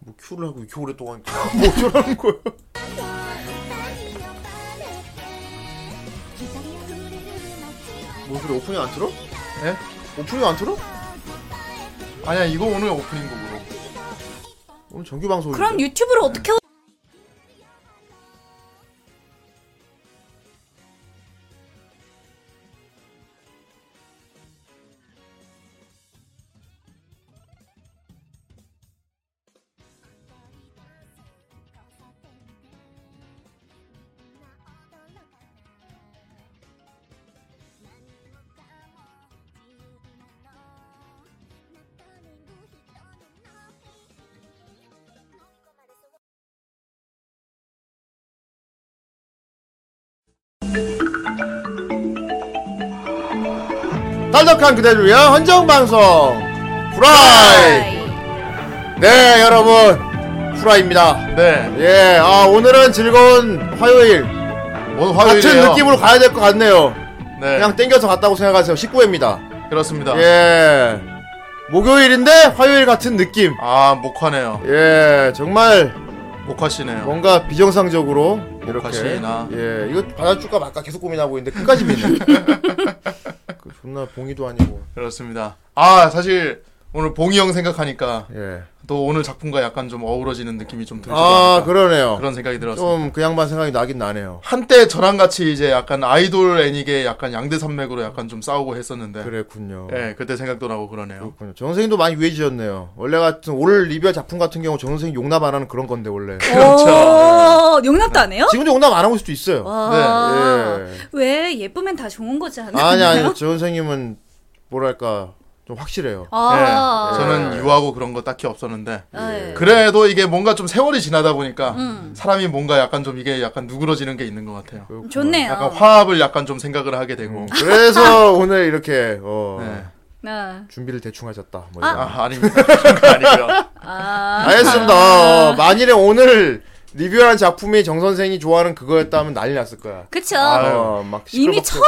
뭐 큐를 하고 이렇게 오랫동안 뭐 어쩌라는 거야? 뭔 소리 뭐 오프닝 안 틀어? 네? 오프닝 안 틀어? 아니야 이거 오늘 오프닝 곡으로 오늘 정규 방송인데 그럼 유튜브를 어떻게 오- 아 탈덕한 그대를 위한 헌정방송 후라이 네 여러분 후라이입니다 네. 예, 아 오늘은 즐거운 화요일 오늘 화요일이에요. 같은 느낌으로 가야 될 것 같네요 네. 아. 그냥 땡겨서 갔다고 생각하세요 19회입니다 그렇습니다. 예 목요일인데 화요일 같은 느낌 아 목화네요. 예 정말 목화씨네요. 뭔가 비정상적으로 이렇게 목화씨나. 예 이거 받아줄까 말까 계속 고민하고 있는데 끝까지 믿네 그 존나 봉이도 아니고 그렇습니다. 아 사실 오늘 봉이 형 생각하니까 또 오늘 작품과 약간 좀 어우러지는 느낌이 좀 들죠. 예. 예아 그러네요 그런 생각이 들었어요. 좀 그 양반 생각이 나긴 나네요 한때 저랑 같이 이제 약간 아이돌 애닉에 약간 양대 산맥으로 약간 좀 싸우고 했었는데. 그렇죠. 그랬군요 예, 그때 생각도 나고 그러네요. 그렇군요. 정선생도 많이 유해지셨네요. 원래 같은 올 리뷰 작품 같은 경우 정선생 용납 안 하는 그런 건데 원래. 그렇죠. 오, 용납도 안 해요? 지금도 용납 안 하고 있을 수도 아. 있어요. 와. 예. 왜 예쁘면 다 좋은 거지 않아요? 아니 예, 아니 정선생님은 뭐랄까 좀 확실해요. 아. 예, 저는 유하고 그런 거 딱히 없었는데. 예. 그래도 이게 뭔가 좀 세월이 지나다 보니까 음. 사람이 뭔가 약간 좀 이게 약간 누그러지는 게 있는 것 같아요. 어. 그렇구나. 좋네요. 약간 화합을 약간 좀 생각을 하게 되고. 그래서 오늘 이렇게 음. 어, 네. 네. 준비를 대충 하셨다. 뭐 이런. 아, 아닙니다. 그런 거 아니고요. 아. 알겠습니다. 어, 만일에 오늘 리뷰한 작품이 정선생이 좋아하는 그거였다면 난리 났을 거야. 그쵸. 아유, 어, 막 이미 시끌벅적.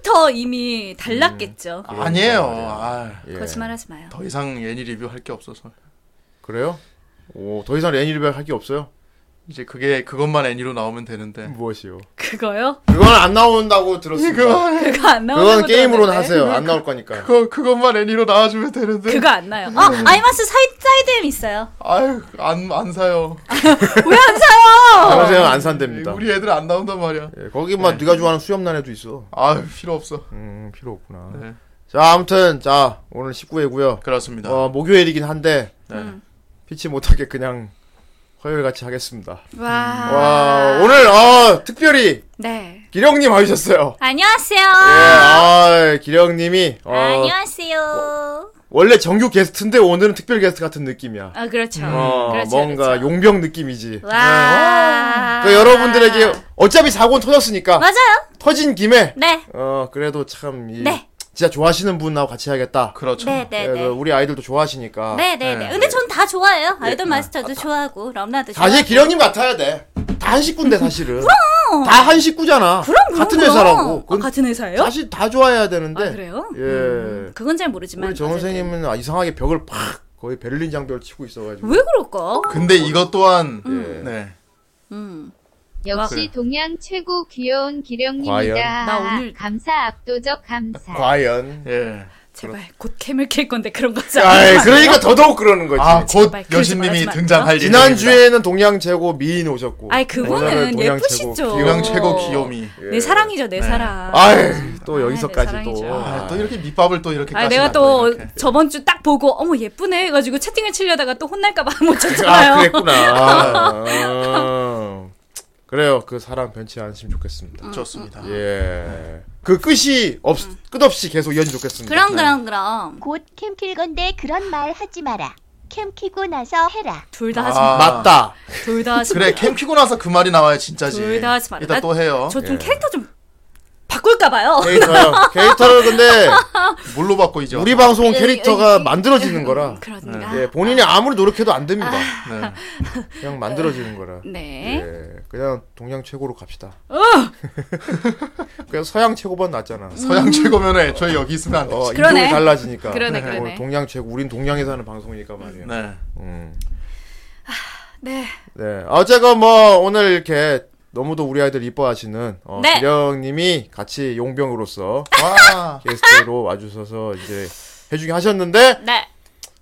처음부터 이미 달랐겠죠. 아니에요. 아, 음. 예. 거짓말 하지 마요. 더 이상 애니 리뷰 할 게 없어서. 그래요? 오, 더 이상 레니 리뷰 할게 없어요? 이제 그게 그것만 애니로 나오면 네. 되는데. 무엇이요? 그거요? 그건 안 나온다고 들었습니다. 그거 안 나오는 그건 것도 없는데. 게임으로는 하세요. 안 나올 거니까. 그거 그것만 애니로 나와주면 되는데. 그거 안 나요. 아, 음. 아이마스 사이, 사이드엠 있어요. 아유 안안 사요. 아, 왜 안 사요? 그러세요 안 산답니다. 우리 애들 안 나온단 말이야. 예, 거기만 네가 좋아하는 수염난 애도 있어. 아유 필요 없어. 음 필요 없구나. 네. 자 아무튼 자 오늘 19회고요. 네. 그렇습니다. 어 목요일이긴 한데 네. 음. 피치 못하게 그냥 화요일 같이 하겠습니다. 와. 와 아. 오늘 어 특별히 네. 기령님 와주셨어요. 안녕하세요. 예, 아 기령님이 어, 안녕하세요. 원래 정규 게스트인데 오늘은 특별 게스트 같은 느낌이야. 아, 그렇죠. 어 그렇죠. 뭔가 그렇죠. 용병 느낌이지. 와. 네. 그 여러분들에게 어차피 사고는 터졌으니까 맞아요. 터진 김에 네. 어 그래도 참 이, 네. 진짜 좋아하시는 분하고 같이 해야겠다. 그렇죠. 네, 네, 예, 네. 우리 아이들도 좋아하시니까. 네, 네, 네. 네. 근데 전 다 좋아해요. 네. 아이돌 마스터도 좋아하고 럼나도 좋아하고. 사실 기령님 같아야 돼. 다 한 식구인데 사실은. 그럼. 다 한 식구잖아. 그럼 그럼, 같은 그럼. 회사라고. 아, 그건 같은 회사예요? 사실 다 좋아해야 되는데. 아, 그래요? 음, 예. 그건 잘 모르지만. 우리 정 어쨌든. 선생님은 아, 이상하게 벽을 팍 거의 베를린 장벽을 치고 있어가지고. 왜 그럴까? 그렇죠. 근데 이것 또한 음. 네. 음. 역시 동양 최고 귀여운 기령님이다. 네. 과연? 아. 나 오늘- 감사 압도적 감사. 과연. 예. 제발 곧 캠을 캘 건데 그런 거지. 아, 그러니까 더더욱 그러는 거지. 아곧 제발 그러지 여신님이 말하지 마. 등장할 지난 주에는 동양 최고 미인 오셨고. 아이 오늘은 그거는 동양 예쁘시죠. 최고 유명 최고 귀요미. 예. 내 사랑이죠, 내 네. 사랑. 아이 또 아, 여기서까지 내 또. 사랑이죠. 아, 또 이렇게 밑밥을 또 이렇게. 아, 까시나 내가 또 이렇게. 저번 주 딱 보고 어머 예쁘네 해가지고 채팅을 치려다가 또 혼날까봐 못 쳤잖아요. 아, 그랬구나. 아, 그래요. 그 사랑 변치 않으시면 좋겠습니다. 음. 좋습니다. 예. 그 끝이 없, 끝없이 계속 이어지 좋겠습니다. 네. 그럼 그럼 그럼 곧 캠킬 건데 그런 말 하지 마라. 캠 키고 나서 해라. 둘 다 아, 하지 마. 맞다. 둘 다 하지 그래 마. 캠 키고 나서 그 말이 나와야 진짜지. 둘다 하지 마라. 이따 나- 또 해요. 저 좀 예. 캐릭터 좀 바꿀까봐요. 캐릭터요. 캐릭터를 근데 뭘로 바꿔 이제. 우리 방송은 예, 캐릭터가 만들어지는 거라. 그런가? 예, 본인이 아무리 노력해도 안 됩니다. 음. 네. 그냥 만들어지는 거라. 네. 예, 그냥 동양 최고로 갑시다. 어! 그냥 서양 최고반 낫잖아. 서양 최고면 애초에 여기 있으면 안 되지. 어, 그러네. 인종이 달라지니까. 그러네, 어, 그러네. 동양 최고, 우린 동양에 사는 방송이니까 말이야. 네. 음. 네. 네. 어쨌건 뭐 오늘 이렇게 너무도 우리 아이들 이뻐하시는 어, 네. 기령님이 같이 용병으로서 와. 게스트로 와주셔서 이제 해주긴 하셨는데 네.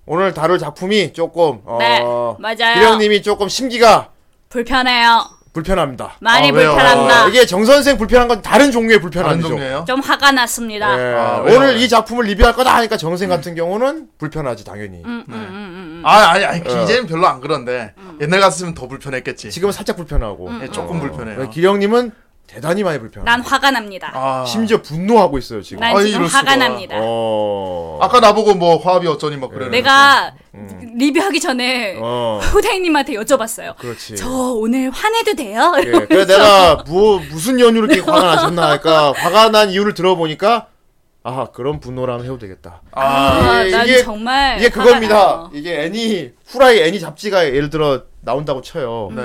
오늘 다룰 작품이 조금 어, 네, 맞아요. 기령님이 조금 심기가 불편해요. 불편합니다. 많이 아, 왜요? 불편합니다. 어, 이게 정 선생 불편한 건 다른 종류의 다른 불편함이죠. 종류예요? 좀 화가 났습니다. 예, 아, 왜요? 오늘 이 작품을 리뷰할 거다 하니까 정생 같은 경우는 불편하지 당연히. 음, 음, 음, 음. 아, 아니, 아니, 이제는 별로 안 그런데 옛날 갔으면 더 불편했겠지. 지금은 살짝 불편하고 어, 예, 조금 불편해요. 기령님은 대단히 많이 음, 불편. 난 화가 납니다. 아, 심지어 분노하고 있어요 지금. 난 아, 지금 이럴 화가 수가. 납니다. 어. 아까 나보고 뭐 화합이 어쩌니 막 그래. 내가 리뷰하기 전에 음. 어. 후대인님한테 여쭤봤어요. 그렇지. 저 오늘 화내도 돼요? 예, 그래 내가 뭐 무슨 연유로 이렇게 화가 나셨나 하니까 화가 난 이유를 들어보니까 아하 그런 분노라면 해도 되겠다. 예, 아, 이게- 난 이게- 정말 이게 그겁니다. 화가 나요. 이게 애니 후라이 애니 잡지가 예를 들어 나온다고 음. 쳐요. 네.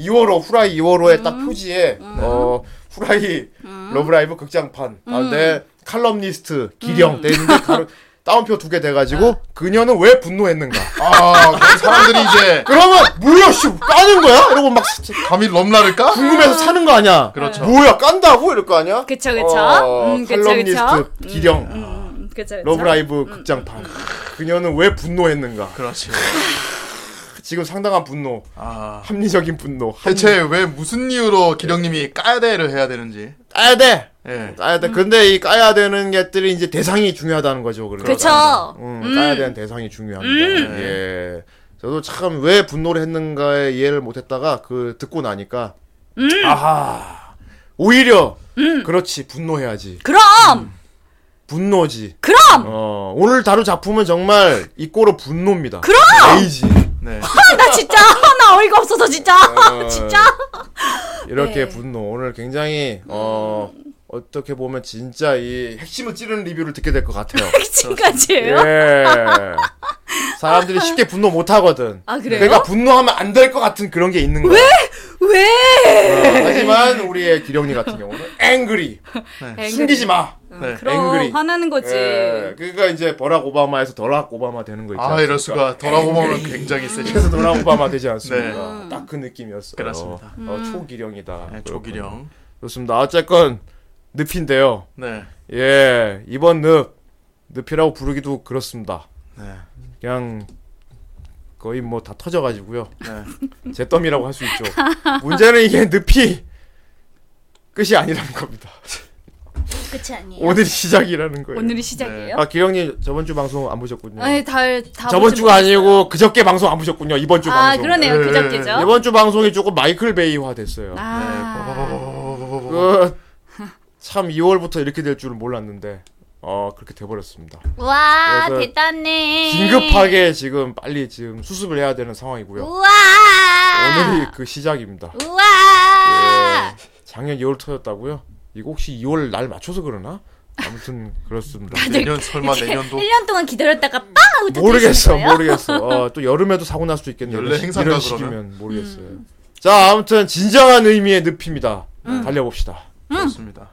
예, 2월호 후라이 2월호에 딱 표지에 어 후라이 음. 러브라이브 극장판 가운데 칼럼니스트 음. 기령 돼 있는데 가로- 따옴표 두 개 돼가지고 어. 그녀는 왜 분노했는가? 아, 그럼 사람들이 이제 그러면 뭐야 씨 까는 거야? 이러고 막 시- 감히 럼나를 까? 궁금해서 사는 거 아니야? 네. 그렇죠. 뭐야 깐다고 이럴 거 아니야? 음. 그쵸 그쵸. 어, 음, 그쵸 그쵸. 칼럼니스트 기령 음, 그쵸 그쵸. 러브라이브 극장판 그녀는 왜 분노했는가? 그렇지. 지금 상당한 분노, 아. 합리적인 분노. 대체 왜 무슨 이유로 기령님이 까야 돼를 해야 되는지. 까야 돼. 예. 까야 돼. 근데 이 까야 되는 것들이 이제 대상이 중요하다는 거죠. 그러니까. 그쵸. 음. 음, 까야 되는 대상이 중요합니다. 예. 저도 참 왜 분노를 했는가에 이해를 못했다가 그 듣고 나니까 음. 아하 오히려 그렇지 분노해야지 그럼 음. 분노지. 그럼 어 오늘 다룰 작품은 정말 이 꼬로 분노입니다. 그럼! 레이지. 네. 아, 나 진짜 나 어이가 없어서 진짜 진짜. 이렇게 네. 음. 분노. 오늘 굉장히 어 어떻게 보면 진짜 이 핵심을 찌르는 리뷰를 듣게 될 것 같아요. 지금까지예요. 예. 사람들이 쉽게 분노 못 하거든. 아, 그래요? 내가 분노하면 안 될 것 같은 그런 게 있는 거야. 왜? 어, 하지만 우리의 기령이 같은 경우는 앵그리. 숨기지 마. 네. 그럼 앵그리. 화나는 거지. 예. 그러니까 이제 버락 오바마에서 더락 오바마 되는 거 있잖아. 아, 이럴 수가. 돌아보면 굉장히 세죠. 그래서 더락 오바마 되지 않습니까? 네. 딱 그 느낌이었어요. 그렇습니다. 어, 음. 초기령이다. 네, 조기령. 좋습니다. 어쨌건 늪인데요. 네. 예, 이번 늪 늪이라고 부르기도 그렇습니다. 네. 그냥 거의 뭐 다 터져가지고요. 네. 제덤이라고 할 수 있죠. 문제는 이게 늪이 끝이 아니라는 겁니다. 그치 아니에요. 오늘이 시작이라는 거예요. 오늘이 시작이에요. 아 기령님 저번 주 방송 안 보셨군요. 아니 예, 네, 달다 저번 주가 아니고 그저께 방송 안 보셨군요. 이번 주 아 방송. 그러네요. 예, 그저께죠. 이번 주 방송이 조금 마이클 베이화 됐어요. 네. 아 그, 참 2월부터 이렇게 될 줄은 몰랐는데 어 그렇게 돼버렸습니다. 와 그래서 대단해. 긴급하게 지금 빨리 지금 수습을 해야 되는 상황이고요. 우와. 오늘이 그 시작입니다. 우와. 예, 작년 2월 터졌다고요? 이거 혹시 2월 날 맞춰서 그러나? 아무튼 그렇습니다. 내년 설마 내년도 1년 동안 기다렸다가 빵 하고 다 되시는 모르겠어, 네. 거예요? 모르겠어. 어, 또 여름에도 사고 날 수도 있겠네요. 연례 이런 시- 행사인가 이런 그러면? 식이면 모르겠어요. 음. 자, 아무튼 진정한 의미의 늪입니다. 달려봅시다. 음. 좋습니다.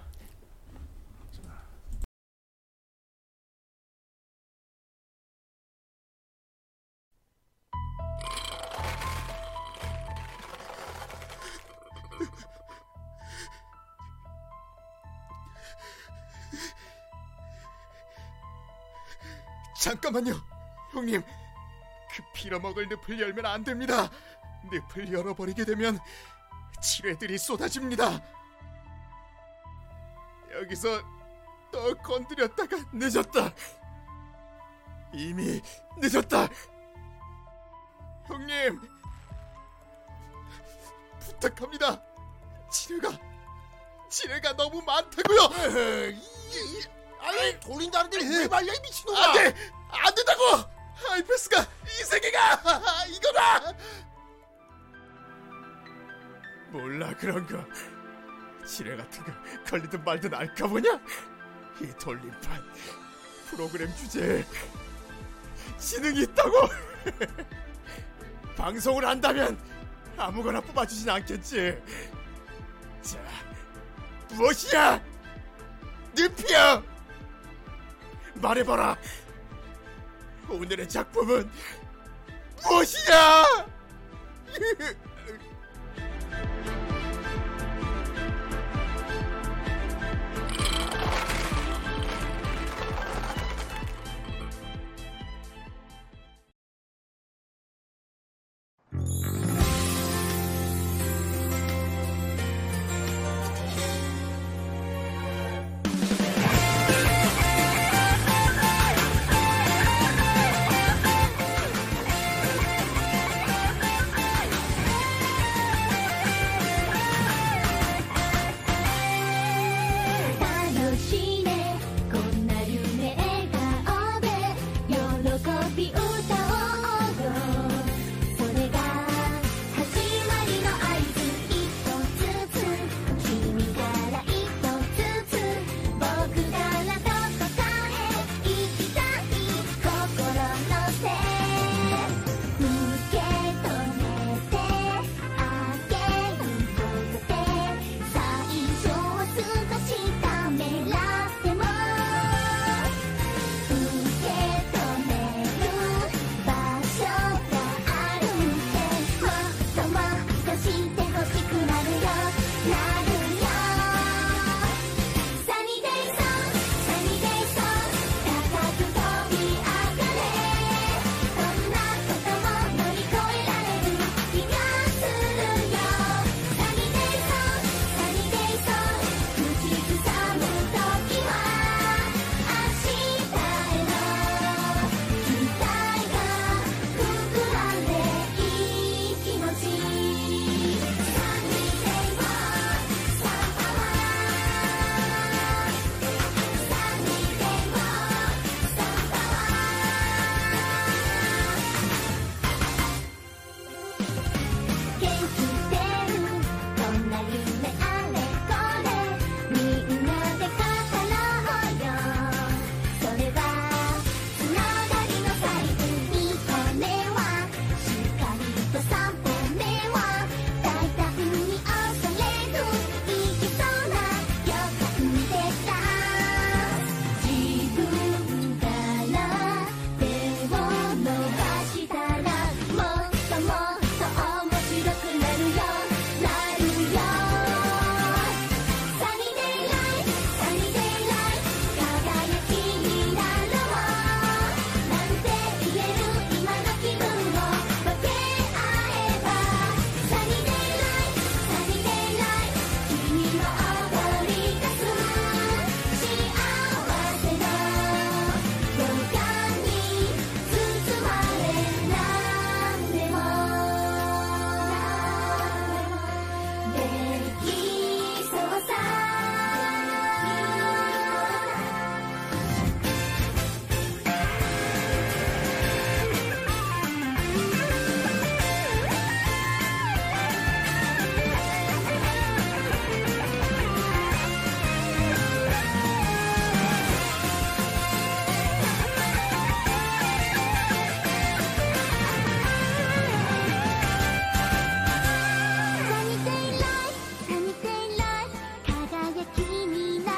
잠깐만요, 형님. 그 빌어먹을 늪을 열면 안 됩니다. 늪을 열어버리게 되면 지뢰들이 쏟아집니다. 여기서 또 건드렸다가 늦었다. 이미 늦었다. 형님, 부탁합니다. 지뢰가 지뢰가 너무 많다고요. 아니 돌린다는데 왜 말려 이 미친놈아 안돼 안된다고 하이패스가 이 세계가 이거다 몰라 그런 거 지뢰 같은 거 걸리든 말든 알까 보냐 이 돌림판 프로그램 주제에 지능이 있다고 방송을 한다면 아무거나 뽑아주진 않겠지 자 무엇이냐 늪이야 말해봐라. 오늘의 작품은 무엇이냐?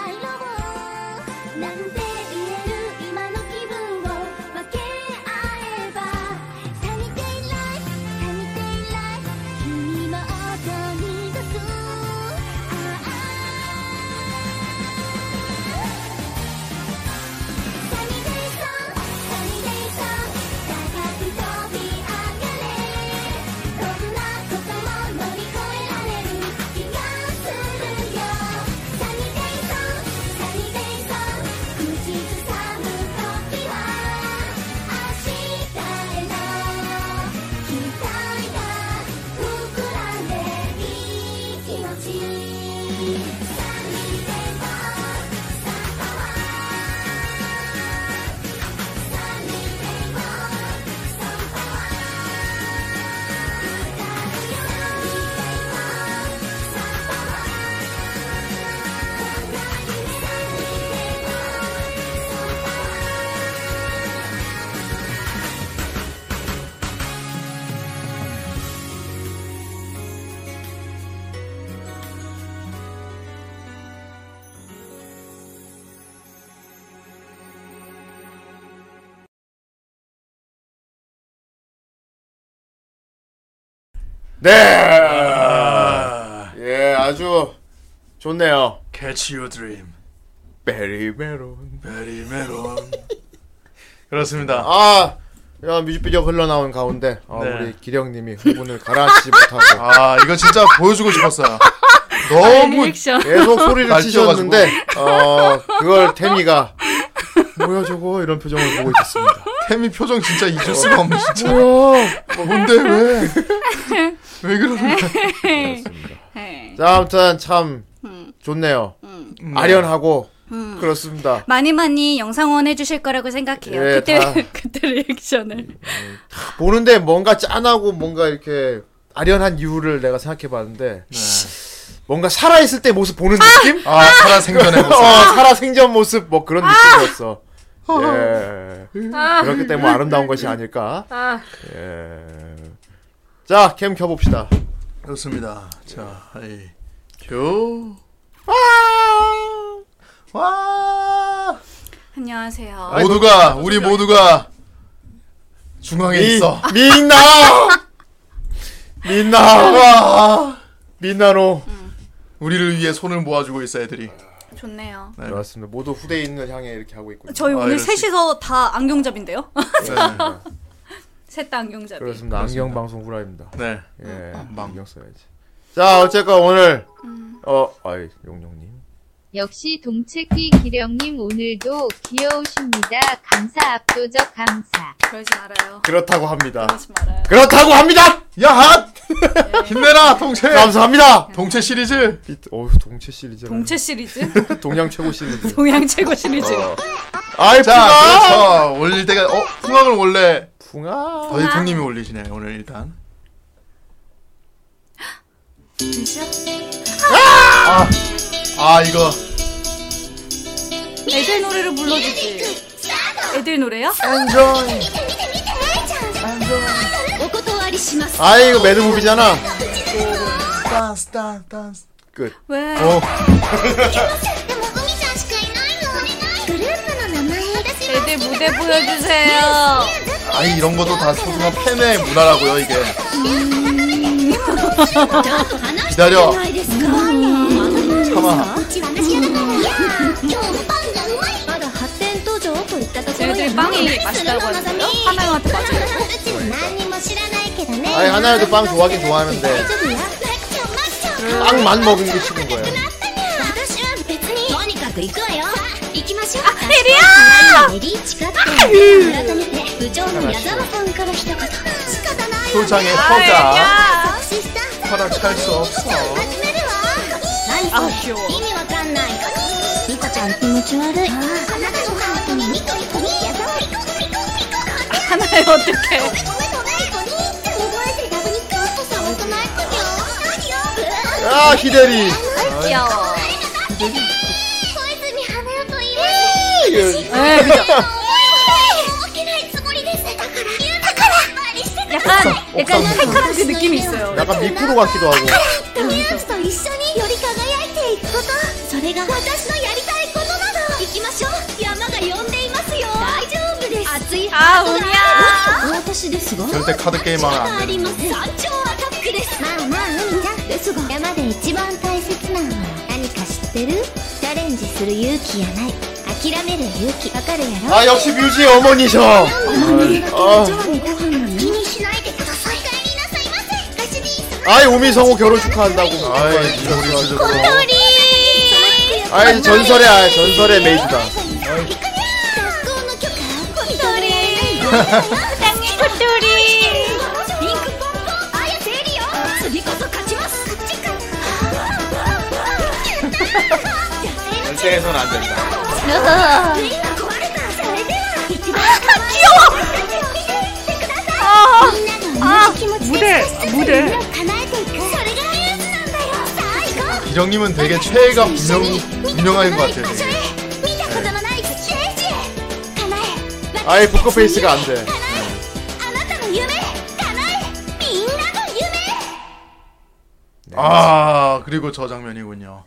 なんて言える今の気分を分け合えば Sunny Day Life Sunny Day Life 君も音に出す「サニーデイソンサニーデイソン」「高く飛び上がれ」「どんなことも乗り越えられる気がするよ」「サニーデイソンサニーデイソン」「口ずさむときは明日への期待が膨らんでいい気持ち」「サニーデイソンサパワー」 네. 아. 예, 아주 좋네요. Catch Your Dream, 베리베론. Berry Melon. 그렇습니다. 아, 야, 뮤직비디오 흘러나온 가운데 어, 네. 우리 기령님이 흥분을 가라앉히지 못하고 아 이거 진짜 보여주고 싶었어요. 너무 리액션. 계속 소리를 날뛰어가지고. 치셨는데 어, 그걸 태미가 뭐야 저거 이런 표정을 보고 있었습니다. 태미 표정 진짜 잊을 수가 없네 진짜. 뭐야? 뭔데 왜? 왜 그러는 거야? 네. 자, 아무튼 참 좋네요. 음. 아련하고 음. 그렇습니다. 많이 많이 영상원 해주실 거라고 생각해요. 예, 그때 다. 그때 리액션을. 보는데 뭔가 짠하고 뭔가 이렇게 아련한 이유를 내가 생각해봤는데 네. 뭔가 살아있을 때 모습 보는 느낌? 아 살아 생전의 어, 모습. 살아 생전 모습 뭐 그런 느낌이었어. 예. 그렇기 때문에 아름다운 것이 아닐까. 예. 자, 캠 켜봅시다. 그렇습니다. 자, 이 교. 아! 와! 안녕하세요. 와! 모두가 우리 모두가 중앙에 미, 있어. 민나! 아. 민나! 민나노. 우리를 위해 손을 모아주고 있어 애들이. 좋네요. 네, 맞습니다. 모두 후대인을 향해 이렇게 하고 있군요. 저희 아, 오늘 이럴 수 셋이서 다 안경잡인데요? 네. 셋 다 안경잡이. 그렇습니다. 안경 방송 후라입니다. 네. 예, 안경 써야지. 자, 어쨌건 오늘 어, 아이 용용님. 역시 동채끼 기령님 오늘도 귀여우십니다. 감사 압도적 감사. 그러지 말아요. 그렇다고 합니다. 그러지 말아요. 그렇다고 합니다. 야핫! 힘내라 동체. 감사합니다. 동체 시리즈. 비트, 어우 동체 시리즈. 동체 시리즈? 동양 최고 시리즈. 동양 최고 시리즈? 아이 자, 풍아. 그렇죠. 올릴 때가 어, 풍악을 원래 풍아. 더디 통님이 올리시네 오늘 일단. 아, 아 이거 애들 노래를 불러주지. 애들 노래야? お断りします。 아이 이거 매드무비잖아. 왜 어 でも海ちゃんしかいないの。グループの名前私が 애들 무대 보여주세요. 아니 이런 것도 다 소중한 팬의 문화라고요 이게. 기다려. ないですか。 참아. うちは私やだから。いやー、今日もパンがうまい。まだ発展途上と言ったところ 쟤네들 빵이 맛있다고 하는데요? 하나한테 맞아요. うちも何も知らないけどね。 아이 하나라도 빵 좋아하긴 좋아하는데 大丈夫よ。マキちゃん、マキちゃん。 빵만 먹은 게 싫은 거야. 私は別にとにかく行くわよさあ行きましょうあエリアエリーチカって改めて部長の矢沢さんから一言仕方ないよ 소장의 아, 허가 作詞した 허락할 수 ち 없어. ょっと集めるわ何あそれ今日意味わかんないミコちゃん気持ち悪いあなたのハートにニコニコニ矢沢ニコニコニコニコ 하나에 어떡해. ごめんごめんごめんお兄ちゃん覚えてるラブニックアットさん幼い子によ何ようわあ 아 히데리. 귀여워. 小泉花代と言います 네, 그죠? 起きないつもりですだから言うだから割りしてくださ 약간, 약간 칼칼한 그 느낌이 있어요. 약간 미꾸로 같기도 하고. い友達と一緒により輝いていくことそれが私のやりたいことなの行きましょう 아, 運私ですが 절대 카드 게임은 안 あります山頂アタックですまあまあうんじゃんですが山で一番大切なのは何か知ってるチャレンジする勇気やない諦める勇気わかるやろ 아 역시 뮤지 어머니셔. お茶碗にご飯なの気にしないでくださいお帰りなさいませガシリー 아이 오미성호 결혼 축하한다고. 아이 아이 이거 우리 진짜 さ 아이 전설의 아 전설의 메이드다. 学校の許可小鳥リンクポンポンあやせりよ次こそ勝ちますこっちか 연체해서는 안 된다. 目が壊れたそれでは一番 아, 무대, 무대. 叶えていくそれがエースなんだよさあ行こう 기령님은 되게 최애가 분명 분명한 것 見 같아요. たことない場所へ見たことのないステージへ叶え 아이 포커페이스가 안 돼. 叶えあなたの夢叶えみんなの夢 되게. 아 그리고 저 장면이군요.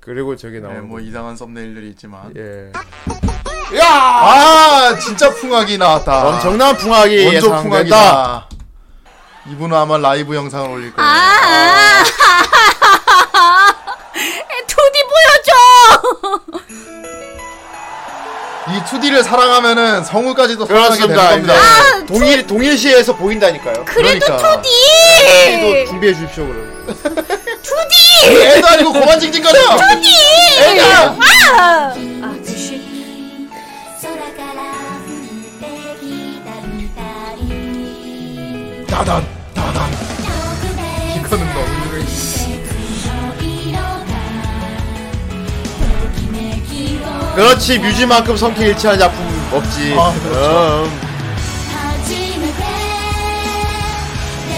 그리고 저기 네, 나오는 뭐 거. 이상한 썸네일들이 있지만. 예. 아 진짜 풍악이 나왔다. 엄청난 풍악이 원조 예상된다. 풍악이다. 이분은 아마 라이브 영상을 올릴 거예요. 아, 투디 보여줘. 이 2D를 사랑하면은 성우까지도 사랑하게 되는 그렇습니다. 겁니다. 네. 동일 동일시에서 보인다니까요. 그래도 그러니까. 또 투디. 준비해 주십시오 그럼. 애도 아니고 고만 징징거려. 애가 아, 아, 그치. 空から降ってきた光 따단 따단. 이거는 너무 「 그렇지 뮤지만큼 성격 일치하는 작품 없지. 아, 그렇죠. 음. 初めて出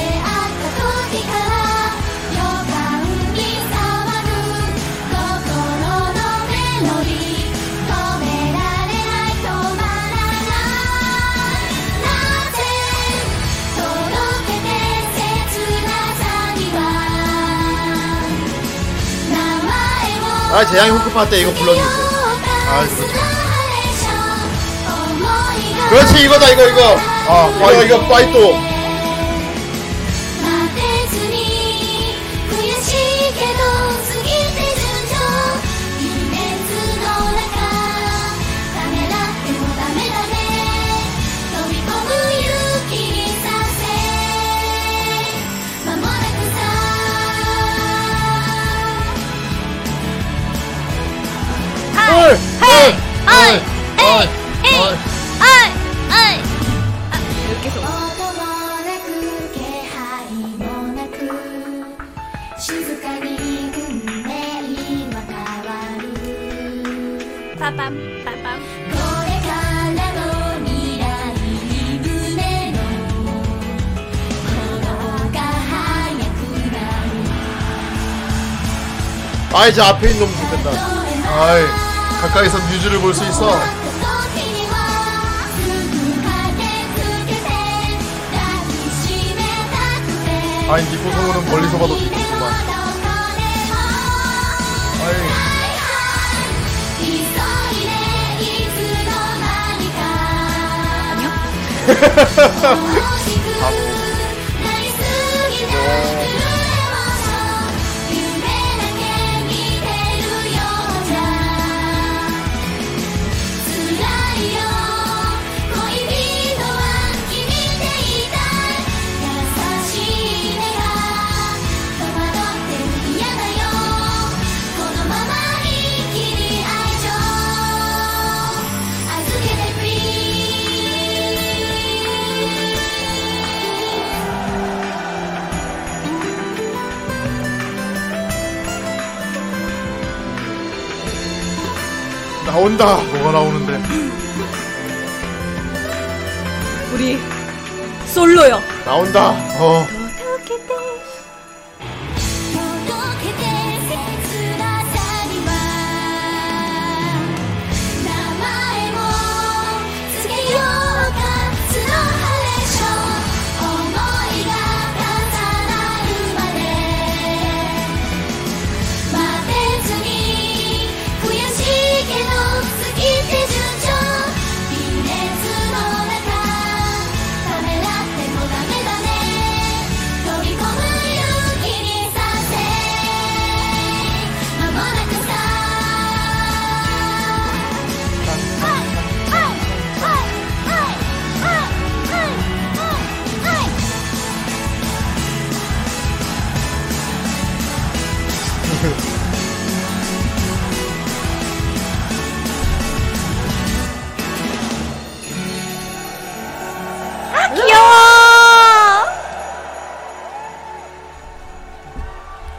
会った時から予感に騒ぐ心のメロディー止められない止まらない」「なぜとろけて切なさには名前を」 아 재앙이 호크파 때 이거 불러주세요. 아, 그렇죠. 그렇지 이거다 이거 이거. 아 이거 이거 파이토. 待てずに悔しいけど過ぎて順調一列の中ダメだってもダメだね飛び込む勇気にさせ間もなくさ 헐. 어이 어이 어이. 音もなく気配もなく静かに運命は変わる 빠밤, 빠밤. これからの未来に胸の鼓動が速くなる 아이 저 앞에 있는 놈 좋겠다. 아이 가까이서 뮤즈를 볼 수 있어. 「時にはすぐ駆けつけて抱きしめたくて」 아이 니코 성우는 멀리서 봐도 기쁘구만. 아이 急いでいつの間にか 欲しくなりすぎた震えも夢だけ見てるようじゃ辛いよ恋人は君でいたい優しい目が戸惑ってる嫌だよこのまま一気に愛情預けてく 나온다. 뭐가 나오는데? 우리 솔로요. 나온다. 어. 「届けて切なさには名前もつけようかスノーハレーション」「想いが重なるまで」「待てずに悔しいけど過ぎて順調」「微熱の中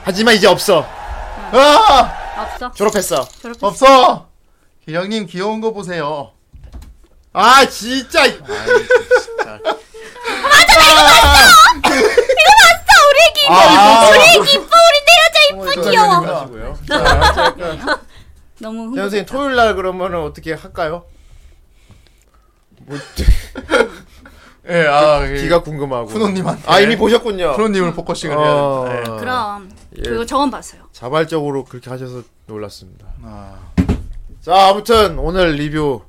하지만 이제 없어. 아 없어. 졸업했어. 저렇게 없어. 기령님 귀여운 거 보세요. 아 진짜. 아, 우리 기뻐 우리 내 여자 어, 이쁘 귀여워. 하시고요. 너무 자, 흥분. 네, 선생님 토요일 날 그러면은 어떻게 할까요? 뭐, 예, 아 예. 기가 궁금하고. 쿠노님한테. 네. 어. 아 이미 보셨군요. 프로님을 포커싱을 해야 어. 된다. 예. 그럼 예. 그거 저건 봤어요. 자발적으로 그렇게 하셔서 놀랐습니다. 아, 자 아무튼 오늘 리뷰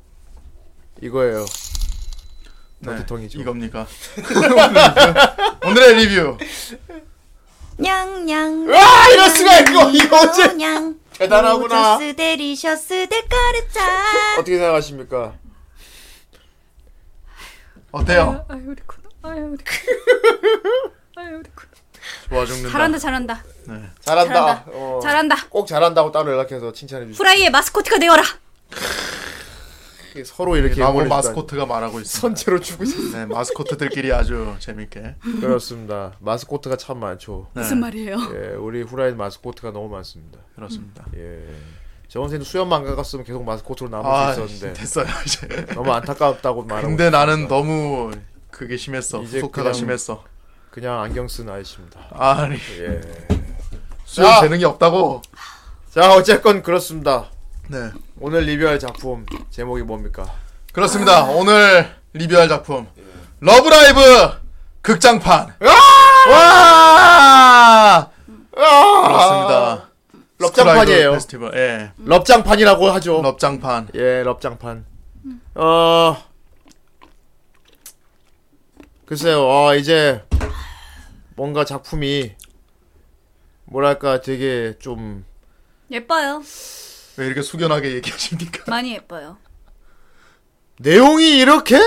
이거예요. 네. 두통이죠. 이겁니까? 오늘의 리뷰. 냥냥 와 이럴 수가 이거 이거 어째 냥 대단하구나. 오저스 데리셔스 데카르타 어떻게 생각하십니까? 어때요? 아유 우리 구 아유 우리 아유 우리 구 좋아 죽는다. 잘한다 잘한다 잘한다. 잘한다. 어. 잘한다. 꼭 잘한다고 따로 연락해서 칭찬해 주세요. 후라이의 마스코트가 되어라. 네. 서로 이렇게 나무 응원해 주다니. 마스코트가 말하고 있어. 선체로 주고 있어. 네, 마스코트들끼리 아주 재밌게. 그렇습니다. 마스코트가 참 많죠. 무슨 말이에요? 예, 우리 후라이 마스코트가 너무 많습니다. 그렇습니다. 예. 정원생도 수염만 안 깎았으면 계속 마스코트로 남을 아, 수 있었는데 됐어요 이제. 너무 안타깝다고 말하고 근데 나는 너무 그게 심했어. 이제 소카가 그냥- 심했어. 그냥 안경 쓴 아이십니다. 아니 예. 수영 자! 재능이 없다고. 자 어쨌건 그렇습니다. 네, 오늘 리뷰할 작품 제목이 뭡니까? 그렇습니다. 오늘 리뷰할 작품 러브라이브 극장판. 와! 아, 그렇습니다. 럽장판이에요. 어? 스크라이브 페스티벌. 예, 럽장판이라고 하죠. 럽장판. 예, 럽장판. 어 글쎄요. 아 이제 뭔가 작품이 뭐랄까 되게 좀 예뻐요. 왜 이렇게 숙연하게 얘기하십니까? 많이 예뻐요. 내용이 이렇게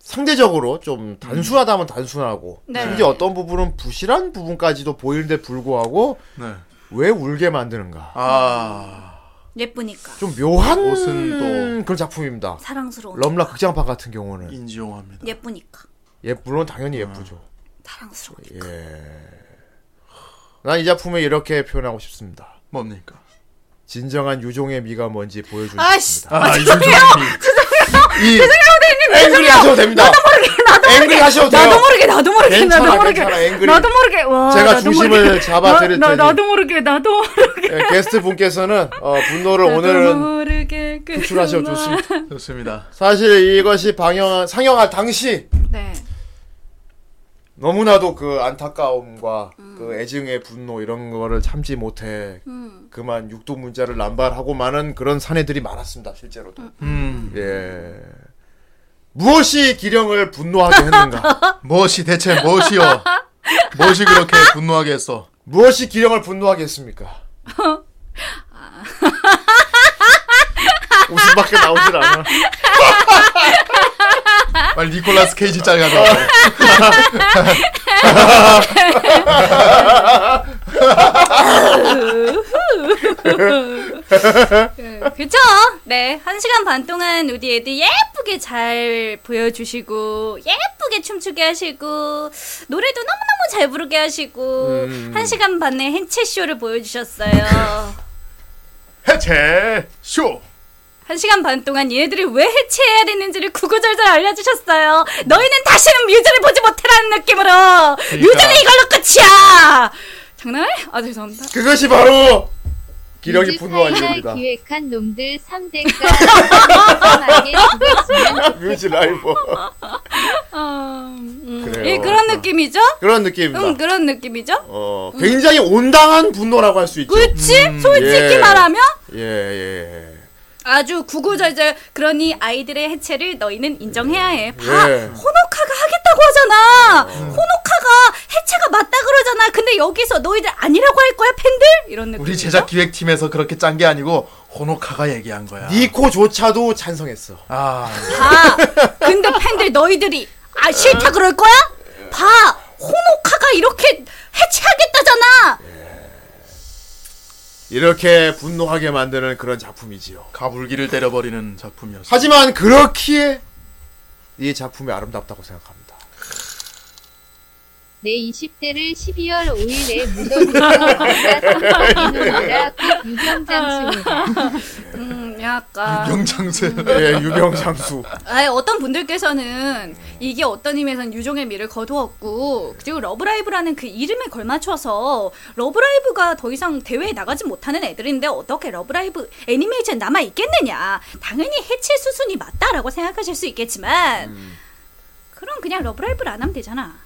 상대적으로 음. 좀 단순하다면 단순하고 네. 심지어 어떤 부분은 부실한 부분까지도 보이는데 불구하고 네. 왜 울게 만드는가 아, 예쁘니까 좀 묘한 옷은 또- 그런 작품입니다 사랑스러운. 럼라 극장판 같은 경우는 인지용합니다. 예쁘니까 예 물론 아. 당연히 예쁘죠 사랑스러운. 예, 난 이 작품을 이렇게 표현하고 싶습니다 뭡니까? 진정한 유종의 미가 뭔지 보여주고 아씨. 싶습니다 아, 죄송해요. 이 앵그리 하셔도 됩니다 앵그리 하셔도 돼요 나도 모르게 나도 모르게 괜찮아, 나도 모르게 괜찮아, 앵그리. 나도 모르게 와 제가 나도 중심을 모르게. 잡아드릴 나, 테니. 나, 나도 모르게 나도 모르게 예, 게스트 분께서는 어, 분노를 나도 오늘은 모르게 그 추출하셔도 좋습니다 좋습니다. 사실 이것이 방영 상영할 당시 네 너무나도 그 안타까움과 그 애증의 분노 이런 거를 참지 못해 그만 육도 문자를 남발하고 많은 그런 사내들이 많았습니다 실제로도 음, 예 무엇이 기령을 분노하게 했는가 무엇이 대체 무엇이요? 무엇이 그렇게 분노하게 했어? 무엇이 기령을 분노하게 했습니까 웃음밖에 나오질 않아 빨리 니콜라스 케이지 짤 아, 가져와. 그, 그쵸 네한 시간 반 동안 우리 애들 예쁘게 잘 보여주시고 예쁘게 춤추게 하시고 노래도 너무너무 잘 부르게 하시고 음. 한 시간 반의 행체 쇼를 보여주셨어요. 해체 쇼. 한 시간 반 동안 얘들이 왜 해체해야 되는지를 구구절절 알려주셨어요. 너희는 다시는 뮤즈를 보지 못해라는 느낌으로 그러니까. 뮤즈는 이걸로 끝이야. 장난해? 아 죄송합니다. 그것이 바로 기령이 뮤즈 분노한 사이다 이유입니다 기획한 놈들 3대가 죽었으면 뮤지 라이브 어, 음, 그래요. 아. 그러니까. 예 그런 느낌이죠? 그런 느낌입니다 응 음, 그런 느낌이죠? 어, 굉장히 온당한 분노라고 할 수 있죠. 그치? 솔직히 예. 말하면 예, 예. 아주 구구절절 그러니 아이들의 해체를 너희는 인정해야 해. 봐. 예. 호노카가 하겠다고 하잖아. 호노카가 해체가 맞다 그러잖아. 근데 여기서 너희들 아니라고 할 거야 팬들? 이런 느낌. 우리 제작 기획팀에서 그렇게 짠 게 아니고 호노카가 얘기한 거야. 니코조차도 찬성했어. 아, 봐. 근데 팬들 너희들이 아 싫다 그럴 거야? 봐. 호노카가 이렇게 해체하겠다잖아. 이렇게 분노하게 만드는 그런 작품이지요. 가불기를 때려버리는 작품이었어. 하지만 그렇기에 이 작품이 아름답다고 생각합니다. 내 20대를 12월 5일에 묻어두고 이놈이라 유경장수입니다. 음, 약간. 명장세. 예, 유병장수. 아예 어떤 분들께서는 이게 어떤 의미에선 유종의 미를 거두었고 그리고 러브라이브라는 그 이름에 걸맞춰서 러브라이브가 더 이상 대회에 나가지 못하는 애들인데 어떻게 러브라이브 애니메이션 남아 있겠느냐 당연히 해체 수순이 맞다라고 생각하실 수 있겠지만 음. 그럼 그냥 러브라이브를 안 하면 되잖아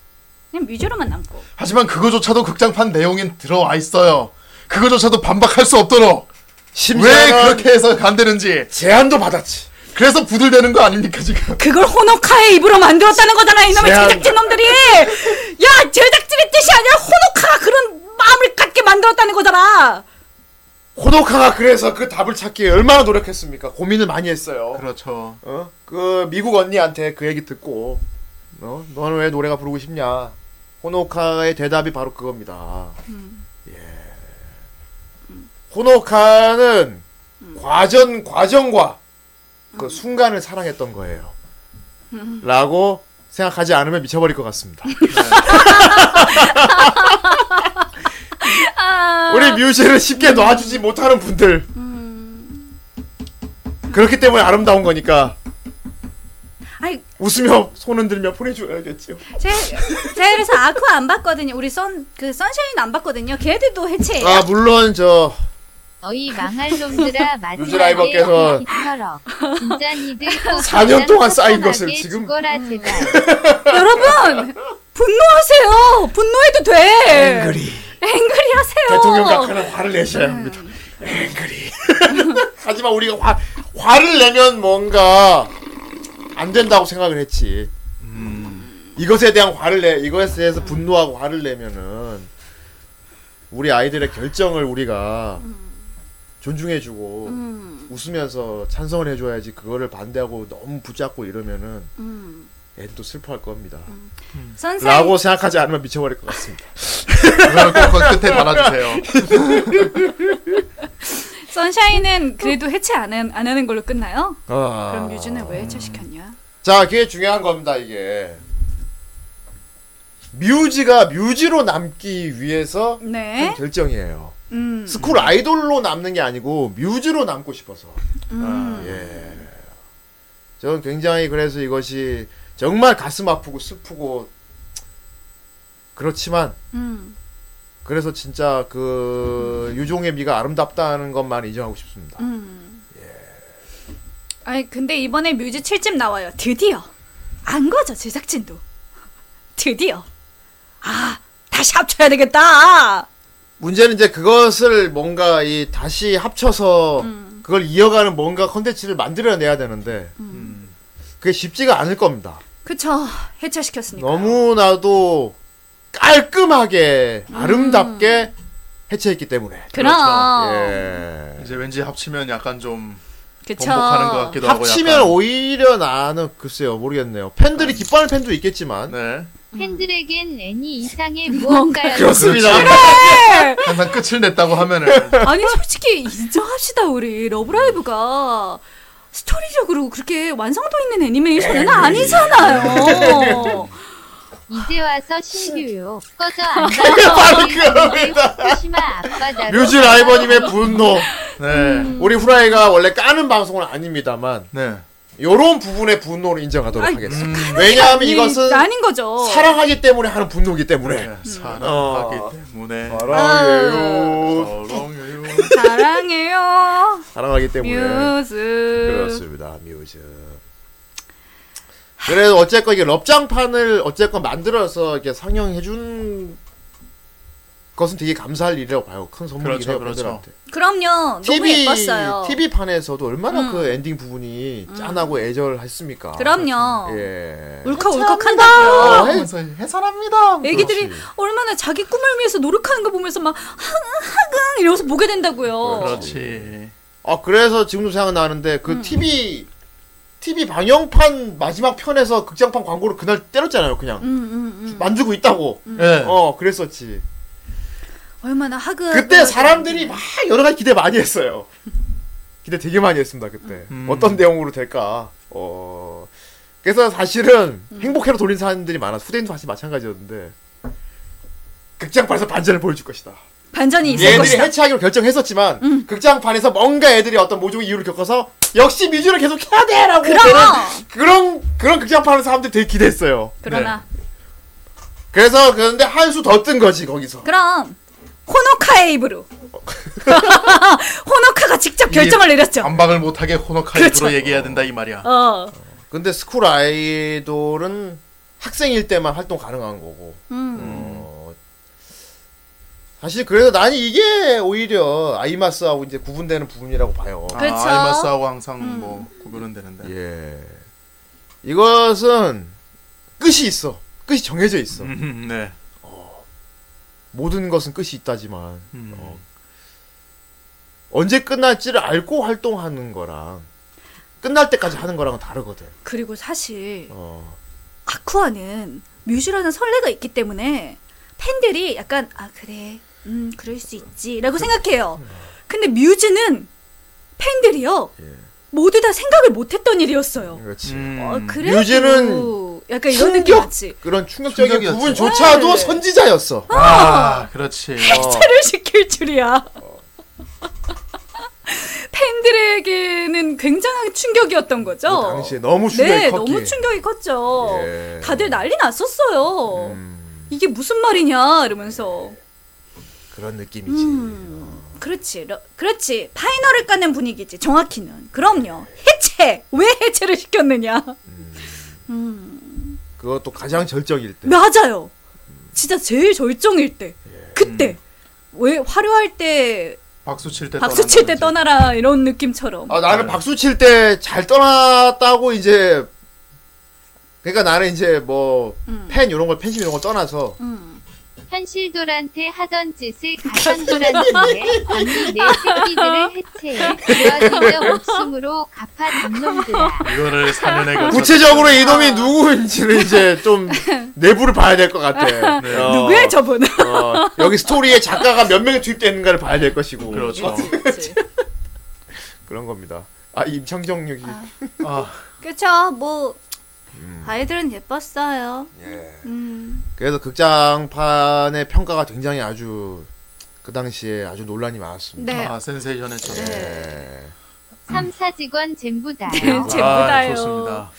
그냥 뮤즈로만 남고 하지만 그거조차도 극장판 내용엔 들어와 있어요. 그거조차도 반박할 수 없도록 왜 심지어는 그렇게 해서 안 되는지. 제안도 받았지. 그래서 부들대는 거 아닙니까 지금? 그걸 호노카의 입으로 만들었다는 거잖아 이놈의 제안. 제작진 놈들이 야 제작진의 뜻이 아니라 호노카가 그런 마음을 갖게 만들었다는 거잖아 호노카가 그래서 그 답을 찾기에 얼마나 노력했습니까? 고민을 많이 했어요. 그렇죠. 어? 그 미국 언니한테 그 얘기 듣고 어? 너는 왜 노래가 부르고 싶냐? 호노카의 대답이 바로 그겁니다. 예. 호노카는 과전 과정과 그 순간을 사랑했던 거예요. 라고 생각하지 않으면 미쳐버릴 것 같습니다. 우리 뮤즈를 쉽게 놔주지 못하는 분들. 그렇기 때문에 아름다운 거니까 아니 웃으며 손 흔들며 보내줘야겠죠. 제, 제가 그래서 아쿠아 안 봤거든요. 우리 선, 그 선샤인 안 봤거든요. 걔들도 해체예요. 아 물론 저 어이 망할 놈들아 마지막에 유즈라이버께서 털어. 진짜 니들 또 4년 동안 쌓인 화끈하게 것을 지금- 죽어라 제발. 여러분! 분노하세요! 분노해도 돼! 앵그리. 앵그리 하세요! 대통령 각하는 화를 내셔야 합니다. 앵그리. 하지만 우리가 화, 화를 내면 뭔가 안 된다고 생각을 했지. 이것에 대한 화를 내, 이것에 대해서 분노하고 화를 내면은 우리 아이들의 결정을 우리가 존중해주고 음. 웃으면서 찬성을 해줘야지 그거를 반대하고 너무 붙잡고 이러면은 음. 애들 도 슬퍼할 겁니다. 선샤인. 라고 생각하지 않으면 미쳐버릴 것 같습니다. 그걸 꼭 끝에 달아주세요. 선샤인은 그래도 해체 안, 한- 안 하는 걸로 끝나요? 아. 그럼 유진을 왜 해체시켰냐? 자, 그게 중요한 겁니다, 이게. 뮤지가 뮤지로 남기 위해서 한 네. 결정이에요. 음. 스쿨 아이돌로 남는 게 아니고 뮤지로 남고 싶어서. 음. 예. 저는 굉장히 그래서 이것이 정말 가슴 아프고 슬프고 그렇지만 음. 그래서 진짜 그 유종의 미가 아름답다는 것만 인정하고 싶습니다. 음. 아니, 근데 이번에 뮤즈 7집 나와요. 드디어. 안 거죠, 제작진도. 드디어. 아, 다시 합쳐야 되겠다! 문제는 이제 그것을 뭔가 이 다시 합쳐서 음. 그걸 이어가는 뭔가 컨텐츠를 만들어내야 되는데 음, 그게 쉽지가 않을 겁니다. 그쵸 해체시켰으니까 너무나도 깔끔하게 음. 아름답게 해체했기 때문에 그럼 예. 이제 왠지 합치면 약간 좀 그쵸 번복하는 것 같기도 하고 합치면 약간. 음. 오히려 나는 글쎄요 모르겠네요. 팬들이 기뻐하는 팬도 있겠지만 네. 팬들에겐 애니 이상의 무언가였 그렇습니다. 항상 끝을 냈다고 하면은 아니 솔직히 인정합시다 우리 러브라이브가 스토리적으로 그렇게 완성도 있는 애니메이션은 아니잖아요 이제 와서 신규요. 꺼져 안 가. 후시마 아빠다. 뮤즈 라이버님의 음. 분노. 네. 우리 후라이가 원래 까는 방송은 아닙니다만 네. 음. 요런 부분의 분노를 인정하도록 아니, 하겠습니다. 왜냐하면 이것은 음. 네, 아닌 거죠 사랑하기 때문에 하는 분노기 네. 때문에. 음. 사랑하기 어. 때문에 사랑해요. 사랑해요. 사랑해요 아. 사랑하기 때문에. 뮤즈 그렇습니다. 뮤즈. 그래서 어쨌건 이게 럽장판을 어쨌건 만들어서 이렇게 상영해 준 것은 되게 감사할 일이라고 봐요. 큰 선물이긴 그렇죠, 해요. 그렇죠. 팬들한테. 그럼요 너무 예뻤어요 TV 판에서도 얼마나 음. 그 엔딩 부분이 짠하고 애절했습니까? 그럼요 예. 아, 어. 울컥울컥한다고요 그래서 아, 해산합니다. 애기들이 얼마나 자기 꿈을 위해서 노력하는 거 보면서 막 하긍하긍 이러면서 보게 된다고요. 그렇죠. 그렇지. 아 그래서 지금도 생각나는데 그 TV TV 방영판 마지막 편에서 극장판 광고를 그날 때렸잖아요. 그냥 음, 음, 음. 만들고 있다고. 네. 어 그랬었지. 얼마나 하그. 그때 사람들이 막 여러 가지 기대 많이 했어요. 기대 되게 많이 했습니다 그때. 음. 어떤 내용으로 될까. 어 그래서 사실은 행복해로 돌린 사람들이 많아. 후대인도 사실 마찬가지였는데 극장판에서 반전을 보여줄 것이다. 반전이 있을 얘들이 것이다. 음. 해체하기로 결정했었지만 극장판에서 뭔가 애들이 어떤 모종 이유를 겪어서 역시 미주를 계속 해야 돼라고 그럼! 되는 그런 그런 극장판을 사람들이 되게 기대했어요. 그러나 네. 그래서 그런데 한 수 더 뜬 거지 거기서. 그럼 호노카의 입으로 어. 호노카가 직접 결정을 내렸죠. 반박을 못하게 호노카이로 그렇죠. 얘기해야 된다 이 말이야. 어. 근데 스쿨 아이돌은 학생일 때만 활동 가능한 거고. 음. 어, 사실 그래서 난 이게 오히려 아이마스하고 이제 구분되는 부분이라고 봐요. 그렇죠. 음. 아, 아이마스하고 항상 뭐 구별은 되는데. 예. 이것은 끝이 있어. 끝이 정해져 있어. 음, 네. 모든 것은 끝이 있다지만 음. 어. 언제 끝날지를 알고 활동하는 거랑 끝날 때까지 하는 거랑은 다르거든. 그리고 사실 어. 아쿠아는 뮤즈라는 설레가 있기 때문에 팬들이 약간 아 그래 음 그럴 수 있지라고 생각해요. 근데 뮤즈는 팬들이요 예. 모두 다 생각을 못했던 일이었어요. 그렇지. 음. 어, 그래도 뮤즈는 약간 이런 느낌 충격? 같지. 그런 충격적인 충격이었지. 부분조차도 네. 선지자였어. 아, 그렇지. 차를 시킬 줄이야. 어. 팬들에게는 굉장한 충격이었던 거죠. 그 당시에 너무 충격이 네, 컸기에. 너무 충격이 컸죠. 예. 다들 난리 났었어요. 음, 이게 무슨 말이냐 이러면서. 그런 느낌이지. 음. 그렇지, 러, 그렇지. 파이널을 까는 분위기지. 정확히는. 그럼요. 해체. 왜 해체를 시켰느냐. 음. 음, 그것도 가장 절정일 때. 맞아요. 진짜 제일 절정일 때. 그때. 음. 왜 화려할 때 박수 칠 때 박수 칠 때 떠나라 이런 느낌처럼. 아, 나는 박수 칠 때 잘 떠났다고 이제 그러니까 나는 이제 뭐 음. 팬 이런 걸 팬심 이런 걸 떠나서 음. 현실돌한테 하던 짓을 가상돌한테 언니 내 새끼들을 해체해 그러니까 목숨으로 갚아 당놈들아 이거를 3년에 걸쳐 구체적으로 아. 이놈이 누구인지를 이제 좀 내부를 봐야 될 것 같아. 네. 어, 누구야 저분? 어, 여기 스토리에 작가가 몇 명이 투입되어 있는가를 봐야 될 것이고 그렇죠. 그치. 그런 겁니다. 아 임창정 여기 아, 그쵸 뭐 음. 아이들은 예뻤어요. 음. 그래서 극장판의 평가가 굉장히 아주 그 당시에 아주 논란이 많았습니다. 네. 아 센세이션의 저. 예. 3사 직원 전부 다 네. 아, 제보다요. 좋습니다.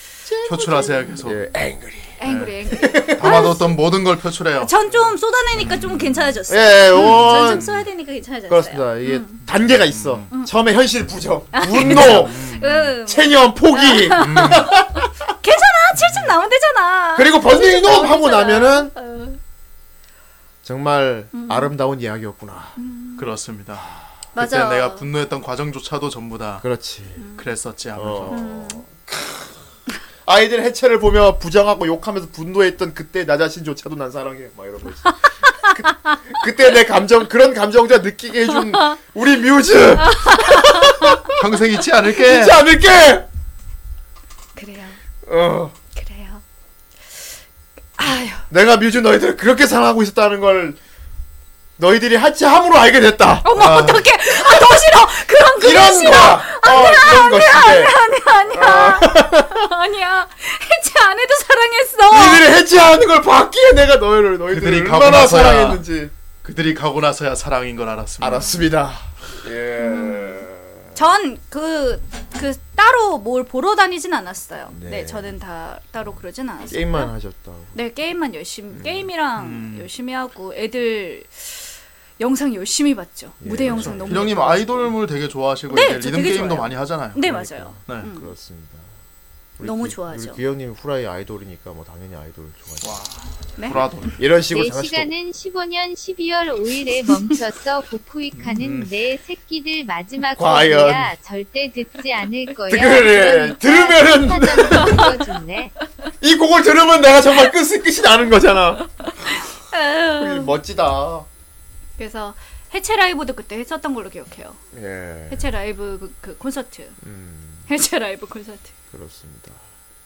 표출하세요 계속. 예, 앵그리. 앵그리 앵그리. 담아뒀던 모든 걸 표출해요. 전 좀 쏟아내니까 좀 괜찮아졌어요. 예, 음, 전 원. 좀 써야 되니까 괜찮아졌어요. 그렇습니다. 이게 단계가 있어. 처음에 현실 부정, 분노, 음. 체념, 포기, 괜찮아. 7점 나오면 되잖아. 그리고 번뇌 이놈 하고 나오잖아. 나면은 어, 정말 음. 아름다운 이야기였구나. 그렇습니다. 맞아. 그때 내가 분노했던 과정조차도 전부 다 그렇지. 그랬었지 하면서. 어. 아이들 해체를 보며 부정하고 욕하면서 분노했던 그때 나 자신조차도 난 사랑해 막 이런 거지. 그, 때내 감정 그런 감정자 느끼게 해준 우리 뮤즈 평생 잊지 않을게. 잊지 않을게. 그래요. 어, 그래요. 아유. 내가 뮤즈 너희들 그렇게 사랑하고 있었다는 걸 너희들이 하체함으로 알게 됐다. 어머 어떡해. 아 더 싫어. 그런 그런 이런 싫어. 거야. 어, 이런 것인데 아니야 아니야. 아니야. 해체 안 해도 사랑했어. 너희들이 해체하는 걸 봤기에 내가 너희를 그들이 너희들이 가고 얼마나 나서야. 사랑했는지 그들이 가고 나서야 사랑인 걸 알았습니다. 알았습니다. 예. 음. 전 그 그 따로 뭘 보러 다니진 않았어요. 네. 네, 저는 다 따로 그러진 않았어요. 게임만 음. 하셨다고. 네 게임만 열심히 게임이랑 열심히 하고 애들 영상 열심히 봤죠. 예, 무대 영상 너무. 희령님 아이돌물 되게 좋아하시고 네, 이제 저 리듬 되게 게임도 좋아해요. 많이 하잖아요. 네 맞아요. 네. 그렇습니다. 너무 우리 귀- 좋아하죠. 우리 귀여님 후라이 아이돌이니까 뭐 당연히 아이돌 좋아하죠. 네. 브라돌. 이런 식으로 내 장난치고 시간은 15년 12월 5일에 멈췄어 보쿠이카는 내 새끼들 마지막 음. 과연. 곡이야 절대 듣지 않을 거야 그래, 들으면은. 사전 좋네 이 곡을 들으면 내가 정말 끝이 끝이 나는 거잖아. 음. 멋지다. 그래서 해체 라이브도 그때 했었던 걸로 기억해요. 예, 해체 라이브 그, 그 콘서트. 음, 해체 라이브 콘서트. 그렇습니다.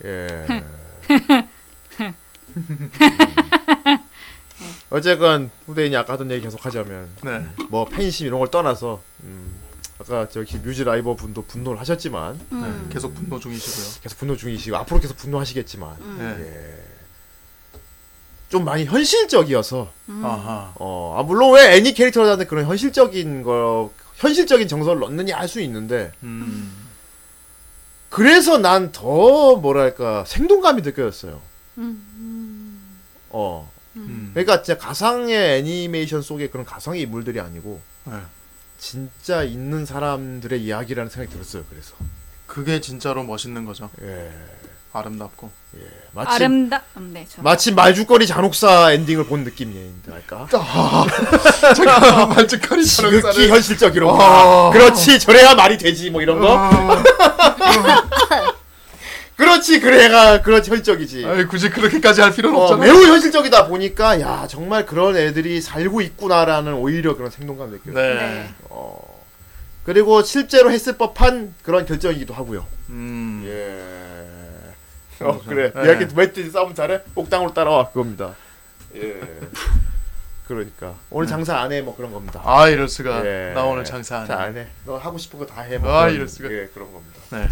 예. 음. 어쨌건 후대인이 아까 하던 얘기 계속 하자면 네. 뭐 팬심 이런 걸 떠나서 음, 아까 저기 뮤즈 라이버 분도 분노를 하셨지만 음. 네. 계속 분노 중이시고요. 음. 네. 계속 분노 중이시고 앞으로 계속 분노하시겠지만 네. 예. 좀 많이 현실적이어서 음. 아하. 어, 아, 물론 왜 애니 캐릭터라는데 그런 현실적인 거 현실적인 정서를 넣느냐 할 수 있는데 음. 그래서 난 더 뭐랄까 생동감이 느껴졌어요. 음. 어. 음. 그러니까 진짜 가상의 애니메이션 속의 그런 가상의 인물들이 아니고 네. 진짜 있는 사람들의 이야기라는 생각이 들었어요. 그래서 그게 진짜로 멋있는 거죠. 예. 아름답고. 마침 아름다. 음, 네, 저. 마침 말죽거리 잔혹사 엔딩을 본 그러니까 느낌이랄까. 아, 말죽거리 지극히 현실적이로. 아. 그렇지 저래야 말이 되지 뭐 이런 거. 그렇지 그래가 그렇지 현실적이지. 아이 굳이 그렇게까지 할 필요는 어, 없잖아. 매우 현실적이다 보니까 야 정말 그런 애들이 살고 있구나라는 오히려 그런 생동감 느껴요. 네. 네. 어. 그리고 실제로 했을 법한 그런 결정이기도 하고요. 음. 예. 어 그래. 네. 이야기 웨트 싸움 잘해. 옥당으로 따라와 그겁니다. 예. 그러니까 오늘 장사 안 해 뭐 그런 겁니다. 아 이럴 수가. 예. 나 오늘 장사 안 해. 장사 안 해. 너 하고 싶은 거 다 해. 아, 그런- 이럴 수가. 예 그런 겁니다. 네.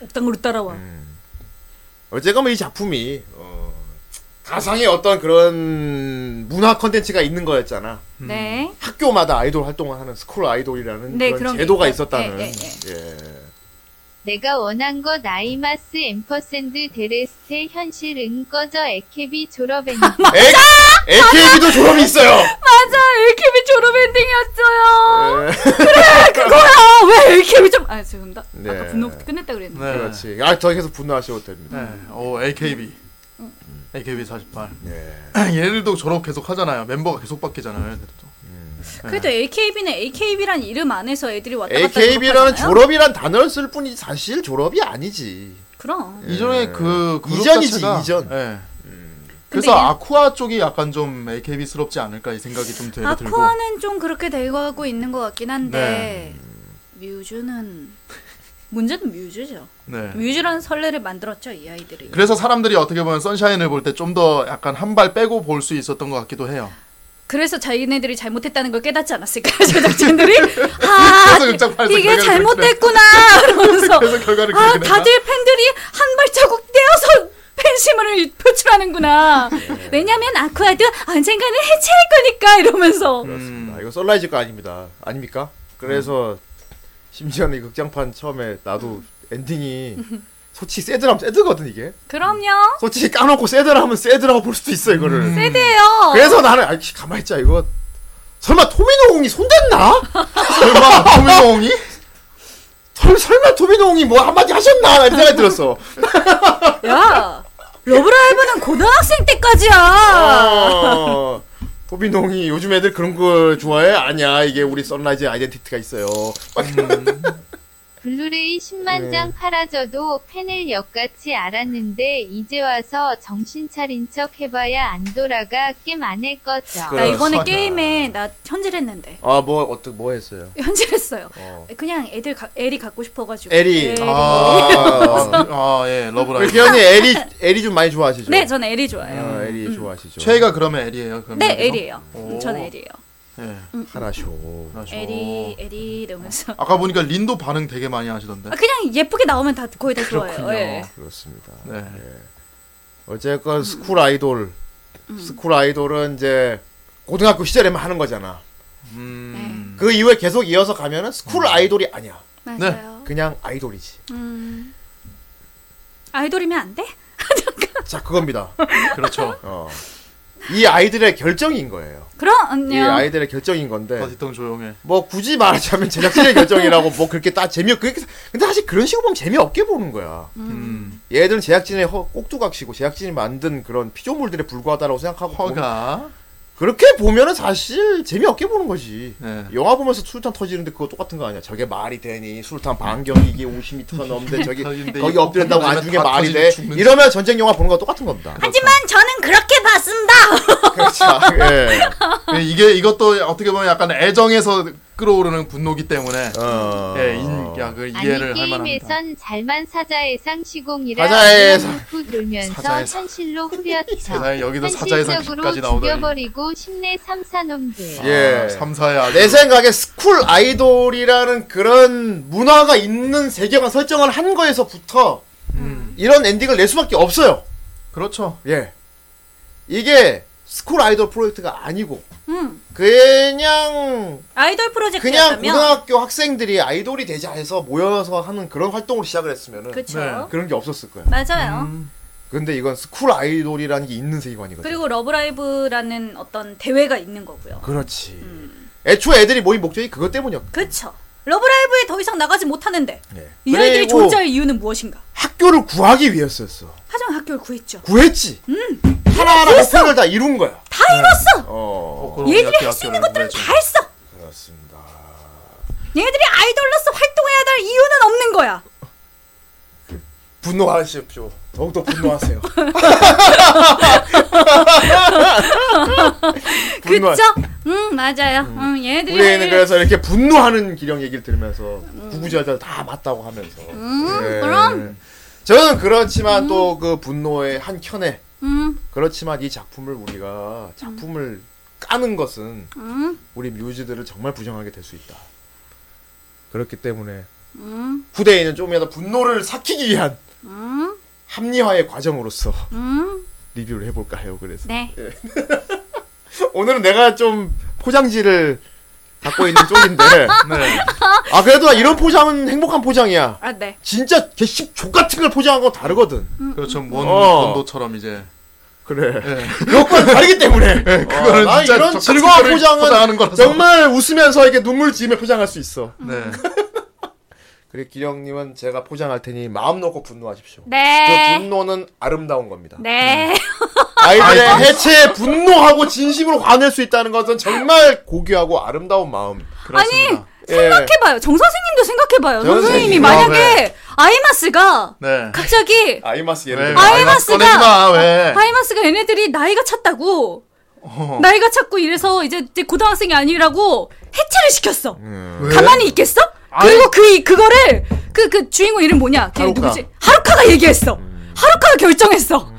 옥당으로 따라와. 음. 어쨌건 뭐 이 작품이 어, 가상의 어떤 그런 문화 컨텐츠가 있는 거였잖아. 네. 학교마다 아이돌 활동을 하는 스쿨 아이돌이라는 네, 그런 그런 게 제도가 있죠. 있었다는. 예, 예, 예. 내가 원한 거 나이마스 엠퍼센드 데레스테 현실 은 꺼져 에케비 졸업했니 AKB도 졸업이 있어요. 맞아, 엘케비 졸업 엔딩이었어요. 예. 아, 왜 엘케비 좀? 아, 죄송합니다. 네. 아까 분노 끝냈다 그랬는데. 네. 그렇지. 아, 더 계속 분노하셔도 됩니다. 네. 오 AKB. AKB 48. 예. 얘네들도 졸업 계속 하잖아요. member가 계속 바뀌잖아요. 얘네들도. 그래도 AKB는 AKB란 이름 안에서 애들이 네. 왔다 갔다 AKB라는 졸업하잖아요? 졸업이란 단어를 쓸 뿐이지 사실 졸업이 아니지. 그럼. 이전에 그 그룹 이전이지, 자체가- 이전. 예. 근데 그래서 얘- 아쿠아 쪽이 약간 좀 AKB스럽지 않을까 이 생각이 좀 되- 들고. 아쿠아는 좀 그렇게 되고 있는 것 같긴 네. 한데 뮤즈는 문제는 뮤즈죠. 네. 뮤즈라는 설레를 만들었죠 이 아이들이. 그래서 사람들이 어떻게 보면 선샤인을 볼 때 좀 더 약간 한 발 빼고 볼 수 있었던 것 같기도 해요. 그래서 자기네들이 잘못했다는 걸 깨닫지 않았을까 제작진들이 아 그래서 극장판에서 이게 결과를 잘못됐구나 이러면서 그래서 결과를 아 그렇게 냈나? 다들 팬들이 한 발자국 떼어서 팬심을 표출하는구나 네. 왜냐면 아쿠아도 언젠가는 해체할 거니까 이러면서 음. 그렇습니다. 이거 썰라이즈 거 아닙니다. 아닙니까? 그래서 심지어는 이 극장판 처음에 나도 엔딩이 솔직히 새드라면 새드거든 이게. 음. 그럼요 솔직히 까놓고 새드라면 새드라고 볼 수도 있어 이거를. 세대요 그래서 나는 아 씨, 가만히 있자 이거 설마 토미노공이 손댔나? 설마 토미노홍이? 설, 설마 토미노공이 뭐 한마디 하셨나? 이런 생각이 들었어. 야 러브라이브는 고등학생 아. 때까지야 어, 토미노공이 요즘 애들 그런 걸 좋아해? 아니야 이게 우리 썬라이즈 아이덴티티가 있어요. 막 블루레이 네. 10만 장 팔아져도 팬을 역같이 알았는데 이제 와서 정신 차린 척 해봐야 안 돌아가 게임 안 할 거죠 그- 나 이번에 그렇구나. 게임에 나 현질했는데 아뭐 어떻게 뭐 했어요? 현질했어요 어. 그냥 애들 가, 애리 갖고 싶어가지고 애리. 네. 아, 아, 예, 러브라이브. 우리 언니 애리 애리 좀 많이 좋아하시죠? 네 저는 애리 좋아해요 음. 어, 애리 네. 음, 좋아하시죠. 최애가 그러면 엘이에요. 그러면 네 여기서? 애리예요 오. 저는 애리예요 예, 하나쇼. 그러죠. 에리 에리 이러면서 아까 보니까 린도 반응 되게 많이 하시던데. E. 아, 그냥 예쁘게 나오면 다 거의 다 좋아요. 그렇군요. 예. 어, 그렇습니다. 네. 어쨌건 스쿨 아이돌 음. 스쿨 아이돌은 이제 고등학교 시절에만 하는 거잖아. 음. 그 이후에 계속 이어서 가면은 스쿨 음. 아이돌이 아니야. 맞아요. 그냥 아이돌이지. 음. 아이돌이면 안 돼? 자 그겁니다. 그렇죠. 어. 이 아이들의 결정인 거예요. 그럼요. 이 아이들의 결정인 건데 버디통 조용해. 뭐 굳이 말하자면 제작진의 결정이라고 뭐 그렇게 딱 재미 그게 근데 사실 그런 식으로 보면 재미 없게 보는 거야. 음. 얘들은 제작진의 허, 꼭두각시고 제작진이 만든 그런 피조물들에 불과하다라고 생각하고 보면- 허가. 그렇게 보면은 사실 재미없게 보는 거지. 네. 영화 보면서 술탄 터지는데 그거 똑같은 거 아니야? 저게 말이 되니? 술탄 반경이 이게 50m가 넘는데 저기 터지는데 거기 이거 엎드렸다고 터지면 안중에 다 말이 터지고 돼? 죽는 이러면 전쟁 영화 보는 거 똑같은 겁니다. 하지만 저는 그렇게 봤습니다. 그렇죠. 예. 예, 이게 이것도 어떻게 보면 약간 애정에서 끓어오르는 분노기 때문에 어. 예, 인, 야, 그 아니 이해를 할 만합니다. 게임에선 잘만 사자의 상 시공이라 사자의 그냥 놓고 놀면서 사자의 상. 현실로 후려쳐 세상에 여기서 사자의 어, 현실적으로 상까지 나오다니. 어, 죽여버리고 싶네 삼사놈들 예. 삼사야. 아주- 내 생각에 스쿨 아이돌이라는 그런 문화가 있는 세계관 설정을 한 거에서부터 음. 이런 엔딩을 낼 수밖에 없어요. 그렇죠. 예. 이게 스쿨 아이돌 프로젝트가 아니고 음. 그냥 아이돌 그냥 프로젝트였다면 고등학교 학생들이 아이돌이 되자 해서 모여서 하는 그런 활동으로 시작을 했으면은 음, 그쵸. 네. 그런 게 없었을 거야. 맞아요. 근데 이건 스쿨 아이돌이라는 게 있는 세계관이거든. 그리고 러브라이브라는 어떤 대회가 있는 거고요. 그렇지. 음. 애초에 애들이 모인 목적이 그것 때문이었고 그쵸. 그렇죠. 러브라이브에 더 이상 나가지 못하는데 네. 이 아이들이 그리고- 존재할 이유는 무엇인가? 학교를 구하기 위해서였어. 하지만 학교를 구했죠. 구했지. 음. 하나하나 목표를 다 이룬 거야. 다 이뤘어. 어, 그럼 얘들이 약대 할 수 있는 학교를 것들은 보내줘. 다 했어. 그렇습니다. 얘들이 아이돌로서 활동해야 될 이유는 없는 거야. 분노하십시오. 더욱더 분노하세요. 분노하- 그쵸? 음 맞아요. 음, 얘들이 우리 애는 할- 그래서 이렇게 분노하는 기령 얘기를 들으면서 구구절절 다 맞다고 하면서. 예. 음, 그럼. 저는 그렇지만 또 그 분노의 한 켠에 음, 그렇지만 이 작품을 우리가 작품을 까는 것은 음, 우리 뮤즈들을 정말 부정하게 될 수 있다. 그렇기 때문에 음, 후대에는 조금이라도 분노를 삭히기 위한 음, 합리화의 과정으로서 음. 리뷰를 해볼까 해요. 그래서 네. 오늘은 내가 좀 포장지를 갖고 있는 쪽인데 네. 아 그래도 나 이런 포장은 행복한 포장이야. 아 네. 진짜 개씹족 같은 걸 포장한 건 다르거든. 그렇죠. 원 어. 원도처럼 이제. 그래. 네. 예. 그건 다르기 때문에. 그거는 아, 나 진짜 이런 족 같은 즐거운 거를 포장하는 포장은 거라서. 정말 웃으면서 이렇게 눈물 지으며 포장할 수 있어. 네. 그래 기령님은 제가 포장할 테니 마음 놓고 분노하십시오. 그 네. 분노는 아름다운 겁니다. 네. 아이들의 해체에 분노하고 진심으로 화낼 수 있다는 것은 정말 고귀하고 아름다운 마음. 그렇습니다. 예. 생각해봐요. 정 선생님도 생각해봐요. 정 선생님이 선생님. 만약에 아이마스가 네. 갑자기 아이마스 왜 예를 들어. 아이마스가- 꺼내지 마, 왜? 아이마스가 얘네들이 나이가 찼다고 나이가 찼고 이래서 이제 고등학생이 아니라고 해체를 시켰어. 예. 왜? 가만히 있겠어? 그리고 그 이- 그거를 그 그 주인공 이름 뭐냐? 걔 하루카. 음. 누구지? 하루카가 얘기했어. 하루카가 결정했어.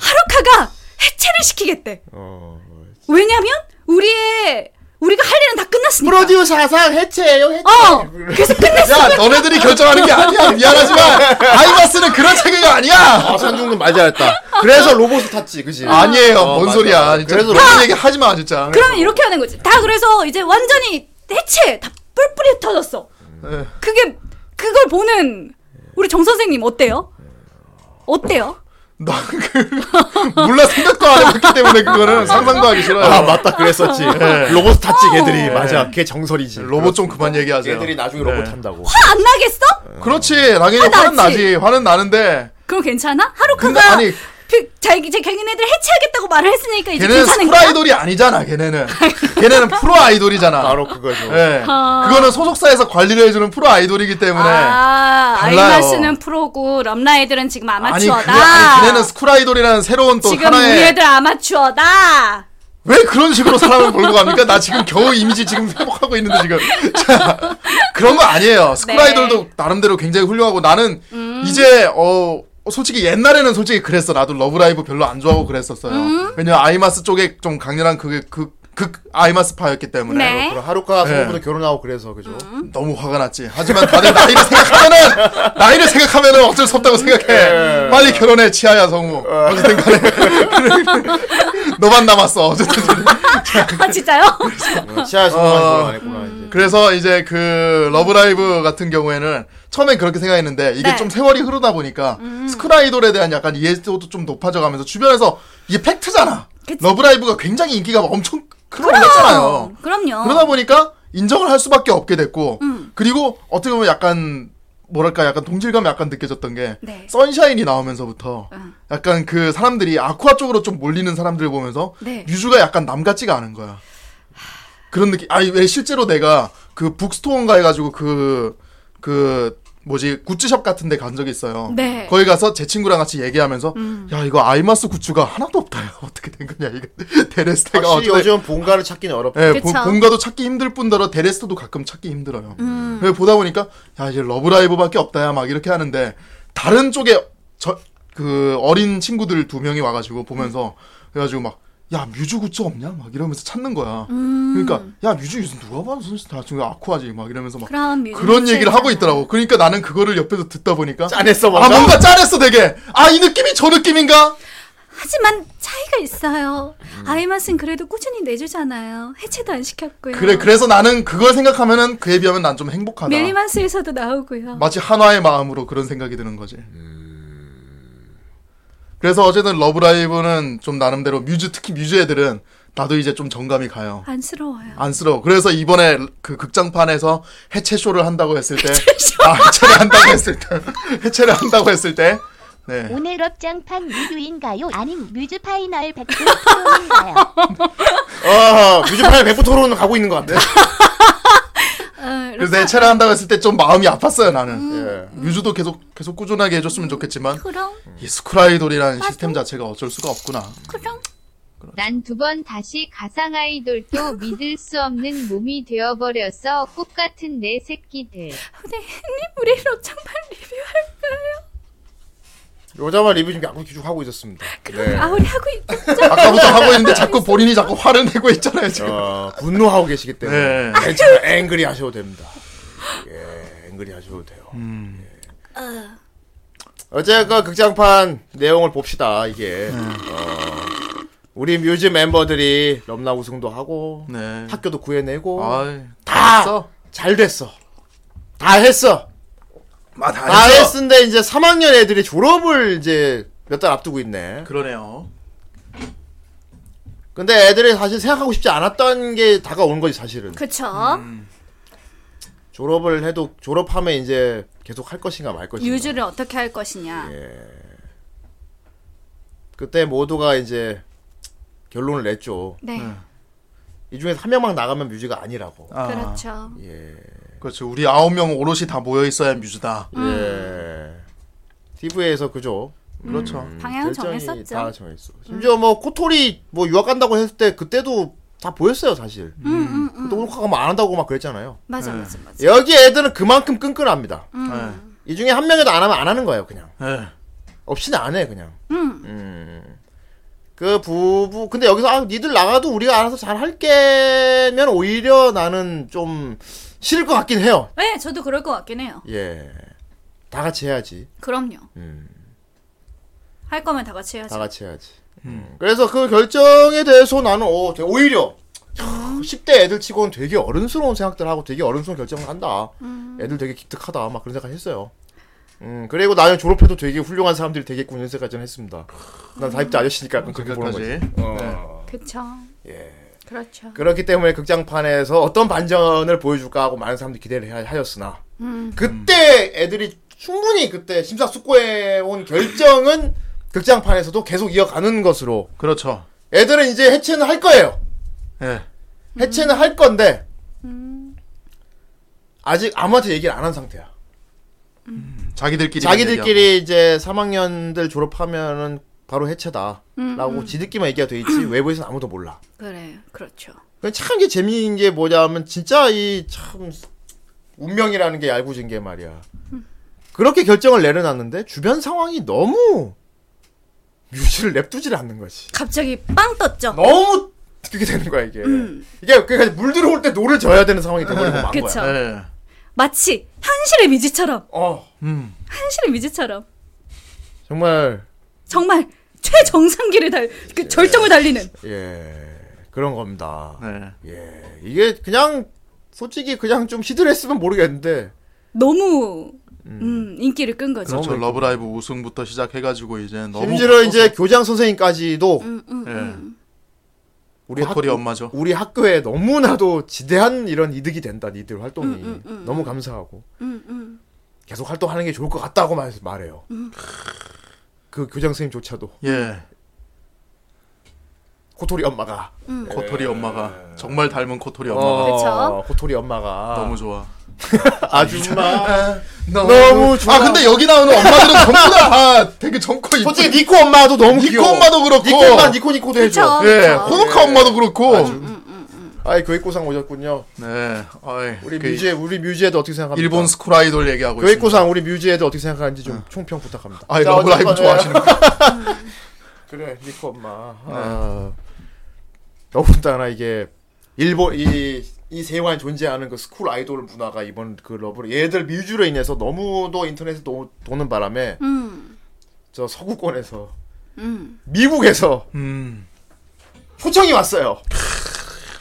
하루카가 해체를 시키겠대. 어. 왜냐면 우리의 우리가 할 일은 다 끝났으니까. 아, 프로듀스 사상 해체예요 해체. 어. 그래서 끝냈어. 야, 너네들이 결정하는 게 아니야. 미안하지만 아이바스는 그런 체계가 아니야. 아 산중근 맞이했다. 그래서 로봇을 탔지, 그지? 아니에요. 어, 뭔 맞아. 소리야. 진짜 그래서 그런 얘기 하지 마, 진짜. 그러면 이렇게 하는 거지. 다 그래서 이제 완전히 해체 다 뿔뿔이 터졌어. 네. 그게 그걸 보는 우리 정 선생님 어때요? 어때요? 그 몰라 생각도 안 해봤기 때문에 그거는 상상도 하기 싫어요. 아 맞다 그랬었지. 로봇 탔지 걔들이 맞아. 그게 정설이지. 로봇 좀 그만 얘기하세요. 걔들이 나중에 네. 로봇 탄다고. 화 안 나겠어? 그렇지. 당연히 화나지. 화는 나지. 화는 나는데 그럼 괜찮아? 근데 하루카가 아니 그, 자기 제 걔네들 해체하겠다고 말을 했으니까 이제 걔네는 괜찮은 스쿨 거야? 아이돌이 아니잖아. 걔네는 걔네는 프로 아이돌이잖아. 바로 그거죠. 예. 그거는 소속사에서 관리를 해주는 프로 아이돌이기 때문에. 아, 달라요. 아이마스는 프로고 럼라이들은 지금 아니, 그, 아마추어다. 아니 걔네는 스쿨 아이돌이라는 새로운 또 지금 하나의 우리 애들 아마추어다. 왜 그런 식으로 사람을 몰고 갑니까? 나 지금 겨우 이미지 지금 회복하고 있는데 지금 자, 그런 거 아니에요. 스쿨 네. 음. 아이돌도 나름대로 굉장히 훌륭하고 나는 이제 어 솔직히 옛날에는 솔직히 그랬어. 나도 러브라이브 별로 안 좋아하고 그랬었어요. 음. 왜냐면 아이마스 쪽에 좀 강렬한 그게 그극 아이마스파였기 때문에 네. 그럼 하루카 네. 음. 성우분도 결혼하고 그래서 그죠. 너무 화가 났지. 하지만 다들 나이를 생각하면은 나이를 생각하면은 어쩔 수 없다고 생각해. 빨리 결혼해 치아야 성우. 어쨌든간에 너만 남았어. 어쨌든 아, 진짜요? 네, 치아 성우만 어. 결혼 안 했구나 음. 이제. 그래서 이제 그 러브라이브 같은 경우에는 처음엔 그렇게 생각했는데 이게 네. 음. 좀 세월이 흐르다 보니까 스쿨 아이돌에 대한 약간 이해도도 좀 높아져가면서 주변에서 이게 팩트잖아. 그치. 러브라이브가 굉장히 인기가 엄청 끌어올랐잖아요. 그럼요. 그렇죠. 그러다 보니까 인정을 할 수밖에 없게 됐고 음. 그리고 어떻게 보면 약간 뭐랄까 약간 동질감이 약간 느껴졌던 게 네. 아. 선샤인이 나오면서부터 약간 그 사람들이 아쿠아 쪽으로 좀 몰리는 사람들을 보면서 네. 유주가 약간 남 같지가 않은 거야 그런 느낌 아니 왜 실제로 내가 그 북스토어인가 해가지고 그 그 뭐지 굿즈샵 같은 데 간 적이 있어요 네. 음. 거기 가서 제 친구랑 같이 얘기하면서 야 이거 아이마스 굿즈가 하나도 없다 야. 어떻게 된 거냐 이거 데레스테가 확실히 어쩌다 아, 요즘 본가를 찾기는 어렵다. 예, 그쵸. 보- 본가도 찾기 힘들 뿐더러 데레스도 가끔 찾기 힘들어요. 음. 그래서 보다 보니까 야 이제 러브라이브밖에 없다야 막 이렇게 하는데 다른 쪽에 저 그 어린 친구들 두 명이 와가지고 보면서 그래가지고 막 야 뮤즈 굿즈 없냐 막 이러면서 찾는 거야. 음. 그러니까 야 뮤즈 요즘 누가 봐도 솔직히 다 지금 아쿠아지 막 이러면서 막 그런 뮤- 그런 뮤지션이잖아. 얘기를 하고 있더라고. 그러니까 나는 그거를 옆에서 듣다 보니까 짠했어 아 뭔가. 뭔가 짠했어 되게. 아 이 느낌이 저 느낌인가? 하지만 차이가 있어요. 음. 아이맛은 그래도 꾸준히 내주잖아요. 해체도 안 시켰고요. 그래 그래서 나는 그걸 생각하면은 그에 비하면 난 좀 행복하다. 메리마스에서도 나오고요. 마치 한화의 마음으로 그런 생각이 드는 거지. 그래서 어쨌든 러브라이브는 좀 나름대로 뮤즈 특히 뮤즈 애들은 나도 이제 좀 정감이 가요. 안쓰러워요. 안쓰러워. 그래서 이번에 그 극장판에서 해체 쇼를 한다고 했을 때, 아, 해체를 한다고 했을 때, 해체를 한다고 했을 때, 네. 오늘 업장판 리뷰인가요? 아님 뮤즈 파이널 백분 토론인가요? 아 뮤지컬 백부 토론 가고 있는 것 같아. 아, 그래서 해체를 한다고 했을 때 좀 마음이 아팠어요 나는. 네. 예. 뮤즈도 계속 계속 꾸준하게 해줬으면 좋겠지만 그럼 이 스크라이돌이라는 시스템 자체가 어쩔 수가 없구나. 그럼 난 두 번 다시 가상 아이돌도 믿을 수 없는 몸이 되어버려서 꽃 같은 내 새끼들. 네, 우리 럽창판 리뷰할까요? 여자만 리뷰 좀 약간 기죽 하고 있었습니다. 네. 아 우리 하고 음, 있 아까부터 하고 있는데 자꾸 본인이 자꾸 화를 내고 있잖아요 지금. 어, 분노하고 계시기 때문에 네. 괜찮아요. 앵그리 하셔도 됩니다. 예, 앵그리 하셔도 돼요. 음. 예. 어쨌건 극장판 내용을 봅시다. 네. 이게 어, 우리 뮤즈 멤버들이 럼나 우승도 하고 네. 학교도 구해내고 아이, 다 했어. 잘 됐어. 다 했어. 마, 아, 다 다 했어. 아, 했는데 이제 3학년 애들이 졸업을 이제 몇 달 앞두고 있네. 그러네요. 근데 애들이 사실 생각하고 싶지 않았던 게 다가오는 거지 사실은. 그쵸. 졸업을 해도 졸업하면 이제 계속 할 것인가 말 것인가. 유주를 어떻게 할 것이냐. 예. 그때 모두가 이제 결론을 냈죠. 네, 음. 이 중에서 한 명만 나가면 뮤지가 아니라고. 예. 아, 그렇죠. 그렇죠. 우리 아홉 명 오롯이 다 모여 있어야 뮤즈다. 예. TV에서 그죠. 음, 그렇죠. 음. 방향은 결정이 정했었죠. 음. 다 정했어. 심지어 뭐 코토리 뭐 유학 간다고 했을 때 그때도 다 보였어요 사실. 음, 음, 음. 그때 오카가 뭐안 한다고 막 그랬잖아요. 맞아, 음. 맞아, 맞아. 여기 애들은 그만큼 끈끈합니다. 음. 네. 이 중에 한 명이라도 안 하면 안 하는 거예요 그냥. 네. 없이는 안 해 그냥. 음. 음. 그 부부 근데 여기서 아 니들 나가도 우리가 알아서 잘 할게면 오히려 나는 좀 싫을 것 같긴 해요. 네, 저도 그럴 것 같긴 해요. 예. 다 같이 해야지. 그럼요. 음. 할 거면 다 같이 해야지. 다 같이 해야지. 음. 그래서 그 결정에 대해서 나는 어, 되게 오히려 캬, 10대 애들 치고는 되게 어른스러운 생각들 하고 되게 어른스러운 결정을 한다. 애들 되게 기특하다. 막 그런 생각 했어요. 음, 그리고 나중에 졸업해도 되게 훌륭한 사람들이 되겠군 이런 생각까지 했습니다. 난 사입자 아저씨니까 약간 그렇게 보는 거지. 그렇게까지. 그쵸. 예. 그렇죠. 그렇기 때문에 극장판에서 어떤 반전을 보여줄까 하고 많은 사람들이 기대를 하- 하였으나 음. 그때 애들이 충분히 그때 심사숙고해온 결정은 극장판에서도 계속 이어가는 것으로 그렇죠. 애들은 이제 해체는 할 거예요. 예. 해체는 할 건데 아직 아무한테 얘기를 안 한 상태야. 자기들끼리 자기들끼리 이제 3학년들 졸업하면은 바로 해체다라고 지들끼만 얘기가 돼 있지 외부에서는 아무도 몰라. 그래, 그렇죠. 그러니까 참게 재미있는 게 뭐냐면 진짜 이 참 운명이라는 게 얄궂은 게 말이야. 그렇게 결정을 내려놨는데 주변 상황이 너무 뮤지를 냅두질 않는 거지. 갑자기 빵 떴죠. 너무 그게 되는 거야 이게. 이게 그러니까 물 들어올 때 노를 져야 되는 상황이 돼버리고 만 거야. 음. 그쵸. 예. 마치 현실의 미지처럼, 어 음. 현실의 미지처럼 정말 정말 최정상기를 달, 그 절정을 달리는. 예 그런 겁니다. 네. 예 이게 그냥 솔직히 그냥 좀 시들했으면 모르겠는데 너무 음, 인기를 끈 거죠. 그렇죠. 러브라이브 우승부터 시작해가지고 이제 너무 심지어 이제 교장 선생님까지도 음. 예. 우리 우리 코리 학교- 엄마죠. 우리 학교에 너무나도 지대한 이런 이득이 된다. 니들 활동이 너무 감사하고 음, 음. 계속 활동하는 게 좋을 것 같다고 말, 말해요. 그 교장 선생님조차도 예. 코토리 엄마가 코토리 엄마가 정말 닮은 코토리 엄마가 음. 예. 어, 그쵸? 코토리 엄마가 너무 좋아. 네. 아줌마 너무, 좋아. 아 근데 여기 나오는 엄마들은 전부 다 아, 되게 젊고 이쁘- 솔직히 니코 엄마도 너무 니코 귀여워. 엄마도 그렇고. 니코 엄마 니코 니코도 해줘. 그쵸? 예. 그쵸? 호노카 엄마도 그렇고. 음, 아이 교육고상 오셨군요. 네. 아이, 우리 그 뮤지에 우리 뮤지에도 어떻게 생각합니까? 일본 스쿨 아이돌 얘기하고 있습니다. 교육고상 우리 뮤지에도 어떻게 생각하는지 좀 총평 부탁합니다. 아이 자, 러브라이브 어쨌건, 예. 좋아하시는 거. 그래 니코 엄마. 아. 더군다나 이게 일본 이이 세계관에 존재하는 그 스쿨 아이돌 문화가 이번 그 러브를 얘들 위주로 인해서 너무도 인터넷에 도, 도는 바람에 음. 저 서구권에서 음. 미국에서 음. 초청이 왔어요.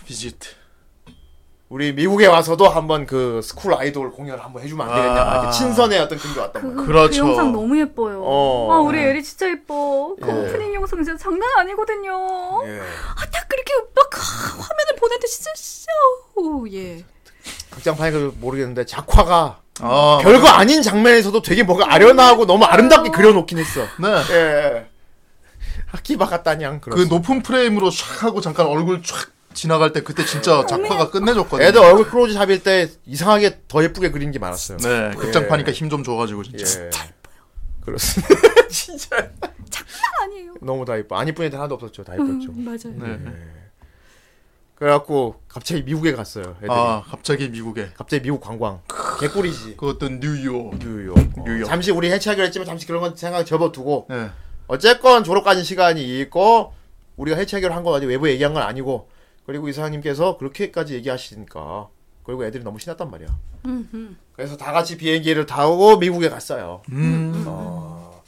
비지트. 우리 미국에 와서도 한번 그 스쿨 아이돌 공연을 한번 해주면 안 되겠냐? 아. 이렇게 친선의 어떤 근거 왔단 말이야. 그, 그렇죠. 그 영상 너무 예뻐요. 어. 아 우리 애리 진짜 예뻐. 그 예. 오프닝 영상 진짜 장난 아니거든요. 예. 딱 그렇게 막 화면을 보내듯이 진짜 오 예. 극장판이 그 모르겠는데 작화가 아, 별거 아닌 장면에서도 되게 뭔가 아련하고 너무 아름답게 그려놓긴 했어. 네. 예, 예. 학기 바갔다냥 그 그런. 높은 프레임으로 촥 하고 잠깐 얼굴 촥 지나갈 때 그때 진짜 작화가 끝내줬거든요. 음. 애들 얼굴 크로즈샵일 때 이상하게 더 예쁘게 그린 게 많았어요. 네, 극장 파니까 힘 좀 줘가지고 예. 진짜. 그렇습니다. 진짜 아니에요. 너무 다 이뻐. 안 이쁜 애들 하나도 없었죠. 다 이뻤죠. 음, 맞아요. 네. 예. 그래갖고 갑자기 미국에 갔어요. 애들이. 아, 갑자기 미국에 갑자기 미국 관광. 개꿀이지. 그 어떤 뉴욕. 뉴욕. 뉴욕. 잠시 우리 해체하기로 했지만 잠시 그런 건 생각 접어두고 네. 어쨌건 졸업까지 시간이 있고 우리가 해체하기로 한 건 아직 외부에 얘기한 건 아니고 그리고 이사장님께서 그렇게까지 얘기하시니까 그리고 애들이 너무 신났단 말이야. 그래서 다 같이 비행기를 타고 미국에 갔어요. 음. 어.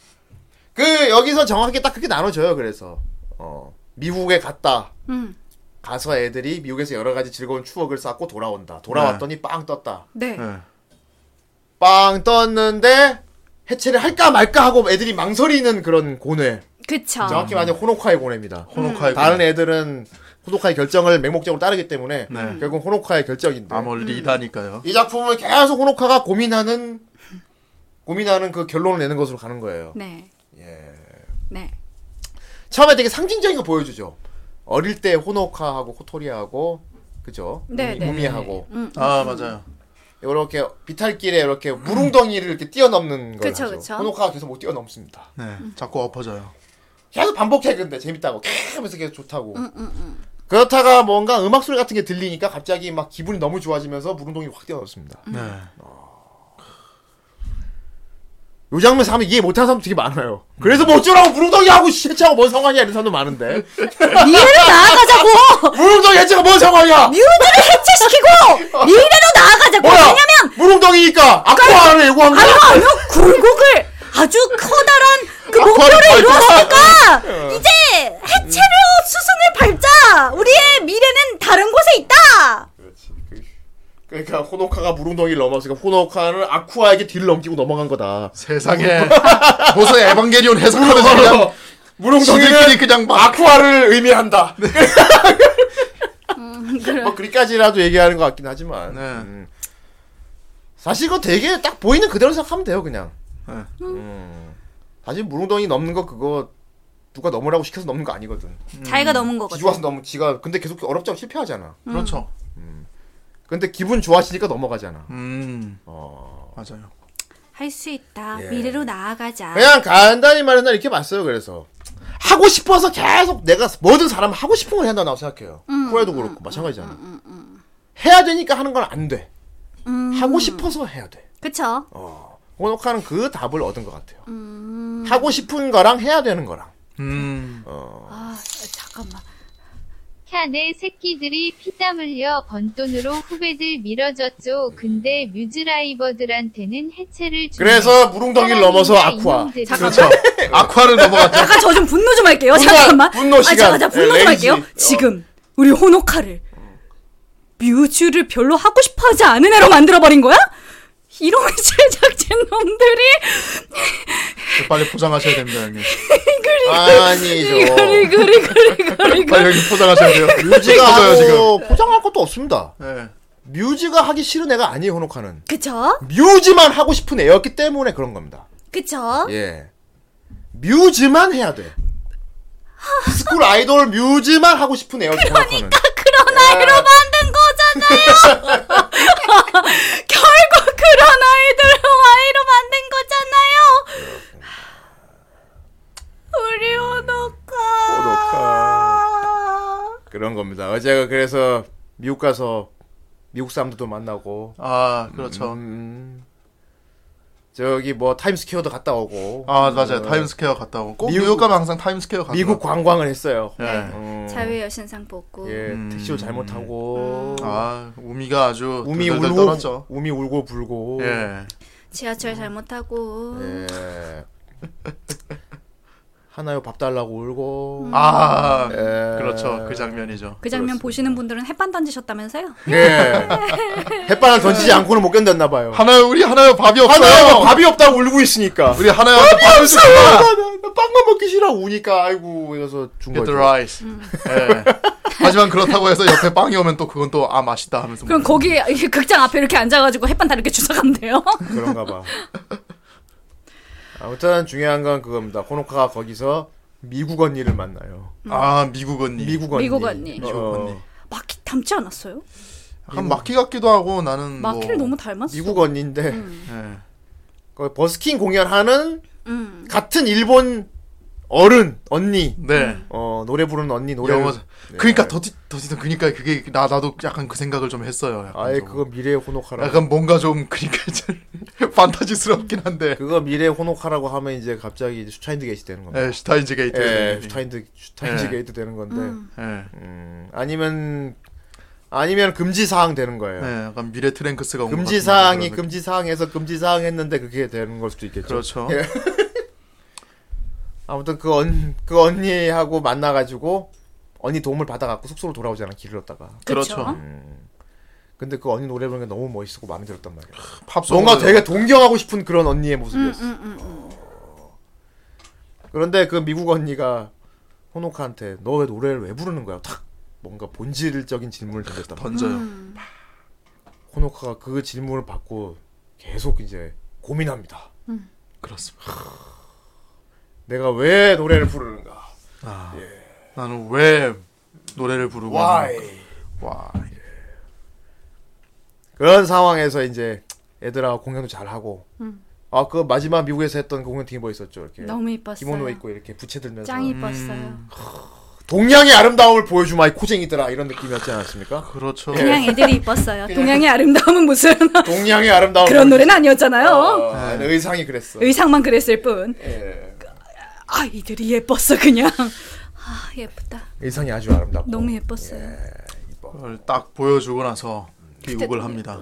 그 여기서 정확히 딱 그렇게 나눠져요. 그래서 어. 미국에 갔다. 음. 가서 애들이 미국에서 여러 가지 즐거운 추억을 쌓고 돌아온다. 돌아왔더니 빵 떴다. 네. 네. 빵 떴는데 해체를 할까 말까 하고 애들이 망설이는 그런 고뇌. 그쵸. 정확히 말하면 호노카의 고뇌입니다. 호노카이. 다른 애들은 호노카의 결정을 맹목적으로 따르기 때문에 네. 결국 호노카의 결정인데 아몰 리다니까요. 이 작품을 계속 호노카가 고민하는 고민하는 그 결론을 내는 것으로 가는 거예요. 네. 네. 처음에 되게 상징적인 거 보여주죠. 어릴 때 호노카하고 호토리하고 그죠? 네, 네. 우미하고 음. 아 맞아요. 이렇게 비탈길에 이렇게 무릉덩이를 이렇게 뛰어넘는 걸 그쵸, 하죠. 그쵸. 호노카가 계속 못 뛰어넘습니다. 네. 자꾸 엎어져요. 계속 계속 반복해 근데 재밌다고 캬 하면서 계속 좋다고 그렇다가 뭔가 음악 소리 같은 게 들리니까 갑자기 막 기분이 너무 좋아지면서 무릉동이 확 뛰어났습니다 네. 요 장면에서 하면 이해 못하는 사람 되게 많아요 그래서 뭐 어쩌라고 무릉동이하고 해체하고 뭔 상관이야 이런 사람도 많은데 미래로 나아가자고! 무릉동이 해체가 뭔 상관이야 미우들을 해체시키고! 미래로 나아가자고! 뭐야 왜냐면, 무릉동이니까 아쿠아를 예고한 거야 아니요 굴곡을 아주 커다란 그 아, 목표를 발견. 아, 이루었으니까 이제 해체를 수순을 밟자 우리의 미래는 다른 곳에 있다 그렇지. 그- 그러니까 호노카가 무릉동이를 넘었으니까 호노카는 아쿠아에게 뒤를 넘기고 넘어간 거다 세상에 음. 무슨 에반게리온 해석하면서 그냥 무릉동이는 지들끼리 그냥 막 아쿠아를 의미한다. 네. 뭐 그리까지라도 얘기하는 것 같긴 하지만. 네. 음. 사실 그거 되게 딱 보이는 그대로 생각하면 돼요, 그냥. 네. 음. 사실 무릉덩이 넘는 거 그거 누가 넘으라고 시켜서 넘는 거 아니거든. 음, 자기가 넘은 기와서 넘으면 지가 근데 계속 어렵지 않고 실패하잖아. 그렇죠. 근데 기분 좋아지니까 넘어가잖아. 음 어. 맞아요. 할 수 있다 예. 미래로 나아가자 그냥 간단히 말해서 난 이렇게 봤어요. 그래서 하고 싶어서 계속 내가 모든 사람 하고 싶은 걸 해야 된다고 생각해요. 코에도 그렇고 마찬가지잖아. 해야 되니까 하는 건 안 돼. 하고 싶어서 해야 돼. 그쵸 어. 호노카는 그 답을 얻은 것 같아요. 하고 싶은 거랑 해야 되는 거랑. 음 아 잠깐만 캬네 새끼들이 피땀 흘려 번 돈으로 후배들 밀어줬죠. 근데 뮤즈라이버들한테는 해체를 주는 그래서 무릉덩이를 넘어서 사람이나 아쿠아. 인형들이 그렇죠. 아쿠아를 넘어갔죠. 잠깐 저 좀 분노 좀 할게요 분노, 잠깐만 분노 아, 자, 시간. 자, 분노 예, 좀 레이지. 어. 할게요 지금 우리 호노카를 뮤즈를 별로 하고 싶어하지 않은 애로 만들어버린 거야? 이런 제작진 놈들이 빨리 포장하셔야 됩니다 형님. 아니죠. 그리 그리 그리 그리 그리 그러니까 빨리 여기 포장하셔야 돼요. 뮤즈가 커져요, 지금. 하고 포장할 것도 없습니다. 네. 뮤즈가 하기 싫은 애가 아니에요, 호노카는. 그쵸 뮤즈만 하고 싶은 애였기 때문에 그런 겁니다. 그쵸 예. 뮤즈만 해야 돼. 스쿨 아이돌 뮤즈만 하고 싶은 애요 그러니까 그런 아이로 만든 거잖아요 결국 그런 아이들로 아이로 만든 거잖아요 우리 호노카 그런 겁니다. 제가 그래서 미국 가서 미국 사람들도 만나고 아 그렇죠. 음, 저기 뭐 타임스퀘어도 갔다 오고 아 맞아요 음, 타임스퀘어 갔다 오고 꼭 미국- 미국 가면 항상 타임스퀘어 갔다 미국 관광을 했어요. 예. 음. 자유 여신상 뽑고. 예, 음. 택시도 잘못 타고 아 우미가 아주 우미 덜덜덜 울고 떨었죠 우미 울고 불고. 예 지하철 잘못 타고. 예. 하나요 밥 달라고 울고. 아 예. 그렇죠 그 장면이죠 그 장면 보시는 분들은 햇반 던지셨다면서요? 예. 햇반을 던지지 않고는 못 견뎠나 봐요. 아, 하나요 우리 하나요 밥이 없어요 하나요 밥이 없다고 울고 있으니까. 우리 하나요 밥을 주라 아, 나, 나 빵만 먹기 싫어 우니까 아이고 이래서 준 Get 거죠. the rice 예 하지만 그렇다고 해서 옆에 빵이 오면 또 그건 또 아 맛있다 하면서 그럼 거기 이렇게 극장 앞에 이렇게 앉아가지고 햇반 다 이렇게 주사간대요. 그런가 봐. 아무튼 중요한 건 그겁니다. 호노카가 거기서 미국 언니를 만나요. 음. 아 미국 언니 네. 미국 언니. 미국 언니. 미국 어, 언니 마키 닮지 않았어요? 한 마키 같기도 하고 나는 마키를 뭐, 너무 닮았어. 미국 언니인데 예. 거기 버스킹 공연하는 음. 같은 일본 어른 언니. 음. 네 어 노래 부르는 언니 노래. 영어 네. 그러니까 더티 더티도 그러니까 그게 나 나도 약간 그 생각을 좀 했어요 약간 아예 좀. 그거 미래의 호노카라. 고 약간 뭔가 좀 그러니까 좀 판타지스럽긴 한데 그거 미래의 호노카라고 하면 이제 갑자기 이제 슈타인드 게이트 되는 겁니다. 예, 슈타인즈 게이트 예, 슈타인드 슈타인즈 예. 게이트 되는 건데. 예. 음, 아니면 아니면 금지 사항 되는 거예요. 예, 약간 미래 트랭크스가 온 금지 것 같은 사항이 그런 금지 사항에서 금지 사항 했는데 그게 되는 걸 수도 있겠죠. 그렇죠. 예. 아무튼 그 언 그 언니하고 만나 가지고 언니 도움을 받아 갖고 숙소로 돌아오잖아 길을 걷다가. 그렇죠. 근데 그 언니 노래 부르는 게 너무 멋있고 마음에 들었단 말이야. 팝송 어. 뭔가 되게 동경하고 싶은 그런 언니의 모습이었어. 음, 그런데 그 미국 언니가 호노카한테 너 왜 노래를 왜 부르는 거야? 탁 뭔가 본질적인 질문을 던졌단 말이야. 던져요. 음. 호노카가 그 질문을 받고 계속 이제 고민합니다. 그렇습니다. 내가 왜 노래를 부르는가? 나는 왜 노래를 부르고 Why? 예. 와. 그런 상황에서 이제 애들하고 공연도 잘 하고. 아 그 마지막 미국에서 했던 그 공연 되게 멋있었죠. 이렇게 음. 너무 이뻤어요. 기모노 입고 음. 이렇게 부채 들면서 짱 이뻤어요. 동양의 아름다움을 보여주마 이 코쟁이들아 이런 느낌이었지 않았습니까? 그렇죠. 그냥 애들이 이뻤어요. 동양의 아름다움은 무슨 동양의 아름다움 그런 노래는 아니었잖아요. 어, 네. 아니, 의상이 그랬어. 의상만 그랬을 뿐. 예. 아 이들이 예뻤어 그냥. 아 예쁘다. 의상이 아주 아름답고 너무 예뻤어요. 그걸 딱 보여주고 나서 음. 귀국을 합니다.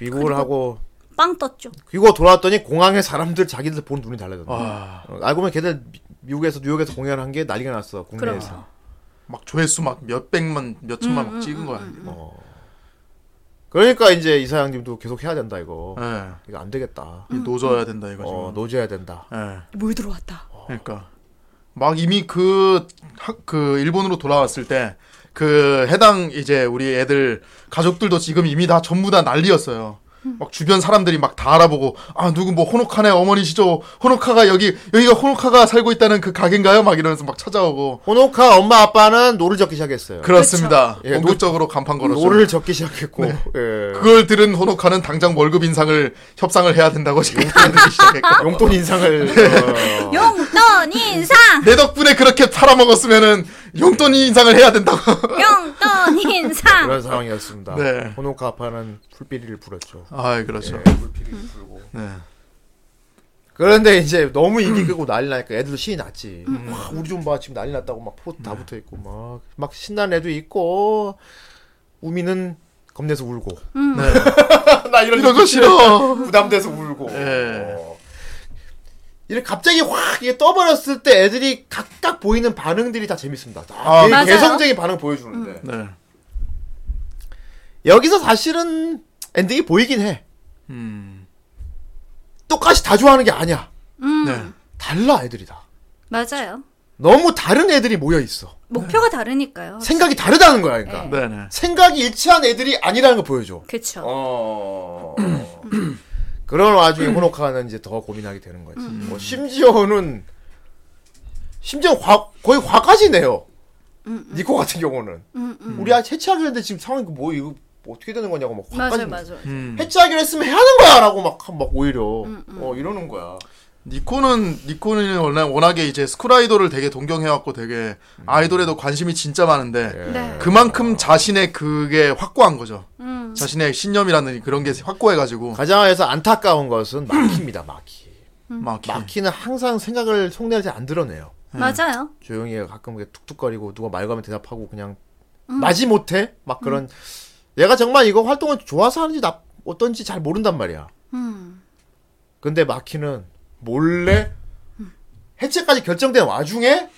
귀국을 하고 빵 떴죠. 귀국 돌아왔더니 공항에 사람들 자기들 보는 눈이 달라졌네. 와. 어, 알고 보면 걔들 미- 미국에서 뉴욕에서 공연한 게 난리가 났어 국내에서. 막 조회수 막 몇백만 몇천만 막 찍은 거야. 그러니까 이제 이사장님도 계속 해야 된다 이거. 예. 이거 안 되겠다. 이 노져야 된다 이거 지금. 어, 노져야 된다. 예. 물 들어왔다. 그러니까 막 이미 그, 하- 그 일본으로 돌아왔을 때 그 해당 이제 우리 애들 가족들도 지금 이미 다 전부 다 난리였어요. 막 주변 사람들이 막 다 알아보고 아 누구 뭐 호노카네 어머니시죠? 호노카가 여기 여기가 호노카가 살고 있다는 그 가게인가요? 막 이러면서 막 찾아오고 호노카 엄마 아빠는 노를 적기 시작했어요. 그렇습니다. 그렇죠. 예, 본격적으로 간판 걸었죠. 노를 적기 시작했고 네. 예. 그걸 들은 호노카는 당장 월급 인상을 협상을 해야 된다고 지금 들기 시작했고 용돈 인상을 어, 용돈 인상, 내 덕분에 그렇게 팔아먹었으면은 용돈 인상을 해야 된다고 용돈 인상. 그런 상황이었습니다. 네. 호노카 아빠는 풀비리를 불었죠. 아 그렇죠. 네. 그런데 이제 너무 인기 끄고 난리 나니까 애들도 신이 났지. 와, 우리 좀 봐. 지금 난리 났다고 막 포스 다 붙어 있고 막, 막 신나는 애도 있고, 우미는 겁내서 울고. 나 이런, 이런 거 싫어. 부담돼서 울고. 예. 어. 이렇게 갑자기 확 이게 떠버렸을 때 애들이 각각 보이는 반응들이 다 재밌습니다. 다 아, 되게 맞아요. 개성적인 반응 보여주는데. 네. 여기서 사실은 엔딩이 보이긴 해. 음. 똑같이 다 좋아하는 게 아니야. 네. 달라, 애들이 다. 맞아요. 너무 다른 애들이 모여 있어. 목표가 다르니까요. 생각이 다르다는 거야, 그러니까. 네네. 생각이 일치한 애들이 아니라는 걸 보여줘. 그쵸. 어. 그런 와중에 호노카는 이제 더 고민하게 되는 거지. 음. 뭐 심지어는 심지어 화, 거의 화까지 내요. 음, 니코 같은 경우는 우리 아 해체하기로 했는데 지금 상황이 뭐 이거 뭐 어떻게 되는 거냐고 막 화까지 맞아요, 내. 맞아요. 음. 음, 해체하기로 했으면 해야 하는 거야라고 막 막 오히려 어 이러는 거야. 니코는 니코는 원래 워낙에 이제 스쿨 아이돌을 되게 동경해왔고 되게 아이돌에도 관심이 진짜 많은데 네. 그만큼 자신의 그게 확고한 거죠. 자신의 신념이라는 그런 게 확고해가지고 가장에서 안타까운 것은 마키입니다. 마키. 막 이렇게 마키는 항상 생각을 속내를 잘 안 드러내요. 맞아요. 조용히 해요. 가끔 이렇게 툭툭거리고 누가 말 걸면 대답하고 그냥 마지 못해 막 그런 얘가 정말 이거 활동을 좋아서 하는지 나 어떤지 잘 모른단 말이야. 근데 마키는 몰래 해체까지 결정된 와중에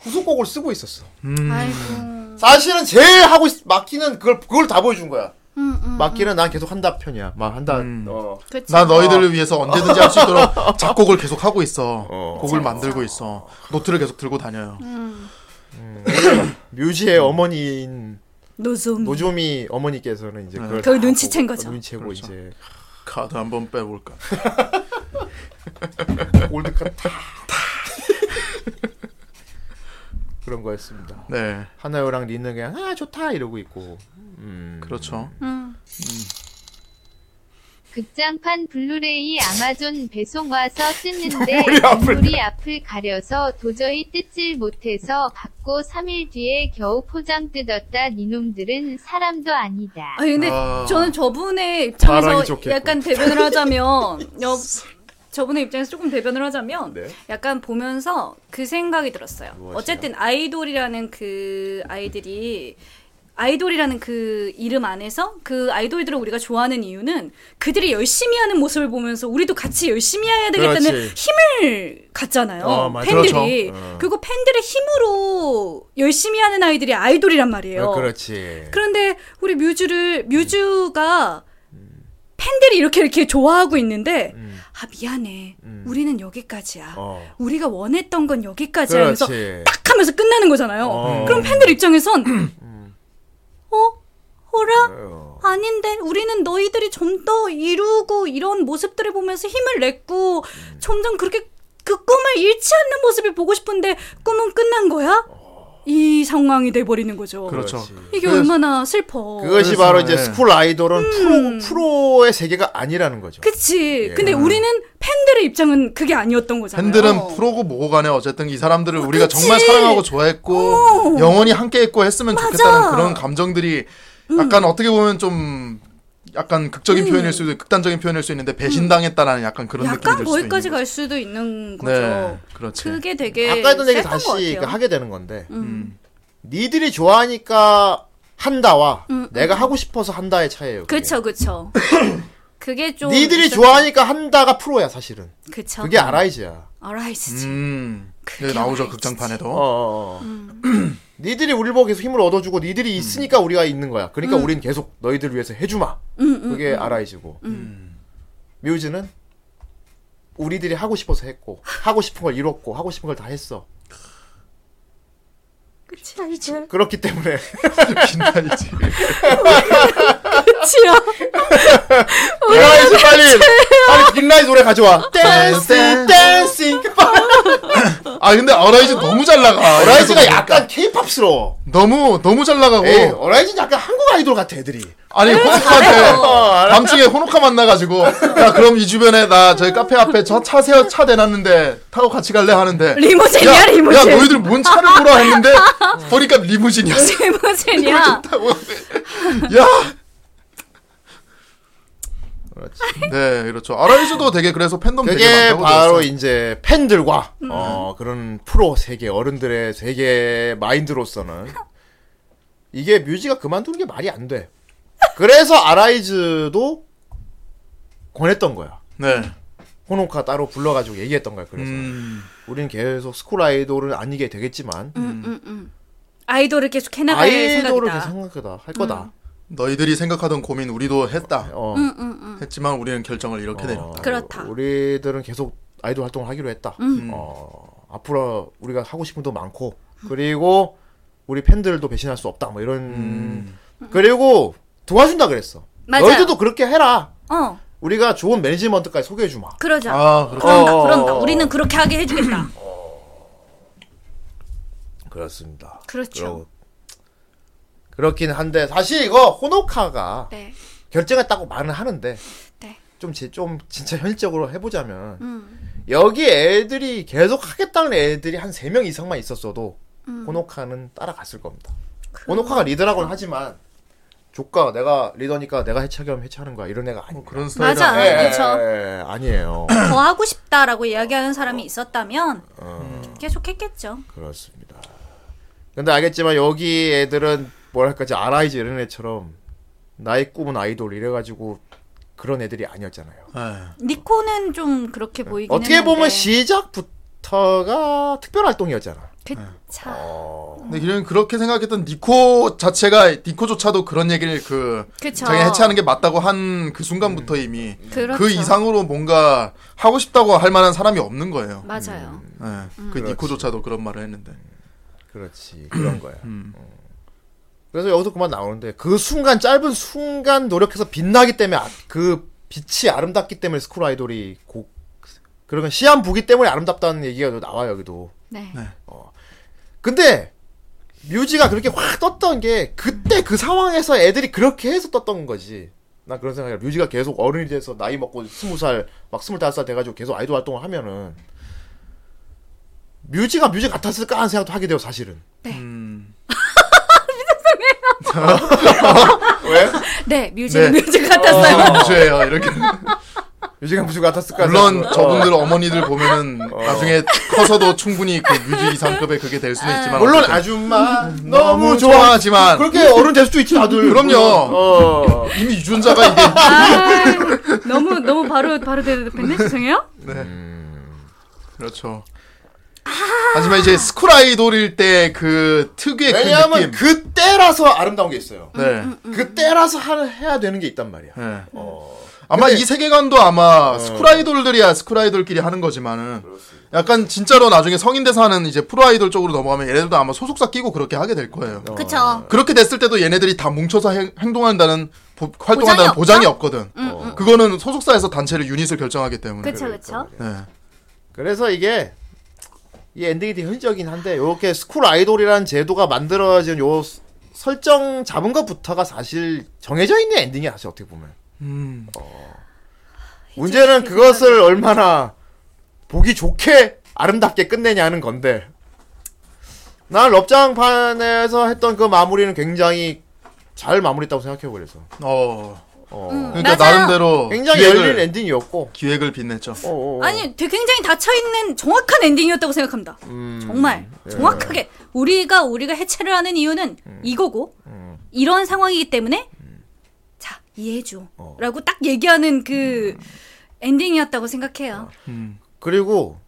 후속곡을 쓰고 있었어. 아이고. 사실은 제일 하고 있, 마키는 그걸 그걸 다 보여준 거야. 음, 마키는 난 계속 한다 편이야. 막 한다. 어. 그치. 나 너희들을 위해서 언제든지 할 수 있도록 작곡을 계속 하고 있어. 어. 곡을 만들고 있어. 노트를 계속 들고 다녀요. 뮤지의 어머니인 노좀. 노조미 어머니께서는 네. 이제 그걸 그걸 다 눈치챈 보고- 음. 거죠. 눈치채고 그렇죠. 이제 카드 한번 빼볼까. 올드카 타. 그런 거였습니다. 네, 하나요랑 린은 그냥 아 좋다 이러고 음. 있고. 그렇죠. 음. 극장판 블루레이 아마존 배송 와서 뜯는데 눈물이 앞을 가려서 도저히 뜯질 못해서 받고 3일 뒤에 겨우 포장 뜯었다 니놈들은 사람도 아니다. 아 근데 아. 저는 저분의 사랑이 입장에서 좋겠군. 약간 대변을 하자면 여, 저분의 입장에서 조금 대변을 하자면 네. 약간 보면서 그 생각이 들었어요. 무엇이요? 어쨌든 아이돌이라는 그 아이들이 아이돌이라는 그 이름 안에서 그 아이돌들을 우리가 좋아하는 이유는 그들이 열심히 하는 모습을 보면서 우리도 같이 열심히 해야 되겠다는 그렇지. 힘을 갖잖아요. 어, 맞아. 팬들이. 그렇죠. 어. 그리고 팬들의 힘으로 열심히 하는 아이들이 아이돌이란 말이에요. 어, 그렇지. 그런데 우리 뮤즈를 뮤즈가 팬들이 이렇게 이렇게 좋아하고 있는데 아 미안해 우리는 여기까지야 음. 어. 우리가 원했던 건 여기까지야 하면서 그렇지. 딱 하면서 끝나는 거잖아요 어. 음. 그럼 팬들 입장에선 어 어라 어. 아닌데 우리는 너희들이 좀 더 이루고 이런 모습들을 보면서 힘을 냈고 음. 점점 그렇게 그 꿈을 잃지 않는 모습이 보고 싶은데 꿈은 끝난 거야 어. 이 상황이 돼버리는 거죠 그렇죠. 이게 그래서- 얼마나 슬퍼. 그것이 바로 이제 네. 스쿨 아이돌은 프로 프로의 세계가 아니라는 거죠. 음. 그치. 근데 우리는 팬들의 입장은 그게 아니었던 거잖아요. 팬들은 프로고 뭐고 간에 어쨌든 이 사람들을 우리가 그치. 정말 사랑하고 좋아했고 영원히 함께했고 했으면 맞아. 좋겠다는 그런 감정들이 약간 어떻게 보면 좀 약간 극적인 표현일 수도 있고 극단적인 표현일 수 있는데 배신당했다라는 약간 그런 느낌이 약간 들 수도 있는 거기까지 거죠. 갈 수도 있는 거죠. 네, 그렇지. 그게 되게 아까 했던 얘기 셌던 것 같아요. 다시 그 하게 되는 건데 음. 니들이 좋아하니까 한다와 내가 하고 싶어서 한다의 차이예요. 그게. 음, 그쵸, 그쵸. 그게 좀. 니들이 있었- 좋아하니까 한다가 프로야 사실은. 그쵸. 그게 아라이즈야. 아라이즈지. 음. 그게 네, 나오죠 알지. 어. 극장판에도. 어, 어. 니들이 우리 보고 계속 힘을 얻어주고 니들이 있으니까 우리가 있는 거야. 음. 그러니까 우린 계속 너희들 위해서 해주마. 그게 아라이즈고. 음. 뮤즈는 우리들이 하고 싶어서 했고 하고 싶은 걸 이뤘고 하고 싶은 걸 다 했어. 그치, 아이즈. 그렇기 때문에 신나이지. 그치요. 아라이즈 빨리 빨리 빅라이 노래 가져와. 댄스 댄싱. 아 근데 어라이즈 너무 잘 나가. 아, 어라이즈가 약간 케이팝스러워. 너무 너무 잘 나가고 에이, 그러니까. 어라이즈는 약간 한국 아이돌 같아 애들이. 아니 호노카한테 어, 밤중에 호노카 만나가지고 야 그럼 이 주변에 나 저희 카페 앞에 저 차 세워 차 대놨는데 타고 같이 갈래 하는데 리무진이야, 야, 리무진. 야 너희들 뭔 차를 보라 했는데 보니까 리무진이었어 리무진이야. 야네 그렇죠 아라이즈도 되게 그래서 팬덤 되게, 그게 많다고 바로 들었어요. 음. 이제 팬들과 어, 그런 프로 세계 어른들의 세계 마인드로서는 이게 뮤지가 그만두는 게 말이 안 돼. 그래서 아라이즈도 권했던 거야. 네 호노카 따로 불러가지고 얘기했던 거야. 그래서 음, 우린 계속 스쿨 아이돌은 아니게 되겠지만 아이돌을 계속 해나갈 아이돌을 생각이다. 계속 생각하다 할 음. 거다. 너희들이 생각하던 고민 우리도 했다 어, 음. 했지만 우리는 결정을 이렇게 어, 내렸다 그렇다. 음. 우리들은 계속 아이돌 활동을 하기로 했다. 어, 앞으로 우리가 하고 싶은 것도 많고 그리고 우리 팬들도 배신할 수 없다. 뭐 이런 음. 그리고 도와준다 그랬어. 맞아요. 너희들도 그렇게 해라. 어, 우리가 좋은 매니지먼트까지 소개해 주마. 그러자. 아 그렇죠 그런다, 어, 그런다. 어, 어. 우리는 그렇게 하게 해주겠다. 그렇습니다. 그렇죠. 그렇긴 한데 사실 이거 호노카가 네. 결정했다고 말은 하는데 네. 음. 좀, 지, 좀 진짜 현실적으로 해보자면 여기 애들이 계속 하겠다는 애들이 한 3명 이상만 있었어도 음. 호노카는 따라갔을 겁니다. 호노카가 리더라고는 하지만 조카 내가 리더니까 내가 해체하면 해체하는 거야 이런 애가 아니에요. 어, 그런 스타일 맞아, 예, 예, 그쵸. 예, 아니에요. 더 하고 싶다라고 이야기하는 사람이 있었다면 계속 했겠죠. 그렇습니다. 근데 알겠지만 여기 애들은 뭐랄까 이제 아라이즈 이런 애처럼 나의 꿈은 아이돌 이래가지고 그런 애들이 아니었잖아요. 예. 니코는 좀 그렇게 네. 보이긴 어떻게 했는데. 보면 시작부터가 특별 활동이었잖아. 네. 그차 근데 이런 그렇게 생각했던 니코 자체가 니코조차도 그런 얘기를 그 그쵸. 자기 해체하는 게 맞다고 한 그 순간부터 음. 이미 그렇죠. 그 이상으로 뭔가 하고 싶다고 할 만한 사람이 없는 거예요. 맞아요. 예, 음. 그 니코조차도 그런 말을 했는데. 그렇지 그런 거야. 어. 그래서 여기서 그만 나오는데 그 순간 짧은 순간 노력해서 빛나기 때문에 아- 그 빛이 아름답기 때문에 스쿨 아이돌이 곡 그러니까 시한 부기 때문에 아름답다는 얘기가 또 나와요 여기도. 네. 근데 뮤지가 그렇게 확 떴던 게 그때 그 상황에서 애들이 그렇게 해서 떴던 거지. 나 그런 생각이야. 뮤지가 계속 어른이 돼서 나이 먹고 스무 살, 막 스물다섯 살 돼가지고 계속 아이돌 활동을 하면은 뮤지가 뮤지 같았을까 하는 생각도 하게 돼요, 사실은. 네, 뮤직 네. 뮤직 같았어요. 무죄예요 이렇게. 그러니까 뮤지가 뮤지 같았을까? 물론 생각도- 저분들 어머니들 보면은 나중에 커서도 충분히 그 뮤직 이상급의 그게 될 아. 수는 있지만. 물론 어쨌든 아줌마 음, 너무 너무 좋아. 좋아하지만 그렇게 어른 될 수도 있지, 다들. 그럼요. 어. 이미 유전자가 이게 아유, 너무 너무 바로 바로 대답했네. 죄송해요. 어. 그렇죠. 하지만 이제 스쿨 아이돌일 때 그 특유의 그 느낌. 왜냐하면 그때라서 음, 아름다운 게 있어요. 네. 그때라서 하, 해야 되는 게 있단 말이야. 네. 어. 아마 이 세계관도 아마 스쿨 아이돌들이야 스쿨 아이돌끼리 하는 거지만은 약간 진짜로 나중에 성인 돼서 하는 이제 프로 아이돌 쪽으로 넘어가면 얘네들도 아마 소속사 끼고 그렇게 하게 될 거예요. 어. 그쵸. 그렇게 됐을 때도 얘네들이 다 뭉쳐서 행, 행동한다는 보- 활동한다는 보장이, 없죠? 없거든. 음, 그거는 소속사에서 단체를 유닛을 결정하기 때문에. 그쵸 그쵸. 네. 그래서 이게 이 엔딩이 되게 흔적이긴 한데 이렇게 스쿨 아이돌이라는 제도가 만들어진 요 스- 설정 잡은 것부터가 사실 정해져 있는 엔딩이 사실 어떻게 보면 어. 음. 문제는 그것을 얼마나 보기 좋게 아름답게 끝내냐는 건데 난 럽장판에서 했던 그 마무리는 굉장히 잘 마무리했다고 생각해 그래서 어. 어. 음. 그러니까 맞아요. 나름대로 굉장히 열린 기획을 엔딩이었고 기획을 빛냈죠. 어, 어, 어. 아니, 되게 굉장히 닫혀 있는 정확한 엔딩이었다고 생각합니다. 음. 음. 정말 예. 정확하게 우리가 우리가 해체를 하는 이유는 음. 이거고 이런 상황이기 때문에 자 어. 이해해줘라고 딱 얘기하는 음. 그 엔딩이었다고 어. 생각해요. 그리고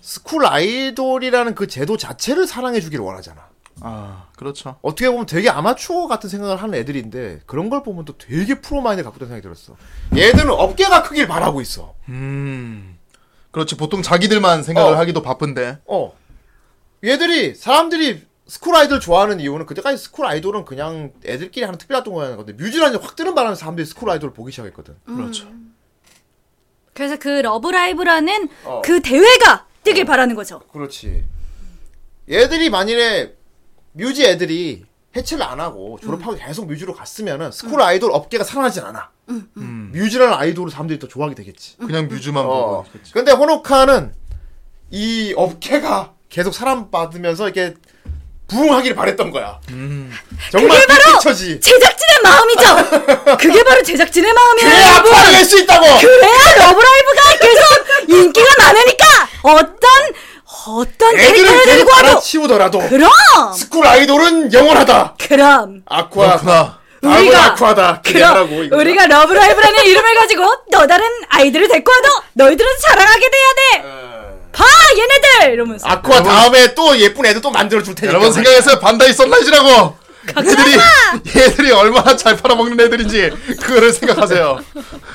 스쿨 아이돌이라는 그 제도 자체를 사랑해 주길 원하잖아. 아, 그렇죠. 어떻게 보면 되게 아마추어 같은 생각을 하는 애들인데 그런 걸 보면 또 되게 프로 마인드 갖고 있다는 생각이 들었어. 얘들은 어깨가 크길 바라고 있어. 음. 그렇지. 보통 자기들만 생각을 어. 하기도 바쁜데. 어. 얘들이 사람들이 스쿨 아이돌 좋아하는 이유는 그때까지 스쿨 아이돌은 그냥 애들끼리 하는 특별 활동 거야 건데 뮤지런이 확 뜨는 바람에 사람들이 스쿨 아이돌을 보기 시작했거든. 음. 그렇죠. 그래서 그 러브라이브라는 어. 그 대회가 뜨길 바라는 거죠. 그렇지. 얘들이 만일에 뮤지 애들이 해체를 안 하고 졸업하고 음. 계속 뮤지로 갔으면은 스쿨 아이돌 업계가 살아나진 않아. 음. 음. 뮤지라는 아이돌을 사람들이 더 좋아하게 되겠지. 그냥 뮤즈만 어. 보고. 음. 그치. 근데 호노카는 이 업계가 계속 사람 받으면서 이렇게 부흥하기를 바랬던 거야. 음. 정말 빅피처지. 그 제작진의 마음이죠. 그게 바로 제작진의 마음이에요. 그래야 뭐 여러분. 파괴할 수 있다고. 그래야 러브라이브가 계속 인기가 많으니까 어떤 어떤 애들은 캐릭터를 계속 들고 와도 갈아치우더라도 그럼 스쿨 아이돌은 영원하다. 그럼 아쿠아. 그렇구나. 다음은 우리가- 아쿠아다. 그럼 기대하라고. 이거야. 우리가 러브라이브라는 이름을 가지고 또 다른 아이들을 데리고 와도 너희들은 자랑하게 돼야 돼. 봐 얘네들 이러면서 네. 아쿠아 다음에 또 예쁜 애들 또 만들어 줄 테니까. 여러분 생각해서 그러니까 반다이 썬라이즈라고 얘들이 얘들이 얼마나 잘 팔아먹는 애들인지 그거를 생각하세요.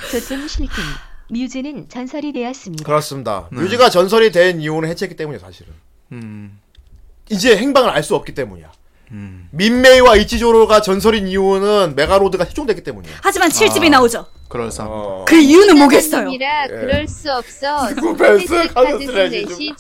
저좀 싫군. 뮤즈는 전설이 되었습니다. 그렇습니다. 뮤지가 전설이 된 이유는 해체했기 때문이에요, 사실은. 네. 음, 이제 행방을 알 수 없기 때문이야. 민메이와 이치조로가 전설인 이유는 메가로드가 실종됐기 때문이에요. 하지만 아. 7집이 나오죠. 그럴싸합니다. 그 이유는 뭐겠어요? 이라 그럴 수 없어. 누구 벤스 카드 카드 슬래시 좀- 슬래시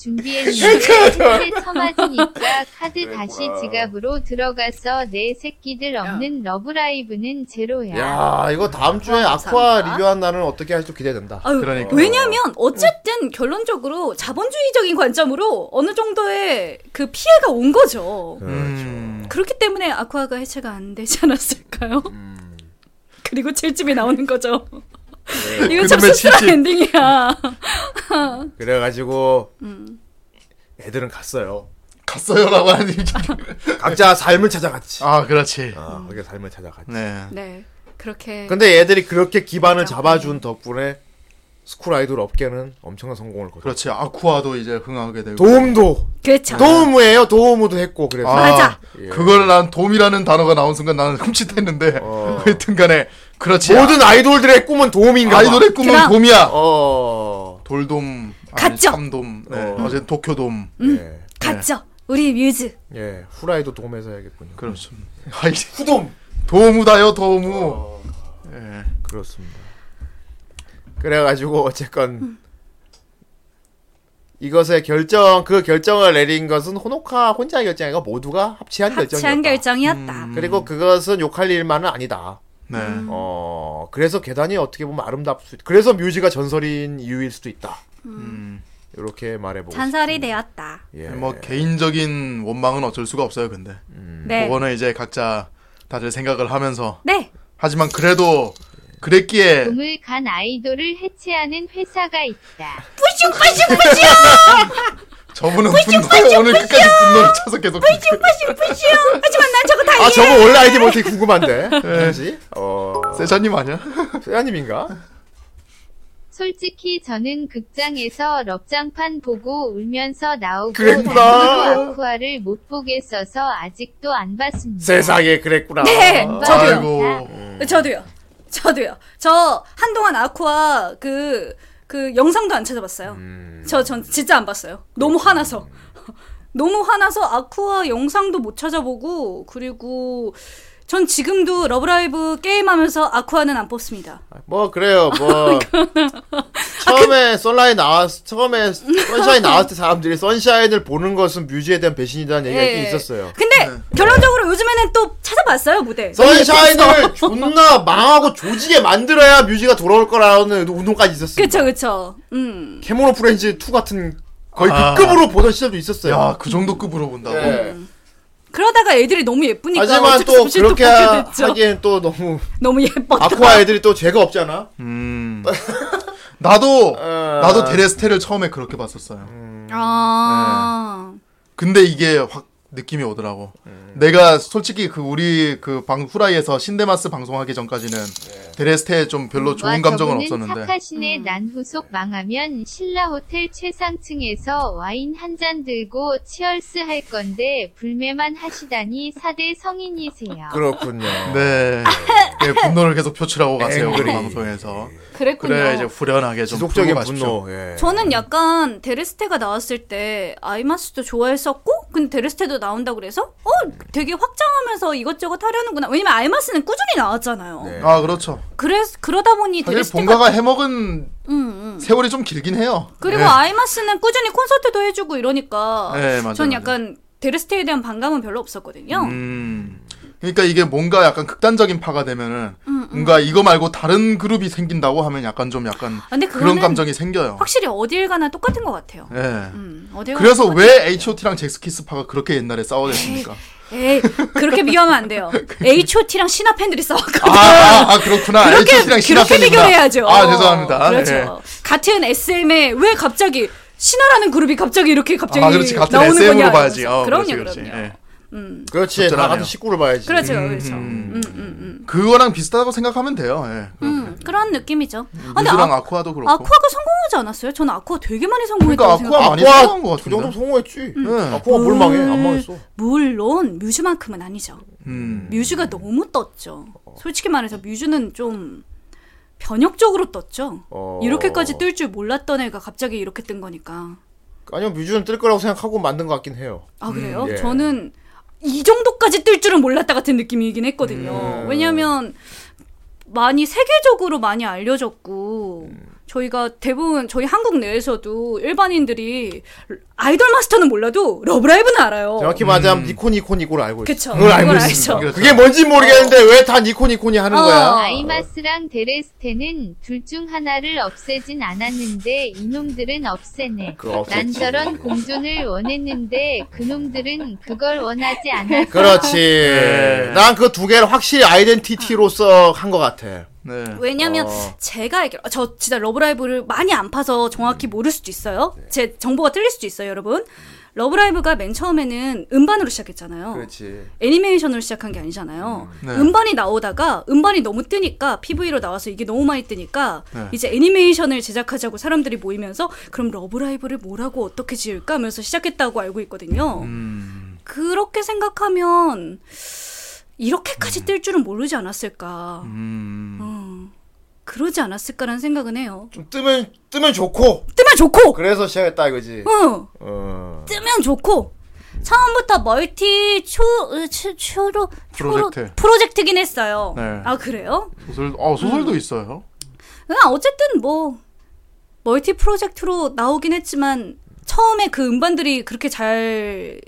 준비했는데 처맞으니까 카드 다시 지갑으로 들어가서 내 새끼들 없는 러브라이브는 제로야. 야 이거 다음 주에 아쿠아 감사합니다. 리뷰한 날은 어떻게 할지 기대된다. 아유, 그러니까요. 왜냐면 어쨌든 결론적으로 자본주의적인 관점으로 어느 정도의 그 피해가 온 거죠. 그렇죠. 음. 그렇기 때문에 아쿠아가 해체가 안 되지 않았을까요? 음. 그리고 7집이 나오는 거죠. 네. 그놈의 이거 참 씁쓸한 칠집. 엔딩이야. 그래가지고 애들은 갔어요. 그렇죠. 갔어요라고 하니 각자 삶을 찾아갔지. 아 그렇지. 아, 그게 삶을 찾아갔지. 네. 네. 그렇게 근데 애들이 그렇게 기반을 잡아준 덕분에 스쿨 아이돌 업계는 엄청난 성공을 거뒀. 그렇지. 아쿠아도 이제 흥하게 되고. 그 도움도 그렇죠. 도움우예요. 도움우도 했고 그래서 아, 맞아. 그걸 난 도움이라는 단어가 나온 순간 나는 흠칫했는데 어. 하여튼간에 그렇지. 모든 아이돌들의 꿈은 도움인가 봐. 아이돌의 꿈은 그럼. 돔이야. 어. 돌돔, 아니, 갔죠. 참돔, 네. 어. 어제 도쿄돔. 예. 갔죠. 우리 뮤즈. 예. 후라이도 도움해서 해야겠군요. 그렇습니다. 음. 아이, 후돔. 어. 도무다요 도무. 예. 그렇습니다. 그래가지고 어쨌건 이것의 결정 그 결정을 내린 것은 호노카 혼자의 결정이 아니라 모두가 네. 합치한 결정이었다. 합치한 결정이었다. 음. 그리고 그것은 욕할 일만은 아니다. 네. 어 그래서 계단이 어떻게 보면 아름답 수 그래서 뮤지가 전설인 이유일 수도 있다. 음. 이렇게 말해보고 잔설이 되었다. 싶- 예. 뭐 개인적인 원망은 어쩔 수가 없어요. 근데 네. 음. 그거는 이제 각자 다들 생각을 하면서 네. 하지만 그래도 그랬기에 꿈을 간 아이돌을 해체하는 회사가 있다. 저분은 분노 오늘 끝까지 분노를 쳐서 계속 뿌시뿌시뿌시요. 하지만 난 저거 다 아 이해. 저거 원래 아이디 뭔지 궁금한데 뭔지 어 세자님 아니야? 세아님인가? 솔직히 저는 극장에서 럽장판 보고 울면서 나오고 그랬구나. 나중에 아쿠아를 못 보겠어서 아직도 안 봤습니다. 세상에 그랬구나. 아. 네. 저도요. 네. 아이고 저도요. 저도요. 저 한동안 아쿠아 그, 그 영상도 안 찾아봤어요. 저, 전 진짜 안 봤어요. 너무 화나서. 너무 화나서 아쿠아 영상도 못 찾아보고, 그리고 전 지금도 러브라이브 게임하면서 아쿠아는 안 뽑습니다. 뭐 그래요 아, 뭐 처음에 썬라인 나왔 처음에 선샤인 나왔을 때 사람들이 선샤인을 보는 것은 뮤즈에 대한 배신이라는 얘기가 예. 꽤 있었어요. 근데 결론적으로 요즘에는 또 찾아봤어요, 무대. 선샤인을 존나 망하고 조지게 만들어야 뮤즈가 돌아올 거라는 운동까지 있었어요. 그쵸, 그쵸. 음. 캐모노 프렌즈 2 같은 거의 아. 그 급으로 보던 시절도 있었어요. 야 그 정도 급으로 본다고 예. 그러다가 애들이 너무 예쁘니까. 하지만 그러니까 어쩔 수 또 없이 그렇게 보게 됐죠. 하기엔 또 너무 너무 예뻤다. 아쿠아 애들이 또 죄가 없잖아. 음 나도 어. 나도 데레스테를 처음에 그렇게 봤었어요 아. 네. 근데 이게 확 느낌이 오더라고 음. 내가 솔직히 그 우리 그 방 후라이에서 신데마스 방송하기 전까지는 네. 데레스테 좀 음, 별로 좋은 감정은 없었는데 착하시네. 난 후속 망하면 신라 호텔 최상층에서 와인 한 잔 들고 치얼스 할 건데 불매만 하시다니 4대 그렇죠. 성인이세요. 그렇군요. 네. 네, 분노를 계속 표출하고 가세요 그 앵그리. 예, 방송에서 그랬군요. 그래 이제 후련하게 좀 지속적인 풀고 가십시오. 분노. 예. 네. 저는 약간 데레스테가 나왔을 때 아이마스도 좋아했었고 근데 데레스테도 나온다 그래서 어 되게 확장하면서 이것저것 하려는구나 왜냐면 아이마스는 꾸준히 나왔잖아요 네. 아 그렇죠 그래서 그러다 보니 사실 데레스테가 본가가 해먹은 음, 음. 세월이 좀 길긴 해요. 그리고 네. 아이마스는 꾸준히 콘서트도 해주고 이러니까 네, 맞아요, 전 맞아요. 약간 데레스테에 대한 반감은 별로 없었거든요 음. 그러니까 이게 뭔가 약간 극단적인 파가 되면은 음, 뭔가 이거 말고 다른 그룹이 생긴다고 하면 약간 좀 약간 아, 근데 그런 그거는 감정이 생겨요. 확실히 어딜 가나 똑같은 것 같아요 예. 음, 어딜 가나 그래서 왜 H.O.T.랑 잭스키스 파가 그렇게 옛날에 싸워댔습니까? 에이 그렇게 비교하면 안 돼요 H.O.T랑 신화 팬들이 싸웠거든요 아, 아, 아, 그렇구나. 그러니까 그렇게 H.O.T.랑 신화 그렇게 팬이구나. 비교해야죠. 아 죄송합니다. 그렇죠. 예. 같은 SM에 왜 갑자기 신화라는 그룹이 갑자기 이렇게 갑자기 아 그렇지 같은 나오는 SM으로 거냐? 봐야지. 그래서. 어, 그럼요, 그렇지, 그럼요. 그렇지. 예. 그렇지. 나 적절하네요. 같은 식구를 봐야지. 그렇죠, 그렇죠. 음. 음, 음, 음. 그거랑 비슷하다고 생각하면 돼요. 예. 음, 그런 느낌이죠. 아, 근데 유즈랑 아, 아, 쿠아도 그렇고. 아쿠아가 성공하지 않았어요? 저는 아쿠아 되게 많이 그러니까 성공했다고 아쿠아 많이 아쿠아 싸운 것 그 같은데. 정도 성공했지. 음. 예. 아쿠아 뭘 망해? 안 망했어. 물론 뮤즈만큼은 아니죠. 음. 뮤즈가 너무 떴죠. 솔직히 말해서 뮤즈는 좀 변혁적으로 떴죠. 어. 이렇게까지 뜰 줄 몰랐던 애가 갑자기 이렇게 뜬 거니까. 아니요 뮤즈는 뜰 거라고 생각하고 만든 것 같긴 해요. 아 그래요? 음, 예. 저는 이 정도까지 뜰 줄은 몰랐다 같은 느낌이긴 했거든요. 음. 왜냐면 많이 세계적으로 많이 알려졌고 음. 저희가 대부분 저희 한국 내에서도 일반인들이 아이돌 마스터는 몰라도 러브라이브는 알아요. 정확히 음. 말하자면 니코 니코 니코를 알고 있어. 어. 그쵸. 그걸 알고 그걸 있어. 그렇죠. 알죠. 그게 뭔지 모르겠는데 왜 다 니코 니코니 하는 어. 거야? 아이마스랑 데레스테는 둘 중 하나를 없애진 않았는데 이놈들은 없애네. 아, 그거 없앴지. 난 저런 공존을 원했는데 그놈들은 그걸 원하지 않았어. 네. 그렇지. 난 그 두 개를 확실히 아이덴티티로서 한 것 같아. 네. 왜냐면 어. 제가 알기로 아, 저 진짜 러브라이브를 많이 안 파서 음. 정확히 모를 수도 있어요. 네. 제 정보가 틀릴 수도 있어요, 여러분. 러브라이브가 맨 처음에는 음반으로 시작했잖아요. 그렇지. 애니메이션으로 시작한 게 아니잖아요. 네. 음반이 나오다가 음반이 너무 뜨니까 PV로 나와서 이게 너무 많이 뜨니까 네. 이제 애니메이션을 제작하자고 사람들이 모이면서 그럼 러브라이브를 뭐라고 어떻게 지을까 하면서 시작했다고 알고 있거든요. 음. 그렇게 생각하면 이렇게까지 뜰 줄은 모르지 않았을까. 네. 어, 음. 그러지 않았을까라는 생각은 해요. 좀 뜨면 뜨면 좋고 뜨면 좋고, 그래서 시작했다 이거지. 응, 어. 뜨면 좋고. 처음부터 멀티 초, 으, 초, 초로, 초로- 프로젝트. 프로젝트긴 했어요. 네. 아, 그래요? 소설 어 소설도 음. 있어요. 그냥 어쨌든 뭐, 멀티 프로젝트로 나오긴 했지만, 처음에 그 음반들이 그렇게 잘,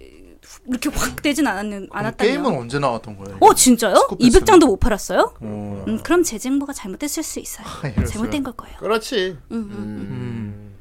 이렇게 확 되진 않았는, 그럼 않았다면. 게임은 언제 나왔던 거예요? 어, 진짜요? 스코프 200장도 못 팔았어요? 어. 아, 음, 그럼 제 정보가 잘못됐을 수 있어요. 이럴 잘못된 걸 거예요. 그렇지. 음, 음.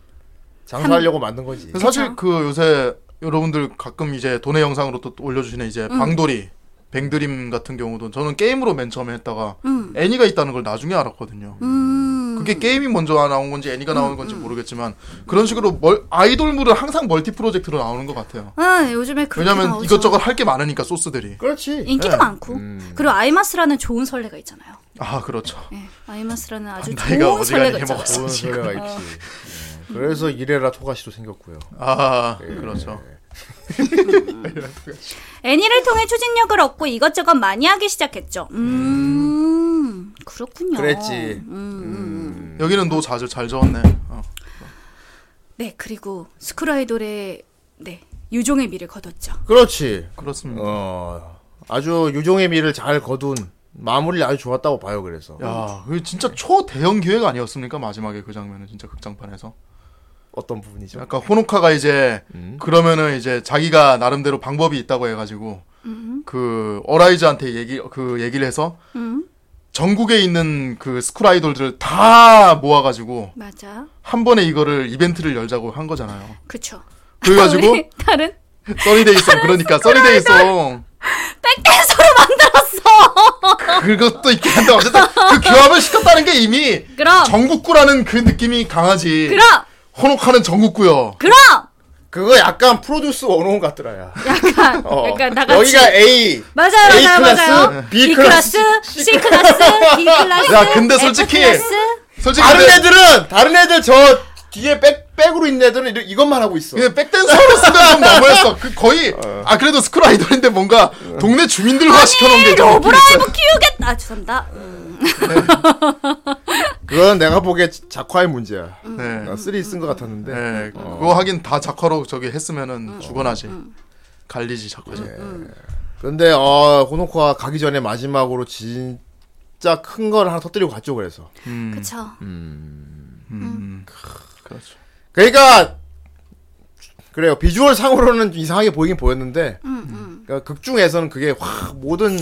장사하려고 만든 거지. 근데 사실 그 요새 여러분들 가끔 이제 돈의 영상으로 또 올려주시는 이제 음. 방돌이, 뱅드림 같은 경우도 저는 게임으로 맨 처음에 했다가 음. 애니가 있다는 걸 나중에 알았거든요. 음. 그게 게임이 먼저 나온 건지 애니가 나오는 건지 모르겠지만 그런 식으로 멀, 아이돌물은 항상 멀티 프로젝트로 나오는 것 같아요. 아, 요즘에 그렇게 왜냐면 나오죠. 이것저것 할 게 많으니까 소스들이. 그렇지. 인기가 네. 많고 그리고 아이마스라는 좋은 설레가 있잖아요. 아 그렇죠. 예, 아이마스라는 아주 나이가 좋은 설레가 어지간히 있잖아요. 해먹었어. 좋은 소리가 있지. 어, 그래서 이래라 토가시도 생겼고요. 아 그렇죠. 애니를 통해 추진력을 얻고 이것저것 많이 하기 시작했죠. 음, 그렇군요. 그랬지. 음, 음. 여기는 노 자주 잘 저었네. 어. 네 그리고 스쿨 아이돌의 네 유종의 미를 거뒀죠. 그렇지. 그렇습니다. 어 아주 유종의 미를 잘 거둔 마무리 아주 좋았다고 봐요. 그래서 야, 그 진짜 초대형 기획 아니었습니까? 마지막에 그 장면은 진짜 극장판에서. 어떤 부분이죠? 약간 호노카가 이제 음. 그러면은 이제 자기가 나름대로 방법이 있다고 해가지고 그 어라이즈한테 얘기 그 얘기를 해서 전국에 있는 그 스쿨 아이돌들을 다 모아가지고 맞아. 한 번에 이거를 이벤트를 열자고 한 거잖아요. 그쵸. 그래가지고 우리 다른 써니데이송 그러니까 써니데이송 백댄서로 만들었어. 그것도 있긴 한데 어쨌든 그 교합을 시켰다는 게 이미 그럼 전국구라는 그 느낌이 강하지. 그럼 호노카는 전국구요. 그럼 그거 약간 프로듀스 원온 같더라야. 약간 어. 약간 나같이 여기가 A. 맞아요, A 맞아요, 클래스, 맞아요. B C 클래스, D 클래스. 야, 근데 솔직히- F 클래스. 솔직히 다른 근데 애들은 다른 애들 저 뒤에 백 백으로 있는 애들은 이런- 이것만 하고 있어. 그냥 백댄서로 쓰면 좀 너무했어. 어. 그 거의 아 그래도 스쿨 아이돌인데 뭔가 동네 주민들화 시켜놓은 게 좀. 로브라이브 키우겠다. 아, 죄송합니다. 음. 그건 내가 보기에 작화의 문제야. 네. 나 쓰리 쓴 것 같았는데. 네. 그거 하긴 다 작화로 저기 했으면은 죽어나지. 갈리지 작화죠. 근데 어 호노코가 가기 전에 마지막으로 진짜 큰 걸 하나 터뜨리고 갔죠. 그래서. 음. 그쵸. 음. 그렇죠. 그러니까 그래요. 비주얼 상으로는 좀 이상하게 보이긴 보였는데 음, 음. 그러니까 극 중에서는 그게 확 모든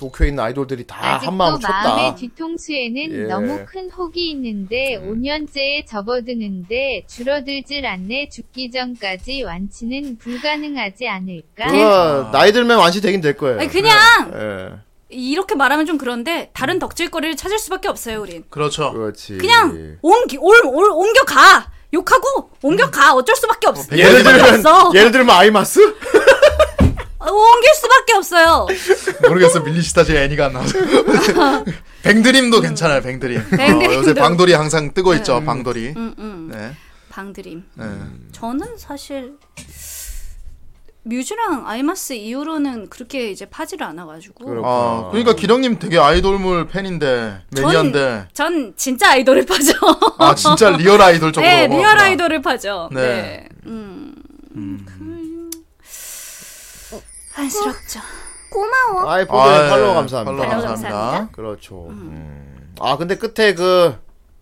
도쿄에 있는 아이돌들이 다 아직도 한 마음 쳤다. 마음의 뒤통수에는 예. 음. 너무 큰 혹이 있는데 5년째에 접어드는데 줄어들질 않네 죽기 전까지 완치는 불가능하지 않을까? 그거 아. 나이 들면 완시 되긴 될 거예요. 아니, 그냥 예. 이렇게 말하면 좀 그런데 다른 덕질거리를 찾을 수밖에 없어요, 우린. 그렇죠. 그렇지. 예. 그냥 옮기 올, 올 옮겨 가. 욕하고 옮겨 가. 어쩔 수밖에 없어. 백- 예를 들면 없어. 예를 들면 아이마스? 어, 옮길 수밖에 없어요. 모르겠어 밀리시다제 애니가 안 나와서. 뱅드림도 괜찮아요. 뱅드림. 뱅드림도. 어, 요새 방돌이 항상 뜨고 있죠. 방돌이. 음, 음. 네. 방드림. 네. 저는 사실 뮤즈랑 아이마스 이후로는 그렇게 이제 파지를 않아 가지고 아 그러니까 기령님 되게 아이돌물 팬인데 매니아인데 전 진짜 아이돌을 파죠. 아 진짜 리얼 아이돌 쪽으로 네, 넘어갔구나. 리얼 네. 네. 아이돌을 파죠. 네. 네. 음. 그- 한스럽죠. 고마워. 아이 보드 아, 팔로우 감사합니다. 네, 예, 팔로우 팔로우 감사합니다. 감사합니다. 그렇죠. 아 근데 끝에 그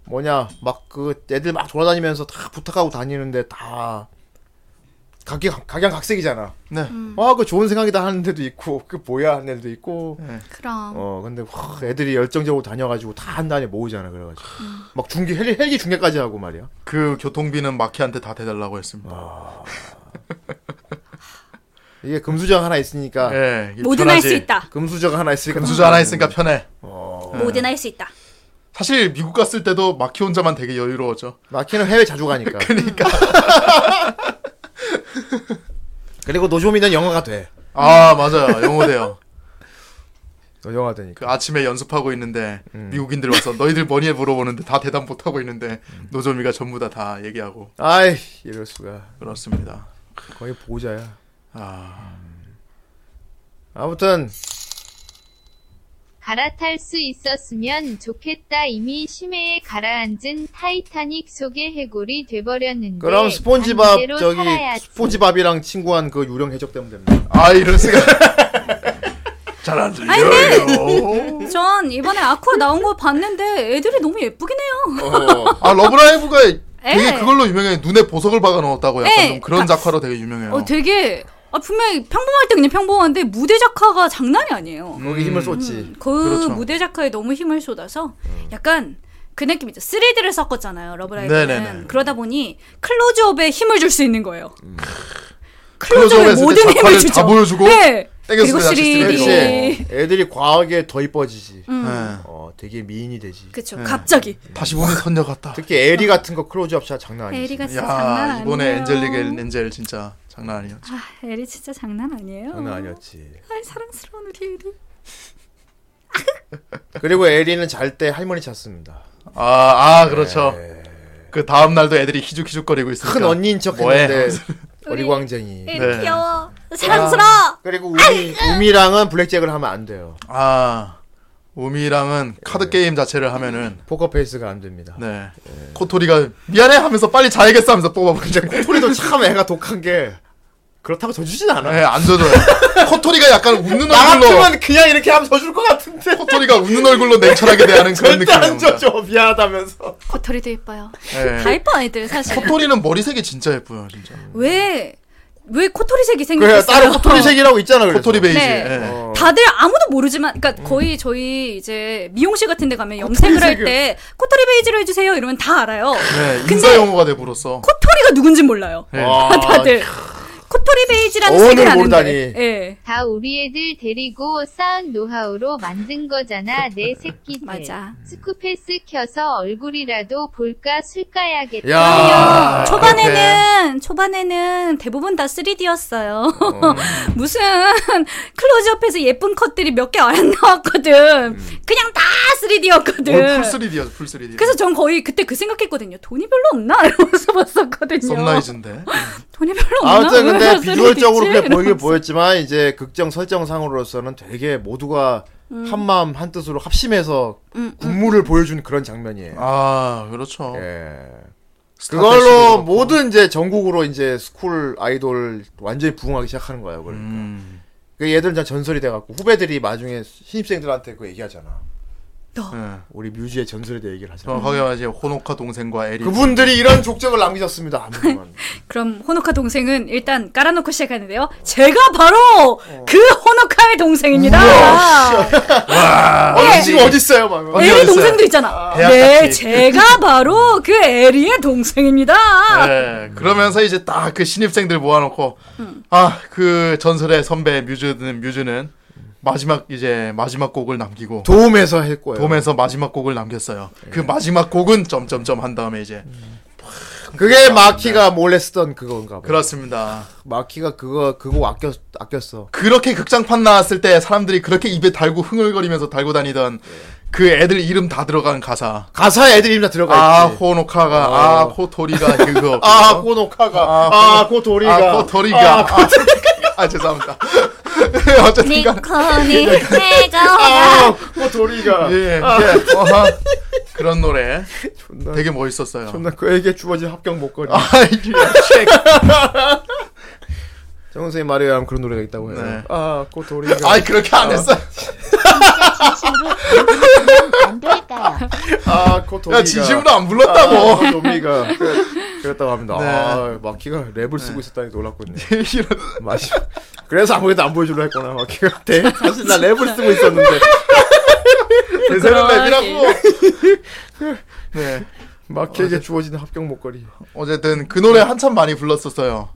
뭐냐 막 그 애들 막 돌아다니면서 다 부탁하고 다니는데 다 각기 각양각색이잖아. 네. 음. 아그 좋은 생각이다 하는 데도 있고 그 뭐야 하는 데도 있고. 그럼. 어 근데 확 애들이 열정적으로 다녀가지고 다 한 단에 모으잖아 그래가지고 막 중계 헬기 헬기 중계까지 하고 말이야. 그 교통비는 마키한테 다 대달라고 했습니다. 이게 금수저가 하나 있으니까 예, 이게 뭐든 할 편하지. 수 있다. 금수저가 하나 있으니까 금수저 하나 있으니까 편해. 네. 뭐든 할 수 있다. 사실 미국 갔을 때도 마키 혼자만 되게 여유로워져. 음. 마키는 해외 자주 가니까. 그러니까. 그리고 노조미는 영어가 돼. 아 맞아요 영어대요. 영어가 되니까. 그 아침에 연습하고 있는데 미국인들 와서 너희들 뭐니 물어보는데 다 대답 못 하고 있는데 노조미가 전부 다 다 얘기하고 아이 이럴 수가. 그렇습니다. 거의 보호자야. 음. 아 아무튼 갈아탈 수 있었으면 좋겠다. 이미 심해에 가라앉은 타이타닉 속의 해골이 돼버렸는데. 그럼 스폰지밥 반대로 저기 네, 살아야지. 스폰지밥이랑 친구한 그 유령 해적 때문에 됩니다. 아, 이럴 수가. 잘안 들려요. 전 이번에 아쿠아 나온 거 봤는데 애들이 너무 예쁘긴 해요. 아 러브라이브가 예. 되게 그걸로 유명해. 눈에 보석을 박아 넣었다고 약간 예. 좀 그런 작화로 되게 유명해요. 어, 되게 아, 분명히 평범할 때 그냥 평범한데 무대 작화가 장난이 아니에요. 거기 음. 힘을 쏟지. 그 그렇죠. 무대 작화에 너무 힘을 쏟아서 음. 약간 그 느낌이죠. 3D를 섞었잖아요. 러브라이브는 네네네. 음. 그러다 보니 클로즈업에 힘을 줄 수 있는 거예요. 클로즈업에 클로즈업에서 이제 모든 힘을 작화를 주죠. 다 보여주고 네. 땡겨서 그리고 다시 3D. 그렇지. 애들이 과하게 더 이뻐지지. 예. 어, 되게 미인이 되지. 음. 그쵸. 네. 갑자기 다시 보니 선녀 같다. 특히 에리 같은 거 클로즈업 샷 장난 아니지. 에리가 진짜 장난 야 아니에요. 이번에 엔젤릭의 엔젤 진짜 장난 아니었지. 아, 에리 진짜 장난 아니에요. 장난 아니었지. 아, 사랑스러운 우리 에리. 그리고 에리는 잘 때 할머니 찾습니다. 아, 아 그렇죠. 그 다음 날도 애들이 희죽희죽거리고 있으니까. 예. 큰 언니인 척 그러니까. 뭐해? 했는데 어리광쟁이. 에리 네. 귀여워. 사랑스러워. 그리고 우미, 우미랑은 블랙잭을 하면 안 돼요. 아 우미랑은 예. 카드 게임 자체를 하면은 포커페이스가 안 됩니다. 네 예. 코토리가 미안해 하면서 빨리 자야겠어 하면서 뽑아보는데 코토리도 참 애가 독한 게 그렇다고 져주진 않아. 네, 안 져줘요. 코토리가 약간 웃는 나 얼굴로 같으면 그냥 이렇게 하면 져줄 것 같은데. 코토리가 웃는 얼굴로 냉철하게 대하는 그런 절대 느낌이 안 납니다. 져줘. 미안하다면서. 겉털이도 예뻐요. 예. 다 예뻐 애들 사실. 코토리는 머리색이 진짜 예뻐요, 진짜. 왜? 왜 코토리색이 그래, 생겼어요? 따로 코토리색이라고 있잖아. 그래서. 코토리 베이지. 네. 예. 어. 다들 아무도 모르지만, 그러니까 거의 저희 이제 미용실 같은 데 가면 염색을 할 때 코토리 베이지로 해주세요 이러면 다 알아요. 네, 인사 근데 용어가 돼버렸어. 코토리가 누군지 몰라요. 예. 와, 다들 코토리 베이지라는 아, 어원을 색을 아는데, 모르다니. 예 다 우리 애들 데리고 쌓은 노하우로 만든 거잖아. 내 새끼들. 맞아. 스쿠패스 켜서 얼굴이라도 볼까 술 까야겠다. 야. 초반에는 초반에는 대부분 다 3D였어요. 무슨 클로즈업에서 예쁜 컷들이 몇 개 안 나왔거든. 음. 그냥 다 3D였거든. 어, 오늘 어, 풀 3D야, 풀 3D. 네. 그래서 전 거의 그때 그 생각했거든요. 돈이 별로 없나 이러면서 봤었거든요. 썸라이즈인데. 돈이 별로 없나? 아무튼 왜 근데 다 3D 비주얼적으로 지? 그게 보이게 이러면서. 보였지만 이제 극정 설정상으로서는 되게 모두가 한 마음 음, 한 뜻으로 합심해서 군무를 보여준 그런 장면이에요. 아, 그렇죠. 예. 스타 패션도 그걸로 뭐 그렇고. 모든 이제 전국으로 이제 스쿨 아이돌 완전히 부흥하기 시작하는 거예요. 그걸. 음. 그 얘들 다 전설이 돼갖고 후배들이 나중에 신입생들한테 그 얘기하잖아. 예. 우리 뮤지의 전설에 대해 얘기를 하잖아. 정확하게 말하면 호노카 동생과 에리. 그분들이 이런 족적을 남기셨습니다. 아무튼. 그럼 호노카 동생은 일단 깔아놓고 시작하는데요. 제가 바로 그 호노카의 동생입니다. 아, 어, 지금 어디 있어요, 막. 어디 에리 어딨어요? 동생도 있잖아. 대학 네, 같이. 제가 바로 그 에리의 동생입니다. 예, 그러면서 이제 딱 그 신입생들 모아놓고 아 그 전설의 선배 뮤즈는 뮤즈는 마지막 이제 마지막 곡을 남기고 도움에서 네. 할 거예요. 돔에서 마지막 곡을 남겼어요. 그 마지막 곡은 점점점 한 다음에 이제 그게 마키가 몰래 쓰던 그건가 봐. 그렇습니다. 마키가 그거 그거 아꼈 아꼈어. 그렇게 극장판 나왔을 때 사람들이 그렇게 입에 달고 흥얼거리면서 달고 다니던 네. 그 애들 이름 다 들어간 가사. 가사에 애들 이름다 아 들어가 있지. 호노카가 어. 아 코토리가 그거 아, 코노카가. 아, 아 코토리가. 코토리가 아, 아, 아, 죄송합니다. 어쨌든 간 니코니 해가 오라. 아, 코토리가. 예, 예. 어허. 그런 노래 아. 존나 되게 멋있었어요. 아. 존나 그에게 주어진 합격 목걸이. 아, 이게 책. 정 선생님 말에 의하면 그런 노래가 있다고 해요. 네. 아, 꼬토리가. 아이 그렇게 안 했어. 진짜 진심으로 여기는 안 될까요? 아, 꼬토리가. 야 진심으로 안 불렀다고. 아, 도미가 그, 그랬다고 합니다. 네. 아, 마키가 랩을 쓰고 있었다니 놀랐군요. 이런. 맞아. 그래서 아무래도 안 보여주려 했구나. 마키가 대 사실 나 랩을 쓰고 있었는데. 그 대세는 랩이라고. 네. 마키에게 주어진 합격 목걸이. 어쨌든 그 노래 한참 많이 불렀었어요.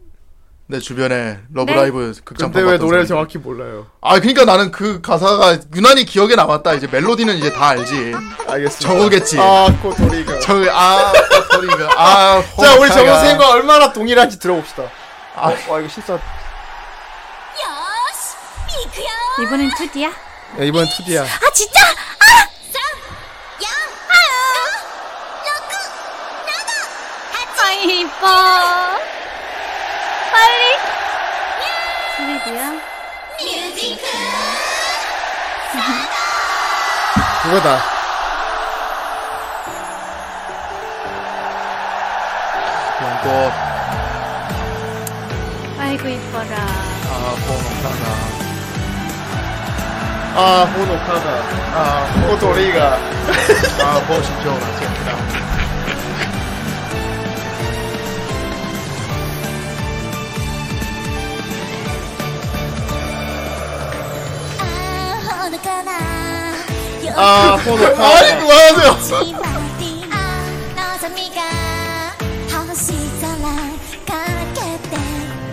내 주변에 러브라이브 극장 근데 왜 봤던 사람들. 노래를 정확히 몰라요? 아 그러니까 나는 그 가사가 유난히 기억에 남았다. 이제 멜로디는 이제 다 알지. 알겠습니다. 저거겠지. 아, 꼬토리가. 저아 소리가 아. 자, 우리 정 허벅지가. 선생님과 얼마나 동일한지 들어봅시다. 아, 와, 이거 실사. 네. 이번엔 2D야? 야, 이번엔 2D야. 아 진짜? 아 이뻐 빨리 3D야? 그거다. 그냥 또 아이고 이뻐라 아, 고맙다. 아, 호노카다. 아, 꼬토리가. 아, 멋있죠, 맞습니다. 아, 호노카다. 아니, 그만하세요. 望みが星空かけて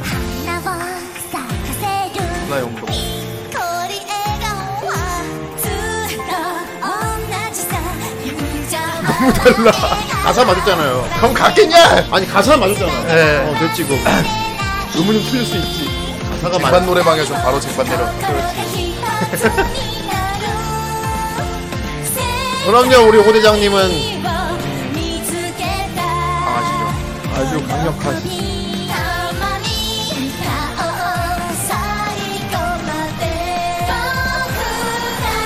花を咲かせる 나 용도. こり笑顔はずっと同じさ友情は 가사 맞았잖아요. 그럼 갔겠냐? 아니, 가사 맞았잖아. 네. 어, 됐지, 그거. 의문이 풀릴 수 있지. 가사가 맞아. 반 어, 노래방에 좀 바로 쟁반 내려. 心が一つになる 그럼요, 우리 호 대장님은 世界を見つけた 아시죠? 아주 강력한. 甘み顔を最後まで僕た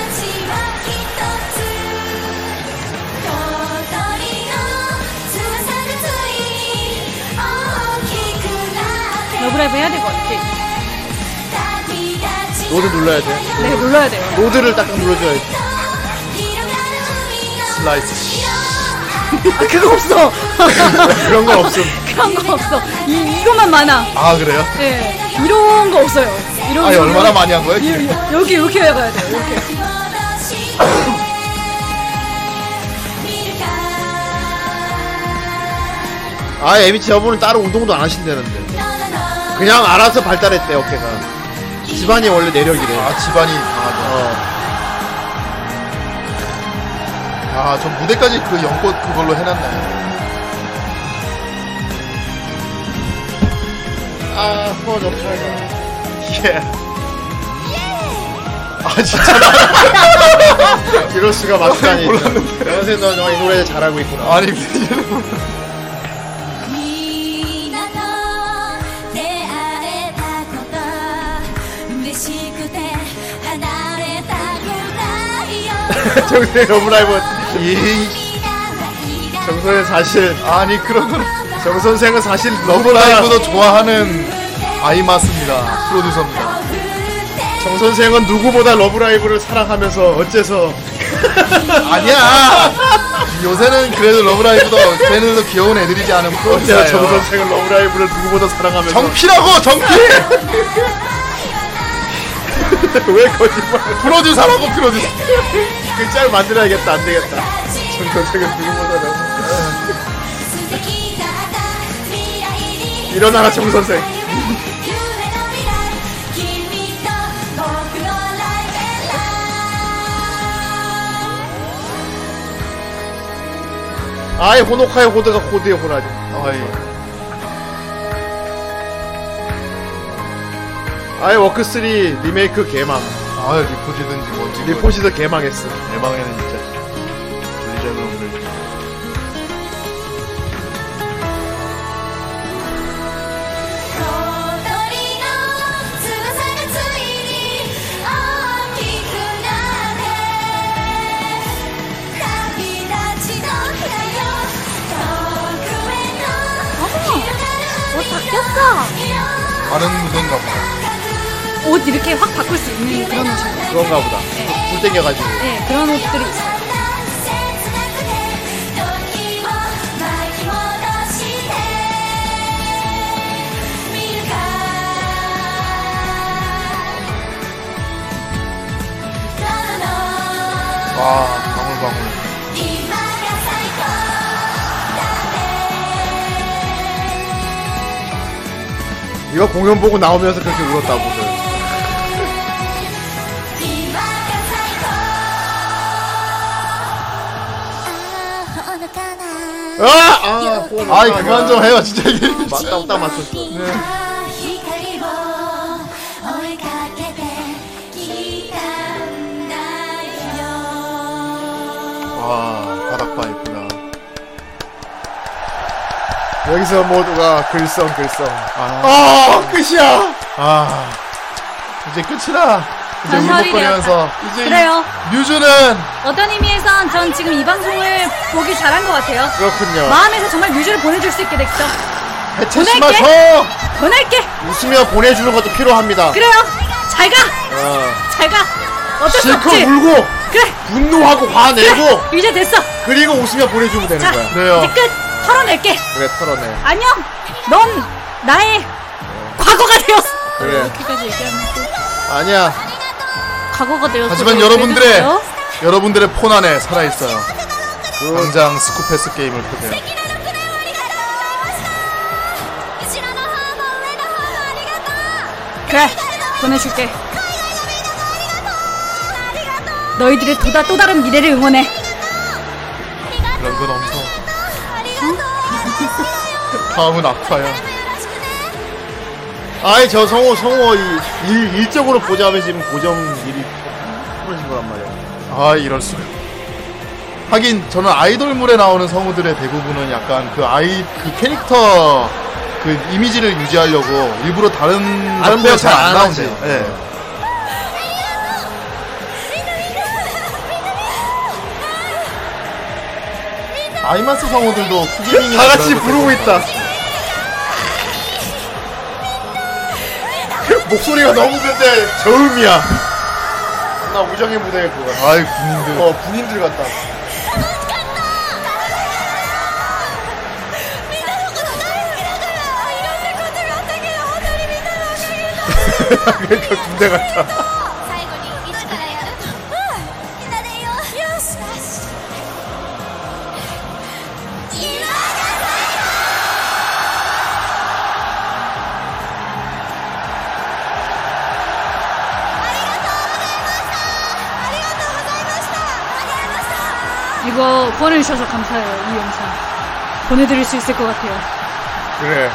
ちは一つ小鳥の翼がつい大きくなって 러브라이브 해야 될 것 같아 旅立ち 노를 눌러야 돼. 네 눌러야 돼요 노드를 딱 눌러줘야지. 広がる海の 슬라이스. 그거 없어 그런 건 없음. 그런 거 없어 이, 이것만 많아 아, 그래요? 네 이런 거 없어요 이런 아니, 거 얼마나 많이 한 거예요? 이게? 여- 여기 이렇게 해가야 돼요 이렇게 戻して見るか 아, 에미치 저분은 따로 운동도 안 하신다는데. ののの 그냥 알아서 발달했대, 어깨가. 집안이 원래 내력이래. 아, 집안이 강하죠. 어. 아, 전 무대까지 그 연꽃 그걸로 해놨나요? 아, 호노카다. 예. 아, 진짜. 이럴 수가 맞다니. 연세 너, 너이 노래 잘하고 있구나. 아니, 이게 みんなと出会えたこと嬉しくて離れたくないよ 정선의 러브라이브. 君 이, らはいら 정선의 사실. 아니, 그런 건. 정선생은 사실 아, 아, 러브라이브. 러브라이브도 좋아하는 아이마스입니다. 프로듀서입니다. を振って 정선생은 누구보다 러브라이브를 사랑하면서 어째서. 아니야! 요새는 그래도 러브라이브도 쟤네도 귀여운 애들이지 않은 어째서 프로듀서예요. 정선생은 러브라이브를 누구보다 사랑하면서. 정피라고 정피! 왜 거짓말. 프로듀서라고 프로듀서. 아. 글자를 만들어야겠다. 안 되겠다. 정선생은 누구보다 러브. 素敵だった未来に 일어나라, 정선생. 夢の未来君と僕のライブライブ 아이, 호노카의 호드가 호드의 호라지. 어이, 아이, 워크3 리메이크 개망. 아 리포지든지 뭔지 리포시드 개망했어. 대망에는 진짜 분리자금을 「小鳥の翼がついに大きくなって」「旅立ちの日だよ遠くへの広がる海の色」 다른 무대인가 보다. 옷 이렇게 확 바꿀 수 있는 그런 옷인가요? 그런가 보다. 불 땡겨가지고. 네, 그런 옷들이 있어요. 切なくて時を巻き戻して見るか 와, 방울방울. 今が最高 이거 공연 보고 나오면서 그렇게 울었다고. 그. 今が最高ああほのかな 아! 아, 호흡. 아이, 그만 좀 해요, 진짜 이게. 맞다, 맞다, 맞췄어. 光を追いかけてきたんだよ 와, 아, 바닥바 있구나. 여기서 모두가 글썽, 글썽. 아, 아, 끝이야! 아. 이제 끝이라. 이제 전설이 울컥거리면서. 이제 그래요. 이- 뮤즈는 어떤 의미에선 전 지금 이 방송을 보기 잘한 것 같아요. 그렇군요. 마음에서 정말 뮤즈를 보내줄 수 있게 됐죠. 해체 보낼게. 심하셔! 보낼게. 웃으며 보내주는 것도 필요합니다. 어. 그래요. 잘 가. 잘 가. 어쩔 수 실컷 없지. 울고, 그래. 분노하고, 화내고, 이제 됐어. 그리고 웃으며 보내주면 되는 자, 거야. 그래요. 이제 끝. 털어낼게. 그래, 털어내. 안녕. 넌 나의 과거가 되었어. 네. 그래. 여기까지 그러니까 얘기하면 또 아니야. 과거가 되었어. 하지만 여러분들의, 여러분들의 폰 안에 살아있어요. 당장 스쿠패스 게임을 보세요. 後ろの方も上の方もありがとう 그래. 보내줄게. 너희들의 또, 다, 또 다른 미래를 응원해. 그런 건 없어. 다음은 아파요. 아니, 저 성호, 성호, 이, 일, 일적으로 보자면 지금 고정 일이 풀어진 거란 말이야. 아 이럴 수가. 하긴 저는 아이돌물에 나오는 성우들의 대부분은 약간 그 아이 그 캐릭터 그 이미지를 유지하려고 일부러 다른 다른 배우 아, 잘안 하지. 나온대요. 예. 아이마스 성우들도 쿠기밍이 다 같이 부르고 있다. 목소리가 너무 근데 저음이야. 나 우정의 무대에 그거. 아이 군인들 어, 군인들 같다. 그러니까 군대 같다. 最後に一からやるうんみんなでよよしよし今が 이거 보내주셔서 감사해요. 이 영상. 보내드릴 수 있을 것 같아요. 그래.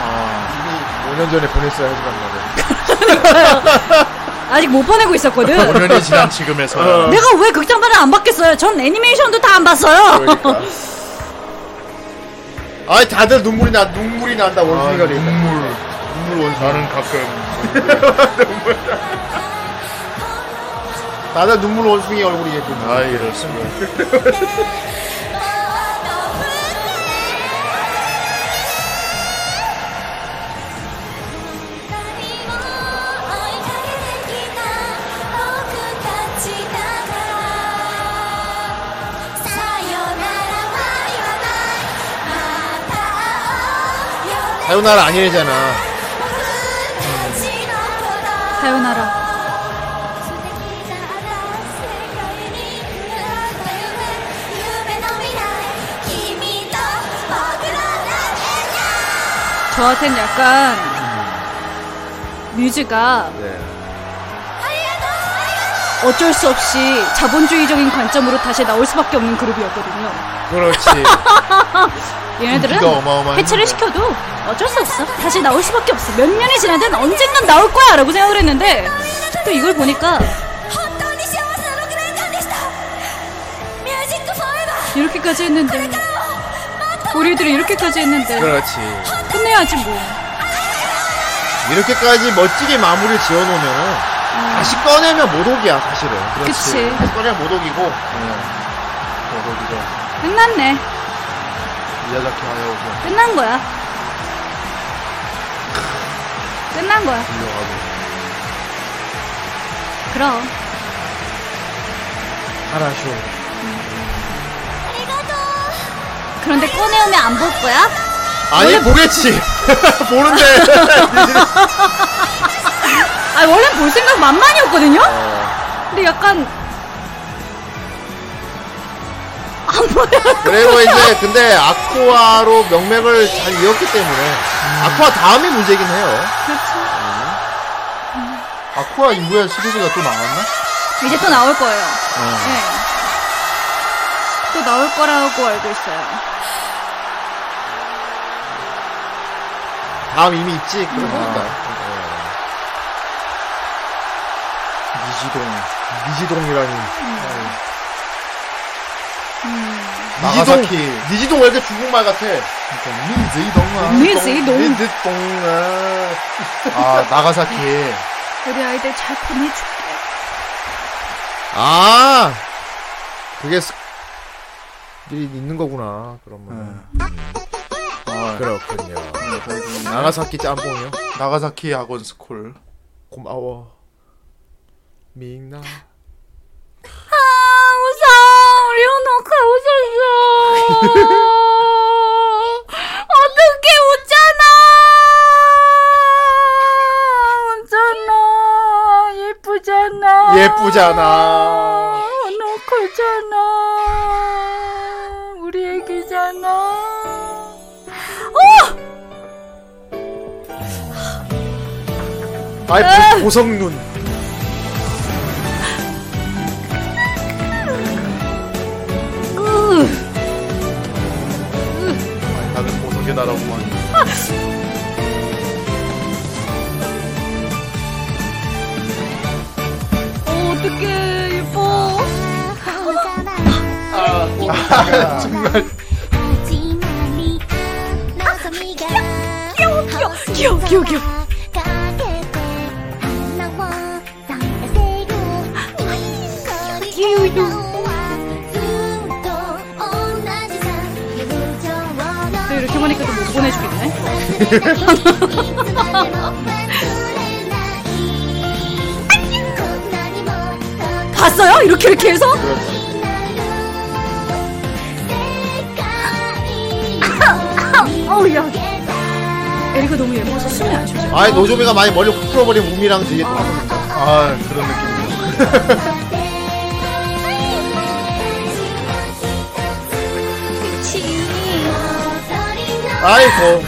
어. 아, 이미 5년 전에 보냈어야 하지만 말이야. 아직 못 보내고 있었거든. 5년이 지난 지금에서 어. 내가 왜 극장판을 안 봤겠어요? 전 애니메이션도 다 안 봤어요. 그러니까. 아, 다들 눈물이 나, 눈물이 난다, 원숭이가 되니까. 눈물 눈물 원 나는 가끔 다들 눈물 원숭이 얼굴이 예쁜 아 이럴 수가. 사요나라 음. 아니래잖아. 사요나라. 저한텐 약간 뮤즈가 네. 어쩔 수 없이 자본주의적인 관점으로 다시 나올 수밖에 없는 그룹이었거든요. 그렇지. 얘네들은 인기가 아, 어마어마한 해체를 건데. 시켜도 어쩔 수 없어. 다시 나올 수밖에 없어. 몇 년이 지나든 언젠간 나올 거야 라고 생각을 했는데 또 이걸 보니까 本当に幸せな6年間でしたミュージックフォーエバー 이렇게까지 했는데 우리들이 이렇게까지 했는데 그렇지. 끝내야지 뭐. 이렇게까지 멋지게 마무리를 지어놓으면은, 다시 꺼내면 모독이야, 사실은. 그치. 다시 꺼내면 모독이고, 네. 저도 끝났네. 이제 이야자키 하야오고 끝난 거야. 끝난 거야. 유명하고 그럼. 하라쇼 그런데 꺼내오면 안 볼 거야? 아니 보겠지. 보는데. 아 원래 볼 생각 만만이었거든요. 어. 근데 약간 안 보여. 그리고 이제 근데 아쿠아로 명맥을 잘 이었기 때문에 아쿠아 다음이 문제긴 해요. 음. 아쿠아 이후에 시리즈가 또 나왔나? 이제 또 나올 거예요. 네. 또 나올 거라고 알고 있어요. 다음 이미 있지. 그러니까 네. 미지동 미지동이라니. 나가사키 미지동 왜 이렇게 중국말 같아? 그러니까 미지동아 미지 너무 미지동아. 아 나가사키 우리 아이들 잘 보내줄게. 아 그게 스... 일이 있는 거구나. 그러면 아, 그렇군요. 나가사키 짬뽕이요. 나가사키 학원 스쿨 고마워. 민나. 아 무서워. 우리 현호가 웃었어. 어떻게 웃잖아. 웃잖아. 예쁘잖아. 예쁘잖아. 너 크잖아. 우리 애기잖아. 어! 아이 보- 보성눈. 으, 아, 다들 보석의 나라고만 어, 어떡해, 예뻐. 정말 귀여워 귀여워 귀여워 귀여워 또 이렇게 보니까 또 못 보내주겠네. 봤어요? 이렇게 이렇게 해서? 어우, 야. 에리가 너무 예뻐서 숨이 안 쉬어져. 어. 아이 노조미가 많이 머리 훅 풀어버린 우미랑 되게 똑같은데. 아 그런 느낌 아이고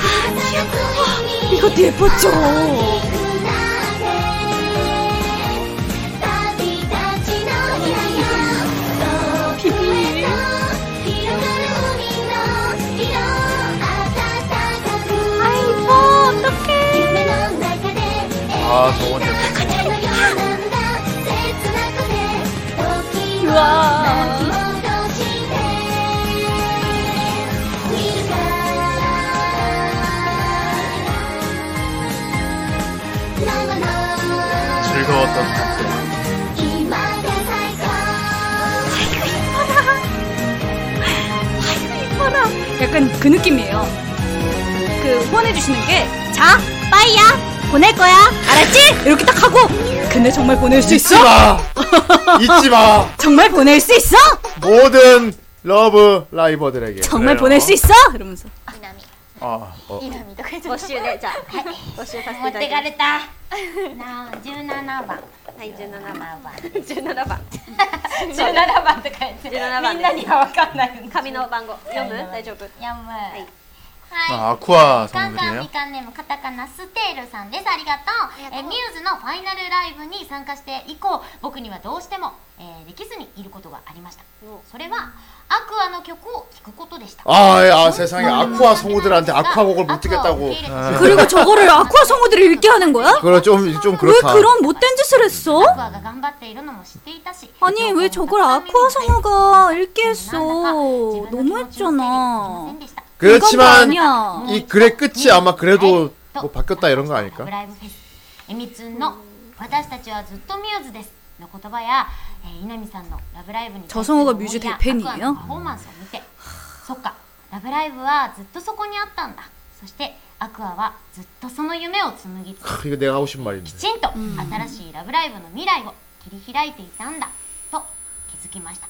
이것도 예뻤죠? 아, 비비. 아이고, 어떡해. 아 저건 예뻐 우와. 즐거웠던 때 이뻐라. 약간 그 느낌이에요. 그 후원해주시는 게, 자, 빠이야! 보낼 거야! 알았지? 이렇게 딱 하고, 근데 정말 보낼 수 있어? 잊지마 잊지마 정말 보낼 수 있어? 모든 러브 라이버들에게 정말 보낼 수 있어? 이러면서. 아, 아 아쿠아 カンカン 선물이에요? みかんネームカタカナステールさんですありがとうえーミューズのファイナルライブに参加して以降僕にはどうしても、えーできずにいることがありましたそれはアクアの曲を聴くことでした 아, 아 세상에 아쿠아 성우들한테 아쿠아 곡을 못 듣겠다고 아쿠아 그리고 저거를 아쿠아 성우들이 읽게 하는 거야? 그거 좀좀 왜 그렇다 그런 못된 짓을 했어? が頑張っているのも知っていたし 아니 왜 저걸 아쿠아 성우가 읽게 했어? 너무했잖아. 그렇지만 이건 뭐 아니야. 이 글의 끝이 아마 그래도 뭐 바뀌었다 이런 거 아닐까 ライブフェスえみつんの私たちはずっとミューズですの言葉や、えー、稲見さんのラブライブに 저성우가뮤즈대팬이에요 アクアのパフォーマンスを見てそっかラブライブはずっとそこにあったんだそしてアクアはずっとその夢を紡ぎつつ 크 이거 내가 하고 싶은 말인데. きちんと新しい「ラブライブ!」の未来を切り開いていたんだと気づきました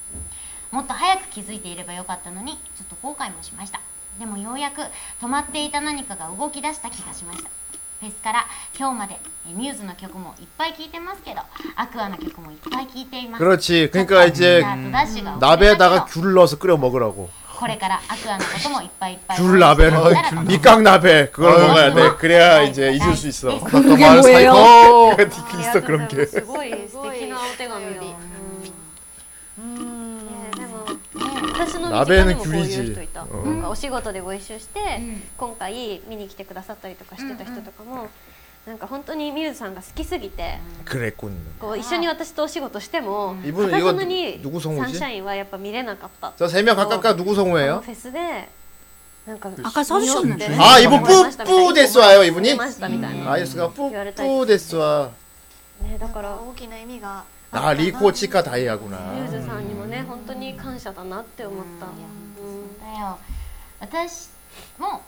もっと早く気づいていればよかったのにちょっと後悔もしましたでもようやく止まっていた何かが動き出した気がしましたフェスから今日までえミューズの曲もいっぱい聴いてますけどアクアの曲もいっぱい聴いています 그렇지. 음. 그러니까 이제 나베에다가 귤 넣어서 끓여 먹으라고. これからアクアのこともいっぱいいっぱい 귤 나베를 밑강 나베 그걸 아유, 먹어야 돼. 정말. 그래야 이제 잊을 수 있어. 그게 마을 뭐예요? 사이코. 그거 있어 그런 게. すごい素敵なお手紙で。うん。ねでもね私の身近にもこういう人いた。鍋のな牛耳んかお仕事でご一緒して、今回見に来てくださったりとかしてた人とかも、なんか本当にミューズさんが好きすぎて、 그랬군. こう一緒に私とお仕事しても、 うん이분은 片 이거 手に 누구성우지 サンシャインはやっぱ見れなかった。 자, 세명 각각 누구 성우예요? フェスでなんか 아까 써주셨는데. 아, 이분 뿌뿌 됐어요, 이분이? ましたみたいな。 아이스가 言われたりとか 뿌뿌 됐어. ねだから大きな意味が 아 리코 치카 ミュー 다이아구나. ズさんにもね本当に感謝だなって思った。だよ私も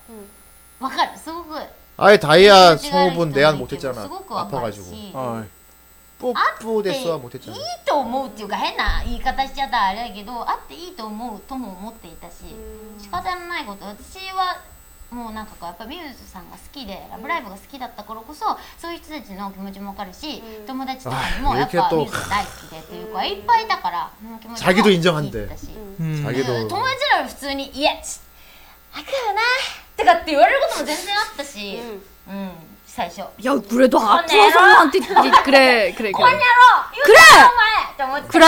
わかるすごく 아예 다이아 치카가 성우분 음. 내한 못했잖아. 수고가 많지. 아파가지고. あっ 뿌뿌 てい 됐어 い 못했잖아. と思うっていうか変な言い方しちゃったらあれだけどあっていいと思うとも思っていたし仕方のないこと私はもうなんかこうやっぱミューズさんが好きで「ラブライブ!」が好きだった頃こそそういう人たちの気持ちも分かるし友達とかにもあやっぱいるミけどューズ大好きでというかいっぱいだからその気持ちも 자기도 인정한대. し 자기도. 友達らは普通に「いやちあくよな」とかって言われることも全然あったしうん最初「 야, 그래도 그러네. 아쿠아 성우한테 그래, 그래, こん 그래. にゃろ言うたろお前!」って思ってた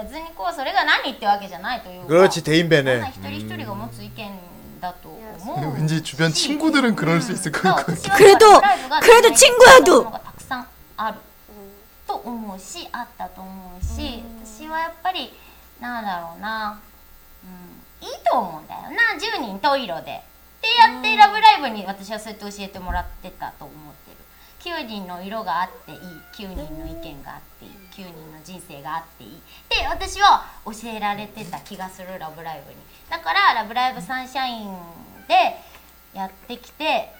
그래. 別にこうそれが何ってわけじゃないというか 그렇지 そんな 대인배네. 一人一人が持つ意見だと思う 왠지 주변 친구들은 그럴 수 있을 것 같고. 그래도, 그래도 친구야도. がたくさんあると思うしあったと思うし私はやっぱりなんだろうな、うん、いいと思うんだよな10人十色でってやって「ラブライブ!」に私はそうやって教えてもらってたと思ってる9人の色があっていい9人の意見があっていい9人の人生があっていいで私は教えられてた気がする「ラブライブ!」にだから「ラブライブサンシャイン」でやってきて「えっ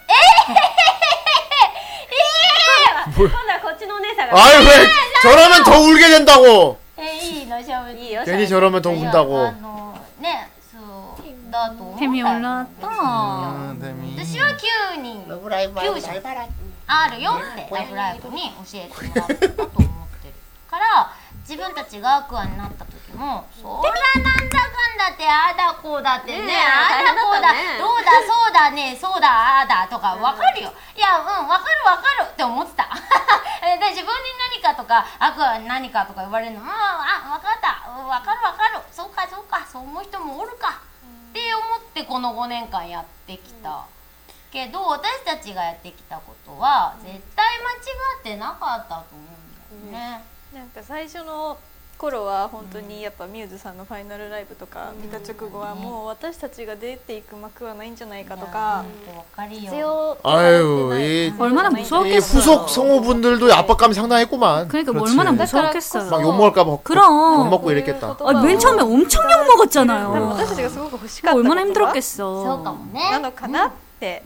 今度はこっちのお姉さんが。 아유 왜 저러면 더 울게 된다고. 음. えいいのしゃべり 괜히 저러면 음. 더 あ 운다고. のねそうだと思う 템이 올라왔다. 아, 데미. 私は9人9社あるよって「ラブライブ!」に教えてもらったと思ってるから自分たちがアクアになった時も「そらなんだかんだってああだこうだってねねえああだこうだ大変だったねどうだそうだねそうだああだ」とか分かるよ「いやうん分かる分かる」って思ってた で自分に何かとかアクアに何かとか言われるの「うんあ分かったうん分かる分かるそうかそうかそう思う人もおるか」って思ってこの5年間やってきた。けど私たちがやってきたことは絶対間違ってなかったと思うんだよね。なんか最初の頃は本当にやっぱミューズさんのファイナルライブとか見た直後はもう私たちが出ていく幕はないんじゃないかとか必要 아유 이 얼마나 이 네, 무서웠겠어요. 후속 성우분들도 압박감이 상당했구만. 그러니까 뭐 얼마나 무서웠겠어요. 막 욕먹을까 봐. 그럼. 욕 먹고 이랬겠다. 아, 맨 처음에 엄청 욕 でも 먹었잖아요. 그러니까 私たちがすごく欲しかった言葉 얼마나 힘들었겠어. なのかなって。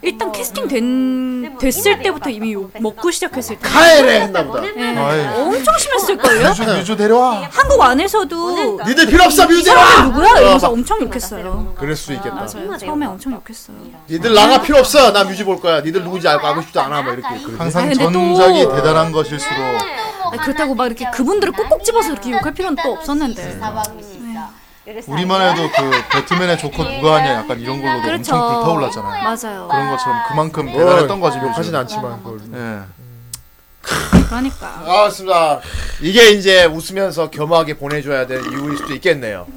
일단 캐스팅 된 됐을 때부터 어. 뭐 이미 욕 먹고 시작했을 때. 카에레 했나 보다. 예. 아이. 엄청 심했을걸요? 뮤즈 뮤즈 데려와. 한국 안에서도 니들 필요 없어 이 뮤즈라. 사람이 아, 아, 누구야? 이러면서 엄청 욕했어요. 그럴 수도 있겠다. 맞아요. 처음에 엄청 욕했어요. 니들 나가 필요 없어. 나 뮤즈 볼 거야. 니들 누군지 알고 알고 싶지도 않아. 막 이렇게. 항상 아니, 근데 또- 전작이 대단한 것일수록 네. 아니, 그렇다고 막 이렇게 그분들을 꼭꼭 집어서 이렇게 욕할 필요는 또 없었는데. 우리만 해도 그 배트맨의 조커 누가 하냐 약간 이런 걸로도 예, 그렇죠. 엄청 불타올랐잖아요. 맞아요. 그런 것처럼 그만큼 뭐, 대단했던 거지 뮤즈. 욕하진 않지만. 그걸. 예. 그러니까. 알았습니다. 이게 이제 웃으면서 겸허하게 보내줘야 될 이유일 수도 있겠네요.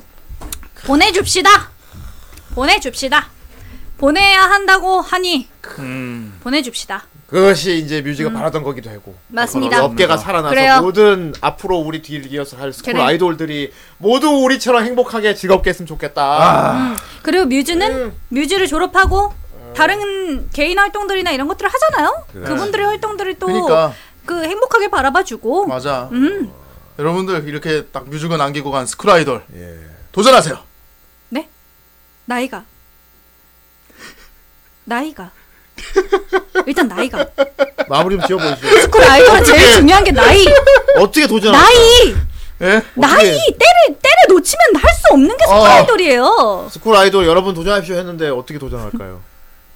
보내줍시다. 보내줍시다. 보내야 한다고 하니 음. 보내줍시다. 그것이 이제 음. 뮤즈가 바라던 거기도 하고. 맞습니다. 업계가 살아나서 그래요. 모든 앞으로 우리 뒤를 이어서 할 스쿨 그래. 아이돌들이 모두 우리처럼 행복하게 즐겁게 했으면 아, 좋겠다. 그리고 뮤즈는 음. 뮤즈를 졸업하고 다른 개인 활동들이나 이런 것들을 하잖아요. 그 그래. 분들의 활동들을 또 그 그러니까 행복하게 바라봐주고. 맞아. 음, 여러분들 이렇게 딱 뮤즈가 남기고 간 스쿨 아이돌 예. 네. 도전하세요. 나이가 나이가 일단 나이가 마무리 좀 지어보시죠. 스쿨 아이돌은 제일 중요한 게 나이 어떻게 도전? 나이 예? 나이 때를 때를 놓치면 할 수 없는 게 스쿨 어. 아이돌이에요 스쿨 아이돌 여러분 도전하십시오 했는데 어떻게 도전할까요?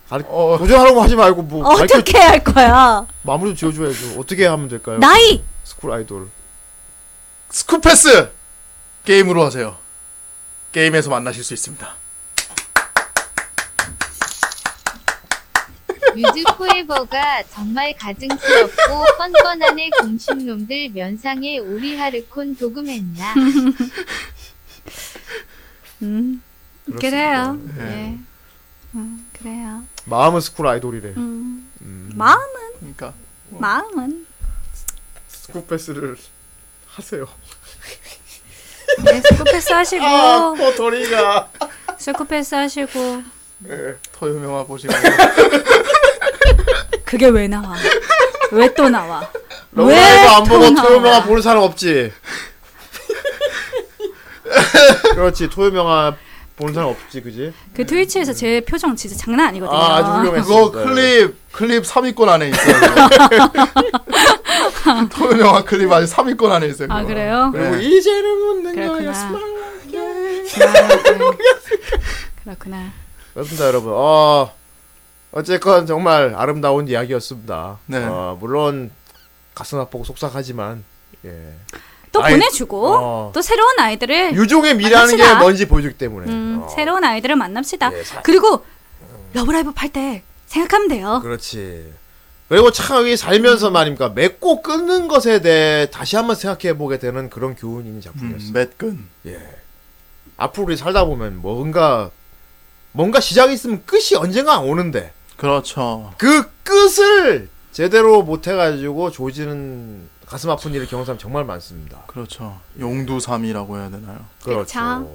가르... 어. 도전하라고 하지 말고 뭐 가르쳐- 어떻게 할 거야 마무리 좀 지어줘야죠. 어떻게 하면 될까요? 나이! 스쿨 아이돌. 스쿠패스 게임으로 하세요. 게임에서 만나실 수 있습니다. 뮤즈 포에버가 정말 가증스럽고 뻔뻔한의 공식놈들 면상에 우리 하르콘 도금했나. 음 그래요 그렇습니다. 예. 예 음, 그래요 마음은 스쿨 아이돌이래. 음. 마음은 그러니까 마음은 스쿨 패스를 하세요. 네, 스코패스 하시고 아, 꼬토리가. 스코패스 하시고 네. 토요명화 보시고 그게 왜 나와 왜 또 나와 러브라이브 안 또 보고 나와? 토요명화 보는 사람 없지. 그렇지 토요명화 보는 사람 없지 그지? 그 트위치에서 제 표정 진짜 장난 아니거든요 아, 아주 훌륭했어. 그거 클립 클립 3위권 안에 있어요. 그거. 토요명화 클립 아직 3위권 안에 있어요. 아, 그거. 그래요? 네. 이제는 웃는 거였어 아, 네. 그렇구나 그렇습니다, 여러분. 어, 어쨌건 정말 아름다운 이야기였습니다. 네. 어, 물론 가슴 아프고 속삭하지만 예. 또 아이- 보내주고 어. 또 새로운 네. 아이들을 유종의 미라는 게 만납시다. 뭔지 보여주기 때문에. 음, 어, 예, 새로운 아이들을 만납시다 그리고 러브라이브 팔 때 생각하면 돼요 그렇지. 그리고 참 이 살면서 말입니까 맺고 끊는 것에 대해 다시 한번 생각해 보게 되는 그런 교훈이 있는 작품이었어요. 음. 맺끈. 예. 앞으로 우리 살다 보면 뭔가 뭔가 시작이 있으면 끝이 언젠가 오는데 그렇죠. 그 끝을 제대로 못 해가지고 조지는 가슴 아픈 일을 겪은 사람 정말 많습니다. 그렇죠. 용두삼이라고 해야 되나요? 그렇죠.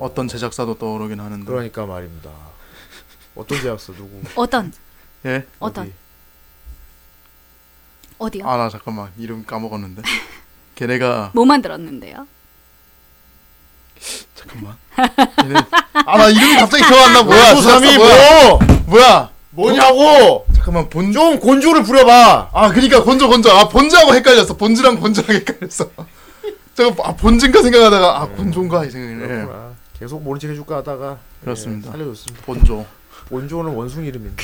어떤 제작사도 떠오르긴 하는데. 그러니까 말입니다. 어떤 제작사 누구? 어떤 예? 어떤 어디요? 아, 나 잠깐만 이름 까먹었는데. 걔네가 뭐 만들었는데요? 잠깐만. 걔네 아, 나 이름이 갑자기 기억 안 나. 뭐야? 용두삼이 뭐야? 뭐야? 뭐냐고? 잠깐만 본. 좀 곤조를 부려봐. 아, 그러니까 곤조 곤조. 아, 본즈하고 헷갈렸어. 본즈랑 곤조랑 헷갈렸어. 저거 아, 본즈인가 생각하다가 아, 곤조인가 이 생각이네. 그렇구나. 계속 모른 척 해줄까 하다가 그렇습니다. 예, 살려줬습니다. 본조. 본조는 원숭이 이름입니다.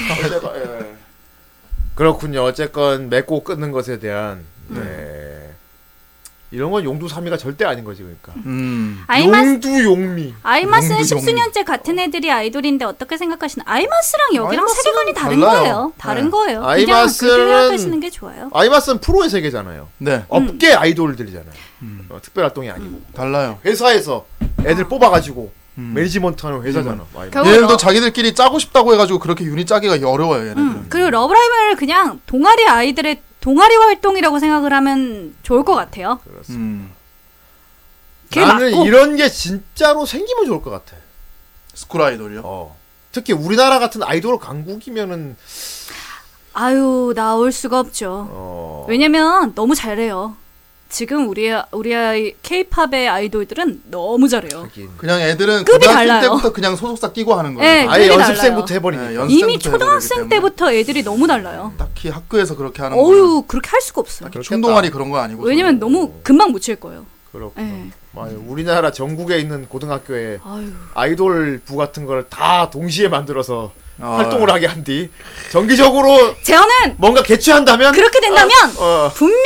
그렇군요. 어쨌건 맺고 끊는 것에 대한 음. 네. 이런 건 용두삼이가 절대 아닌 거지 그러니까. 음. 아이마스- 용두용미. 아이마스는 용두용미. 십수년째 같은 애들이 아이돌인데 어떻게 생각하시나? 아이마스랑 여기랑 세계관이 다른 달라요. 거예요. 다른 네. 거예요. 아이마스는- 그냥 그렇게 생각하시는 게 좋아요. 아이마스는 프로의 세계잖아요. 네. 음. 업계 아이돌들이잖아요. 어, 특별 활동이 아니고. 달라요. 회사에서 애들 뽑아가지고 음. 매니지먼트하는 회사잖아. 아이마스. 결국 얘네들도 너- 자기들끼리 짜고 싶다고 해가지고 그렇게 유닛 짜기가 어려워요. 아, 얘네들. 은 음, 그리고 러브라이브를 그냥 동아리 아이들의 동아리 활동이라고 생각을 하면 좋을 것 같아요. 음. 그게 나는 맞고. 이런 게 진짜로 생기면 좋을 것 같아. 스쿨 아이돌이요. 어. 특히 우리나라 같은 아이돌 강국이면은 아유 나올 수가 없죠. 어, 왜냐면 너무 잘해요. 지금 우리 우리 아이 K-팝의 아이돌들은 너무 잘해요. 그냥 애들은 급이 고등학생 달라요. 때부터 그냥 소속사 끼고 하는 거예요. 네, 아예 급이 네, 연습생부터 달라요. 해버리니까. 이미 초등학생 때부터 애들이 너무 달라요. 특히 학교에서 그렇게 하는 거. 어유 그렇게 할 수가 없어. 충동아리 그런 거 아니고. 왜냐면 너무 금방 묻힐 거예요. 그렇고. 예. 아유, 우리나라 전국에 있는 고등학교에 아유. 아이돌 부 같은 걸 다 동시에 만들어서 아. 활동을 하게 한 뒤 정기적으로 재현은 뭔가 개최한다면 어, 그렇게 된다면 분명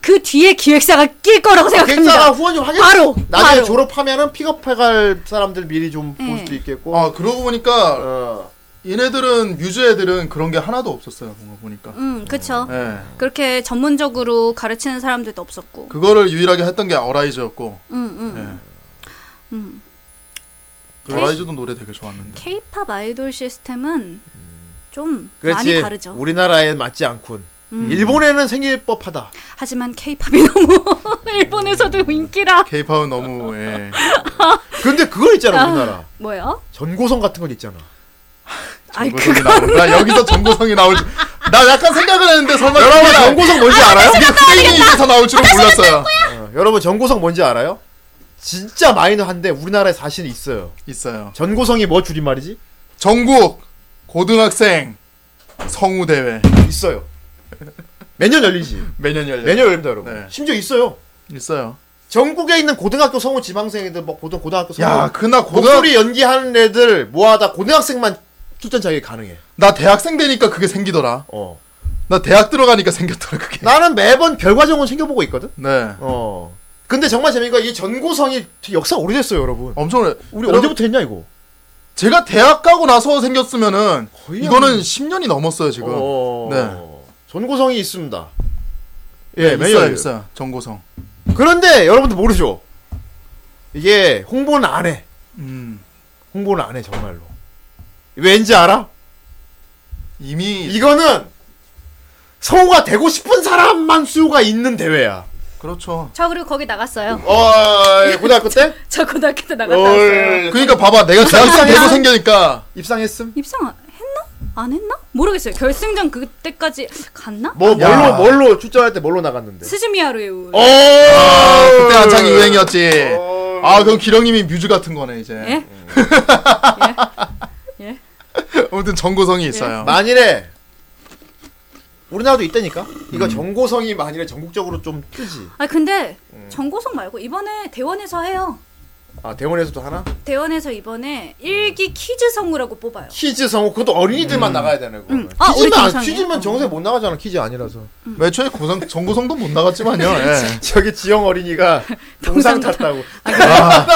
그 뒤에 기획사가 낄 거라고 생각합니다. 객사가 후원 좀 하겠지. 바로 나중에 바로. 졸업하면은 픽업해갈 사람들 미리 좀 볼 예. 수도 있겠고. 어. 아 그러고 보니까 얘네들은 뮤즈 애들은 그런 게 하나도 없었어요. 뭔가 보니까. 음, 그쵸. 예. 그렇게 전문적으로 가르치는 사람들도 없었고. 그거를 유일하게 했던 게 어라이즈였고. 음, 음. 음. 예. 어라이즈도 노래 되게 좋았는데. K-팝 아이돌 시스템은 좀 그렇지. 많이 다르죠. 우리나라에 맞지 않군. 음. 일본에는 생길 법하다. 하지만 K-팝이 너무 일본에서도 인기라. 케이팝은 너무 예. 근데 그거 있잖아 우리나라. 아, 뭐요? 전고성 같은 건 있잖아. 아이 정고성이 나올 나 여기서 정고성이 나올 줄- 나 약간 생각을 했는데 설마 여러분, 그게 나- 정고성 뭔지 아, 알아요? 근데 흑백인에서 나올 줄은 몰랐어요. 어, 여러분 전고성 뭔지 알아요? 진짜 마이너한데 우리나라에 사실 있어요. 있어요. 전고성이 뭐 줄임말이지? 전국 고등학생 성우 대회 있어요. 매년 열리지. 매년 열려. 매년 열립니다, 여러분. 네. 심지어 있어요. 있어요. 전국에 있는 고등학교 성우 지망생들 뭐 고등 고등학교 성우 야, 그나 고등- 목소리 연기하는 애들 모아다 고등학생만 출전 자격이 가능해. 나 대학생 되니까 그게 생기더라. 어. 나 대학 들어가니까 생겼더라 그게. 나는 매번 결과정은 챙겨보고 있거든. 네. 어. 근데 정말 재밌는 건이 전고성이 역사 오래됐어요, 여러분. 엄청나. 우리 언제부터 했냐 이거? 제가 대학 가고 나서 생겼으면은 이거는 한- 10년이 넘었어요 지금. 어. 네. 전고성이 있습니다. 예, 예, 있어요, 매년 있어요. 전고성. 그런데 여러분들 모르죠. 이게 홍보는 안 해. 음. 홍보는 안 해 정말로. 왠지 알아? 이미 이거는 성우가 되고 싶은 사람만 수요가 있는 대회야. 그렇죠. 저 그리고 거기 나갔어요. 어 예, 고등학교 때? 저 고등학교 때 나갔다 왔어요. 그러니까 봐봐, 내가 대학생 되고 생기니까 입상했음? 입상 했나? 안 했나? 모르겠어요. 결승전 그때까지 갔나? 뭐 뭘로 야. 뭘로 출전할 때 뭘로 나갔는데? 스즈미하루의 어. 아, 그때 한창 유행이었지. 아 그럼 기령님이 뮤즈 같은 거네 이제. 예? 음. 아무튼 전고성이 예. 있어요. 만일에 우리나라도 있다니까. 이거 전고성이 만일에 전국적으로 좀 뜨지. 아 근데 음. 전고성 말고 이번에 대원에서 해요. 아 대원에서도 하나? 대원에서 이번에 음. 일기 키즈 성우라고 뽑아요. 키즈 성우 그것도 어린이들만 나가야 되는 거. 아, 우리 키즈만 동창이에요? 키즈만 정세 못 나가잖아. 키즈 아니라서. 애초에 고성 전고성도 못 나갔지만요. 예. 저기 지영 어린이가 동상 탔다고.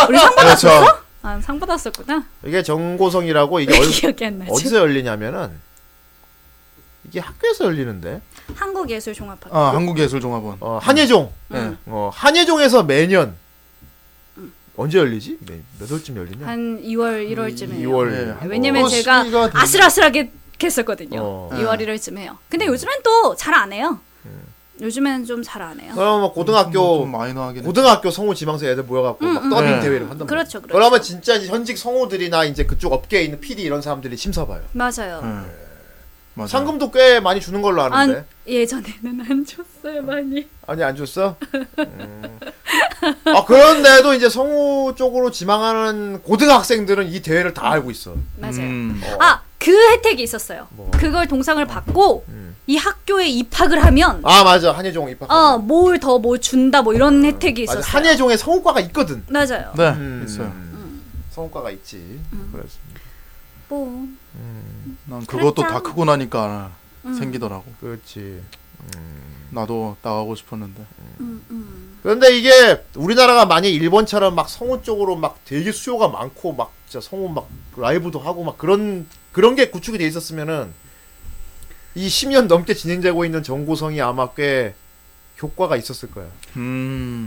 우리 상 받았었어? 그렇죠. 아, 상 받았었구나. 이게 전고성이라고 이게 왜 어디- 기억이 안 나지? 어디서 열리냐면은 이게 학교에서 열리는데. 한국예술종합학교. 아 한국예술종합원. 어, 한예종. 음. 어, 한예종에서 매년 언제 열리지? 몇, 몇 월쯤 열리냐? 한 2월 1월쯤에. 2월. 왜냐면 어, 제가 시기가 음. 좀- 아슬아슬하게 했었거든요. 어. 음. 2월 1월쯤 해요. 근데 요즘엔 또 잘 안 해요. 요즘엔 좀 잘 안 해요. 그러면 뭐 고등학교 고등학교 성우 지망생 애들 모여갖고 막 음, 음. 더빙 음, 네. 대회를 한단 말이야. 그렇죠, 그렇죠. 그러면 진짜 이제 현직 성우들이나 이제 그쪽 업계에 있는 PD 이런 사람들이 심사 봐요. 맞아요. 음, 예. 상금도 꽤 많이 주는 걸로 아는데. 안, 예전에는 안 줬어요 많이. 아니 안 줬어? 음. 아 그런데도 이제 성우 쪽으로 지망하는 고등학생들은 이 대회를 다 알고 있어. 맞아요. 음. 어. 아 그 혜택이 있었어요. 뭐? 그걸 동상을 받고 이 학교에 입학을 하면 음. 아 맞아 한예종 입학. 어뭘 더 뭐 준다 뭐 이런 혜택이 맞아. 뭐. 있었어요. 한예종에 성우과가 있거든. 음. 맞아요. 네 있어요. 성우과가 있지. 음. 그렇습니다. 뭐 난 그것도 그랬죠. 다 크고 나니까 음. 생기더라고. 그렇지. 나도 나가고 싶었는데. 음, 그런데 이게 우리나라가 만약 일본처럼 막 성우 쪽으로 막 되게 수요가 많고 막 진짜 성우 막 라이브도 하고 막 그런 그런 게 구축이 돼 있었으면은 이 10년 넘게 진행되고 있는 전고성이 아마 꽤 효과가 있었을 거야. 음.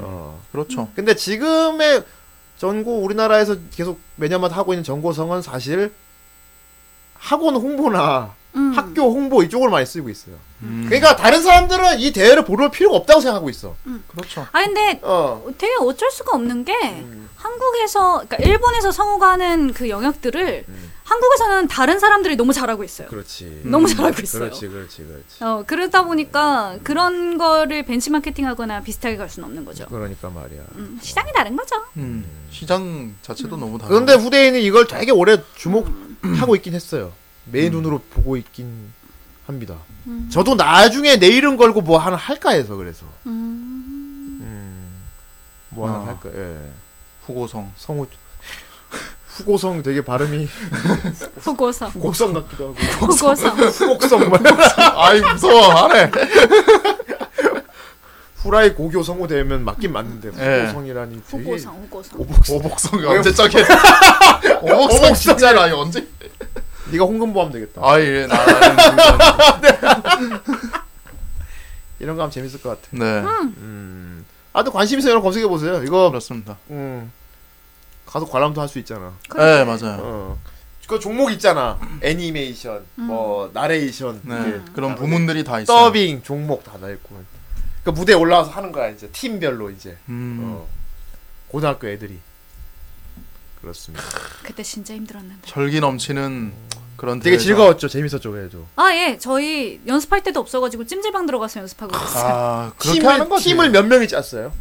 그렇죠. 근데 지금의 전고 우리나라에서 계속 매년마다 하고 있는 전고성은 사실 학원 홍보나 음. 학교 홍보 이쪽을 많이 쓰고 있어요. 음. 그러니까 다른 사람들은 이 대회를 보러 필요가 없다고 생각하고 있어. 그렇죠. 아 근데 어. 되게 어쩔 수가 없는 게 음. 한국에서 그러니까 일본에서 성우가 하는 그 영역들을 한국에서는 다른 사람들이 너무 잘하고 있어요. 음. 그렇지. 음. 너무 잘하고 있어요. 그렇지, 그렇지, 그렇지. 어 그러다 보니까 그런 거를 벤치마케팅하거나 비슷하게 갈 수는 없는 거죠. 그러니까 말이야. 그렇죠. 음, 시장이 다른 거죠. 음. 시장 자체도 음. 너무 다르. 그런데 후대인은 이걸 되게 오래 주목하고 있긴 했어요. 메인 눈으로 보고 있긴 합니다. 음. 저도 나중에 내 이름 걸고 뭐 하나 할까 해서 그래서 음. 뭐 하나 아. 할까. 예. 후고성. 성우 후고성 되게 발음이 후고성. 후고성 같기도 하고. 후고성. 후고성 예. 말. 아이 무서워 안해. 후라이 고교 성우 되면 맞긴 맞는데 예. 후고성이라니 되게 후고성, 후고성. 오복성. 오복성이 언제 짝해? 오복성 오복성. 진짜로 아니 언제? 네가 홍금보하면 되겠다. 아예 나. 나는 이런 거 하면 재밌을 것 같아. 네. 음. 아또 관심 있으면 검색해 보세요. 이거 그렇습니다. 음. 가서 관람도 할 수 있잖아. 그렇죠. 네 맞아요. 어. 그 종목 있잖아. 애니메이션, 뭐 나레이션, 네, 이게 그런 나머지 부문들이 다 있어요. 더빙 종목 다 다 있고. 그 무대 에 올라와서 하는 거야 이제 팀별로 이제 음. 어. 고등학교 애들이 그렇습니다. 그때 진짜 힘들었는데. 절기 넘치는 그런 되게 대회죠. 즐거웠죠. 재밌었죠 그래도. 아 예, 저희 연습할 때도 없어가지고 찜질방 들어가서 연습하고 있어요. 아 그렇게 하는 팀을 거지. 팀을 몇 명이 짰어요?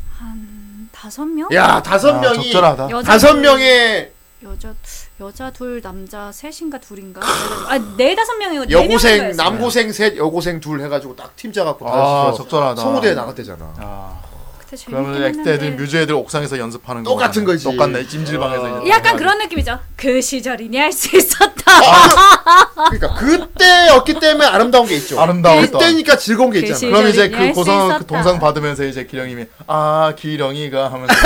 다섯 명? 야 다섯 아, 명이 적절하다. 여자분. 다섯 명의 여자 여자 둘 남자 셋인가 둘인가 아네 다섯 명이고 네 명인 여고생 거였어요. 남고생 셋 여고생 둘 해가지고 딱 팀 짜갖고 네. 아, 서 적절하다. 성우대에 나갔대잖아. 그때 재밌긴 그러면 액대 했는데. 애들 뮤즈 애들 옥상에서 연습하는 거 똑같은 거지. 어. 똑같네 찜질방에서 아, 이제 약간 그런 느낌이죠. 그 시절이니 할 수 있었다. 아! 그러니까 그때였기 때문에 아름다운 게 있죠. 아. 아름다운 그때니까 즐거운 게 있잖아. 그럼 이제 그 고성 성 그 동상 받으면서 이제 기령님이 아 기령이가 하면서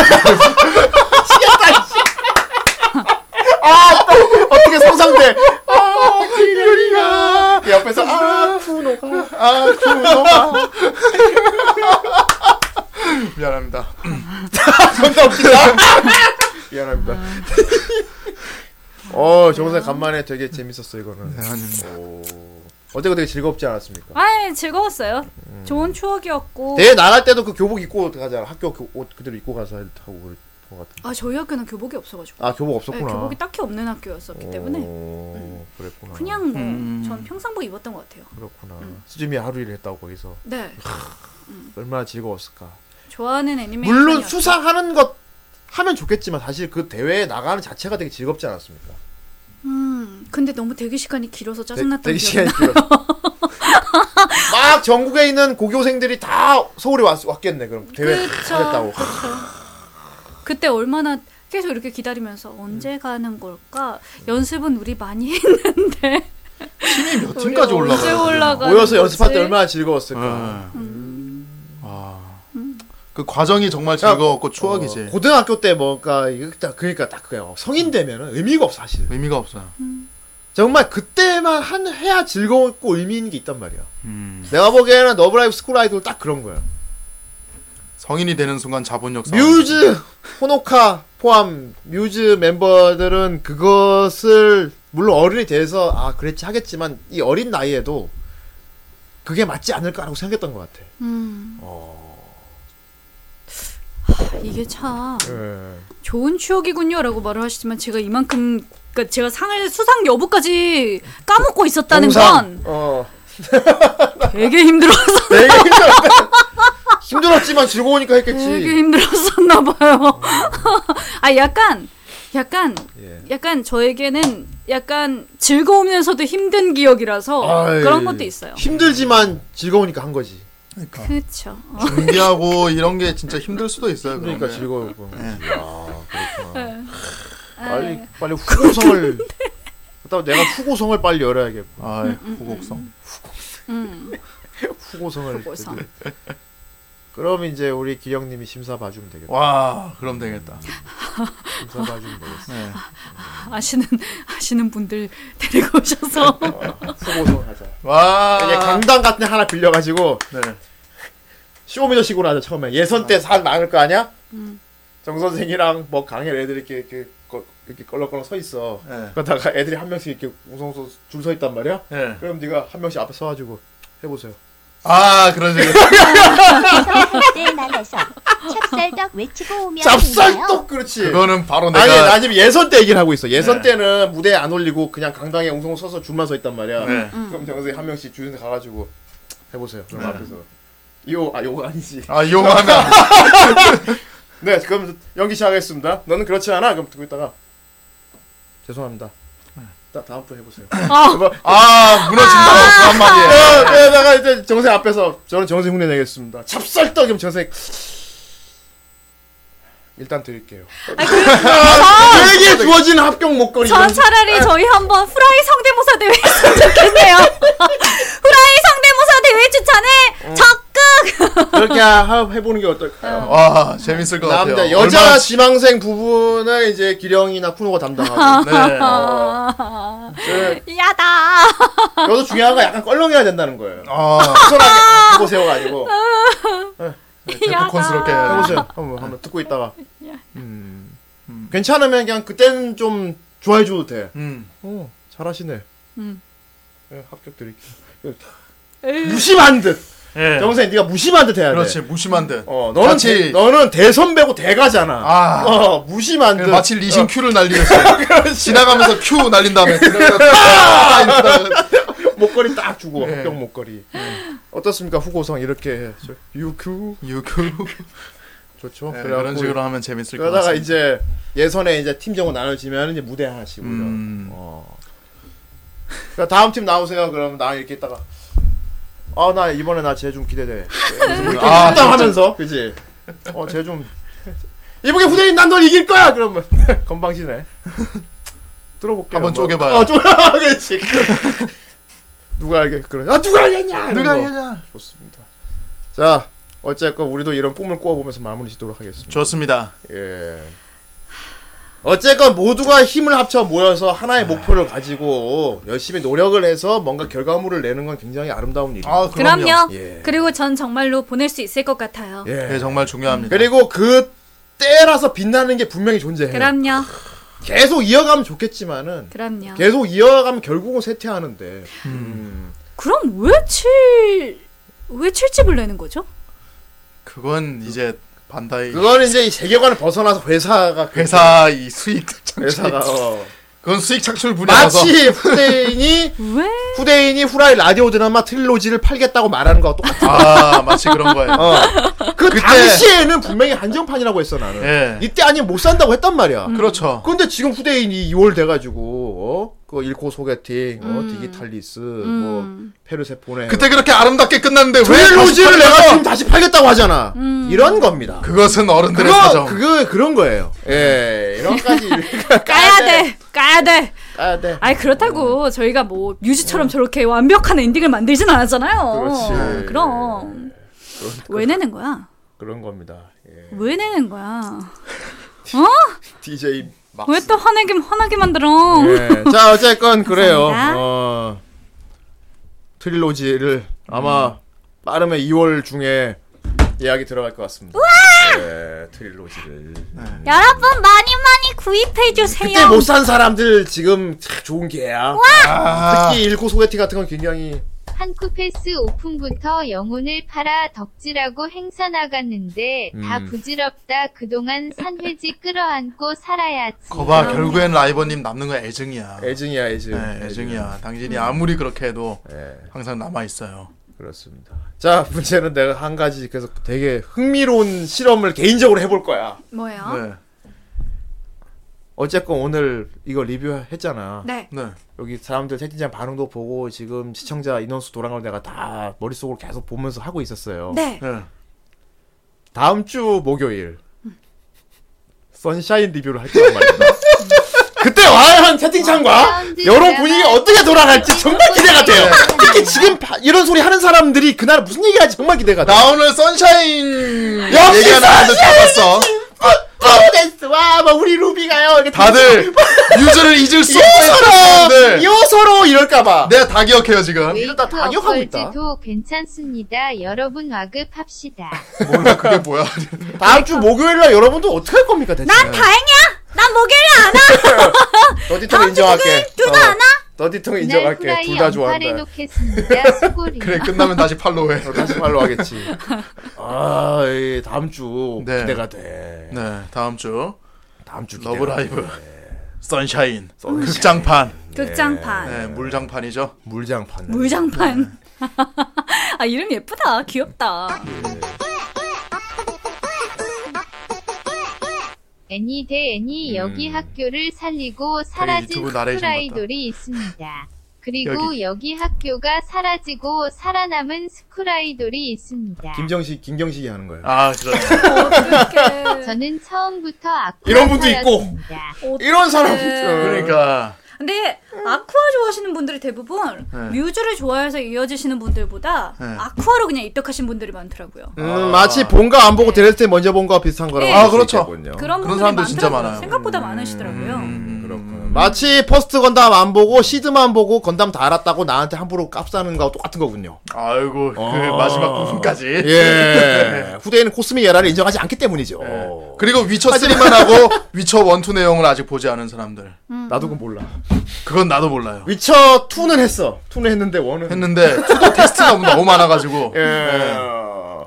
아, 또 어떻게 상상돼? 아, 기령이가 옆에서 아, 쿠노가 아, 쿠노가 미안합니다. 존나 웃긴다. 미안합니다. 어, 정선생 간만에 되게 재밌었어 이거는. 네, 오. 어제가 되게 즐겁지 않았습니까? 아 즐거웠어요. 음. 좋은 추억이었고. 대회 나갈 때도 그 교복 입고 가잖아. 학교 그 옷 그대로 입고 가서 하고 그럴 것 같아. 아 저희 학교는 교복이 없어가지고. 아, 교복 없었구나. 네, 교복이 딱히 없는 학교였었기 때문에 오, 그랬구나. 그냥 뭐 전 평상복 입었던 것 같아요. 그렇구나. 음. 수지미 하루 일을 했다고 거기서. 네. 얼마나 즐거웠을까. 좋아하는 애니메이션. 물론 수상하는 것 하면 좋겠지만 사실 그 대회에 나가는 자체가 되게 즐겁지 않았습니까? 음 근데 너무 대기 시간이 길어서 짜증났던 되게 기억이 시간이 나. 길어. 막 전국에 있는 고교생들이 다 서울에 왔, 왔겠네. 그럼 대회 그쵸, 하겠다고. 그때 얼마나 계속 이렇게 기다리면서 언제 음. 가는 걸까? 연습은 우리 많이 했는데. 팀이 몇 팀까지 언제 올라가? 모여서 연습할 때 네. 얼마나 즐거웠을까. 그러니까. 음. 그 과정이 정말 즐거웠고 추억이지. 어, 고등학교 때 뭔가 이거 딱 그러니까 딱 그냥 성인 되면은 의미가 없어 사실. 의미가 없어요. 정말 그때만 한 해야 즐거웠고 의미 있는 게 있단 말이야. 내가 보기에는 러브라이브 스쿨 아이돌 딱 그런 거야. 성인이 되는 순간 자본력 싸움. 뮤즈 호노카 포함 뮤즈 멤버들은 그것을 물론 어른이 돼서 아 그랬지 하겠지만 이 어린 나이에도 그게 맞지 않을까라고 생각했던 것 같아. 음. 어. 하, 이게 참 예. 좋은 추억이군요라고 말을 하시지만 제가 이만큼 그러니까 제가 상을 수상 여부까지 까먹고 있었다는 건 동상, 어 되게 힘들었어. 되게 힘들었 힘들었지만 즐거우니까 했겠지. 되게 힘들었었나 봐요. 아 약간 약간 예. 약간 저에게는 약간 즐거우면서도 힘든 기억이라서 아이, 그런 것도 있어요. 힘들지만 즐거우니까 한 거지. 그렇죠. 준비하고 이런 게 진짜 힘들 수도 있어요. 그러니까 아, 즐거우고. 네. 빨리 빨리 후고성을 그다음 내가 후고성을 빨리 열어야겠고. 아, 후곡성. 음. 후고성을. 후고성. 되게- 그럼 이제 우리 기령님이 심사 봐주면 어. 되겠다. 와, 그럼 되겠다. 네. 심사 봐주면 되겠어. 아시는 아시는 분들 데리고 오셔서 후고성 하자. 와. 이제 강당 같은 데 하나 빌려가지고 네. 쇼미더식으로 하자 처음에 예선 때 살 많을 거 아니야? 음. 정 선생이랑 뭐 강의 애들이 이렇게 이렇게 거- 이렇게 껄렁껄렁 서 있어. 그러다가 애들이 한 명씩 이렇게 웅성웅성 줄 서 있단 말이야. 네. 그럼 네가 한 명씩 앞에 서가지고 해보세요. 아, 그런 식으로. 때 나가서 찹쌀떡 외치고 오면 쌉쌀떡 그렇지. 그거는 바로 내가 아니 나 지금 예선 때 얘기를 하고 있어. 예선 네. 때는 무대에 안 올리고 그냥 강당에 웅성 서서 줄만 서 있단 말이야. 네. 그럼 정 선생 한 명씩 주인에 가가지고 해보세요. 그럼 앞에서 이거 아 요거 아니지. 아, 이거 하면 안 네, 그럼 연기 시작하겠습니다. 너는 그렇지 않아? 그럼 듣고 있다가 죄송합니다. 네. 다 다음 분 해보세요. 그거- 아, 무너진다. 그 한마디에. 네, 네, 내가 이제 정생 앞에서 저는 정생 흉내 내겠습니다. 찹쌀떡 이면 정생 일단 드릴게요. 그 얘기에 주어진 합격 목걸이. 전 차라리 저희 한번 후라이 성대모사 대회 했으면 좋겠네요. 후라이 성대모사 대회 추천에 어. 적극. 그렇게 하- 해보는 게 어떨까요? 와, 재밌을 것 같아요. 남자 여자 지망생 부분을 이제 기령이나 쿠노가 담당하고. 네. 네. 어, 야다. 여기서 중요한 건 약간 껄렁해야 된다는 거예요. 아. 소라게 보세요가 아니고. 베프콘스럽게 해야 돼. 해보세요. 한번 한번 듣고 있다가. 음. 괜찮으면 그냥 그때는 좀 좋아해줘도 돼. 음. 어, 잘하시네. 음. 예, 합격 드릴게요. 무심한 듯. 예. 정생 네가 무심한 듯 해야 돼. 그렇지, 무심한 듯. 어, 너는 대, 너는 대선배고 대가잖아. 아. 어, 무심한 듯. 마치 리신 어. 큐를 날리면서 지나가면서 큐 날린 다음에 목걸이 딱 주고 네. 합격 목걸이. 어떻습니까 후고성 이렇게 저, 유큐 유큐 좋죠. 네, 그래갖고 이런 식으로 하면 재밌을 것 그러다가 같습니다. 이제 예선에 이제 팀정으로 나눠지면 이제 무대 하나씩 오죠. 음. 어. 그러니까 다음 팀 나오세요. 그러면 나랑 이렇게 있다가 아 나 이번에 나 쟤 좀 기대돼. 이렇게 아, 아, 하면서 그지. 어쟤좀 이번에 후대인 난 널 이길 거야. 그러면 건방지네. 들어볼게요. 한번 뭐. 쪼개봐요. 어, 쪼 그렇지. 누가 알게 그래. 아 누가 알겠냐. 누가 이런 거. 알겠냐. 좋습니다. 자 어쨌건 우리도 이런 꿈을 꾸어보면서 마무리 짓도록 하겠습니다. 좋습니다. 예. 어쨌건 모두가 힘을 합쳐 모여서 하나의 목표를 가지고 열심히 노력을 해서 뭔가 결과물을 내는 건 굉장히 아름다운 일입니다. 그럼요. 예. 그리고 전 정말로 보낼 수 있을 것 같아요. 예. 네, 정말 중요합니다. 그리고 그 때라서 빛나는 게 분명히 존재해요. 그럼요. 아, 계속 이어가면 좋겠지만은 그럼요. 계속 이어가면 결국은 쇠퇴하는데. 그럼 왜 칠, 왜 칠집을 내는 거죠? 그건 이제 반다이. 그건 이제 이 세계관을 벗어나서 회사가 회사 이 수익 창출. 회사가 어. 그건 수익 창출 분야라서. 마치 후대인이 후대인이 후라이 라디오 드라마 트릴로지를 팔겠다고 말하는 거와 똑같아. 아, 마치 그런 거예요. 어. 그 그때- 당시에는 분명히 한정판이라고 했어 나는. 예. 이때 아니면 못 산다고 했단 말이야. 그렇죠. 근데 지금 후대인이 2월 돼가지고 어? 그 일코 소개팅, 어? 음. 디지털리스, 뭐 페르세포네. 그때 그렇게 아름답게 끝났는데 왜 다시 트릴로지를 팔려서- 내가 지금 다시 팔겠다고 하잖아. 음. 이런 겁니다. 그것은 어른들의 그거- 사정. 그거 그런 거예요. 예, 이런 까야 돼. 까야 돼. 까야 돼. 아니 그렇다고 어. 저희가 뭐 뮤지처럼 저렇게 완벽한 엔딩을 만들진 않았잖아요. 어, 그렇지. 그럼 왜 내는 거야? 그런 겁니다. 예. 왜 내는 거야? 어? DJ 막. 왜 또 화내게 화나게 만들어? 예. 자 어쨌건 그래요. 감사합니다. 어, 트릴로지를 아마 빠르면 2월 중에 예약이 들어갈 것 같습니다. 예, 트릴로지를. 네. 여러분 많이 많이 구입해 주세요. 그때 뭐 못 산 사람들 지금 참 좋은 기회야. 아. 특히 일고 소개팅 같은 건 굉장히 한쿠패스 오픈부터 영혼을 팔아 덕질하고 행사 나갔는데 다 음. 부질없다 그동안 산회지 끌어안고 살아야지 거봐 결국엔 라이버님 남는 건 애증이야. 애증이야 애증. 네, 애증이야. 애증. 당신이 음. 아무리 그렇게 해도 항상 남아 있어요. 그렇습니다. 자 문제는 내가 한 가지 그래서 되게 흥미로운 실험을 개인적으로 해볼 거야. 뭐예요? 네. 어쨌건 오늘 이거 리뷰했잖아. 네. 여기 사람들 채팅창 반응도 보고 지금 시청자 인원수 돌아간 걸 내가 다 머릿속으로 계속 보면서 하고 있었어요. 네. 다음 주 목요일 선샤인 리뷰를 할 거란 말입니다. 그때 와야 한 채팅창과 여러 분위기가 어떻게 아, 돌아갈지 정말 기대가 돼요. 특히 지금 바- 이런 소리 하는 사람들이 그날 무슨 얘기할지 정말 기대가 돼. 나 오늘 선샤인 역시 얘기가 나와서 잡았어. 프로데스 와, 막 우리 루비가요. 이렇게 다들 유저를 잊을 수 요소로 없는 요소로 이럴까봐. 내가 다 기억해요 지금. 웨이터 당역하고 있다. 걸즈도 괜찮습니다 그 여러분 와급합시다 몰라 그게 뭐야. 네, 다음 주 목요일 날 여러분들 어떻게 할 겁니까 대체? 난 아, 다행이야. 난 목요일 안 와. 아, 더디통 인정할게. 둘다 안 와. 더디통 그날 인정할게. 네, 후라이 둘 다 언팔해 좋아한다. 놓겠습니다 수고리 그래 끝나면 다시 팔로우해. 다시 팔로우하겠지. 아, 이 다음 주 기대가 돼. 네 다음 주. 다음 주 러브 라이브. 네. 선샤인. 극장판. 극장판. 네 물장판이죠. 물장판. 물장판. 아 이름 예쁘다. 귀엽다. 애니 대 애니 여기 학교를 살리고 사라진 유튜브 나레이션 커플 아이돌이 있습니다. 그리고 여기. 여기. 학교가 사라지고 살아남은 스쿨 아이돌이 있습니다. 김정식 김경식이 하는 거예요. 아, 그렇 어, 저는 처음부터 아쿠아 이런 분도 있고. 이런 음. 사람도 어. 있죠. 그러니까. 근데 아쿠아 좋아하시는 분들이 대부분 네. 뮤즈를 좋아해서 이어지시는 분들보다 네. 아쿠아로 그냥 입덕하신 분들이 많더라고요. 음, 마치 본가 안 네. 보고 데릴 때 먼저 본 거와 비슷한 거라고. 네. 볼수 아, 그렇죠. 있겠군요. 음, 그런 분들이 많더라고요. 생각보다 많으시더라고요. 마치 퍼스트 건담 안 보고 시드만 보고 건담 다 알았다고 나한테 함부로 깝싸는 거하고 똑같은 거군요. 아이고 그 어. 마지막 부분까지. 예. 후대인은 코스미 예라를 인정하지 않기 때문이죠. 네. 그리고 위쳐 3만 음. 하고 위쳐 1, 2 내용을 아직 보지 않은 사람들. 나도 그건 몰라. 그건 나도 몰라요. 위쳐 2는 했어. 2는 했는데 1은 했는데 2도 테스트가 너무 많아가지고. 예. 예. 음.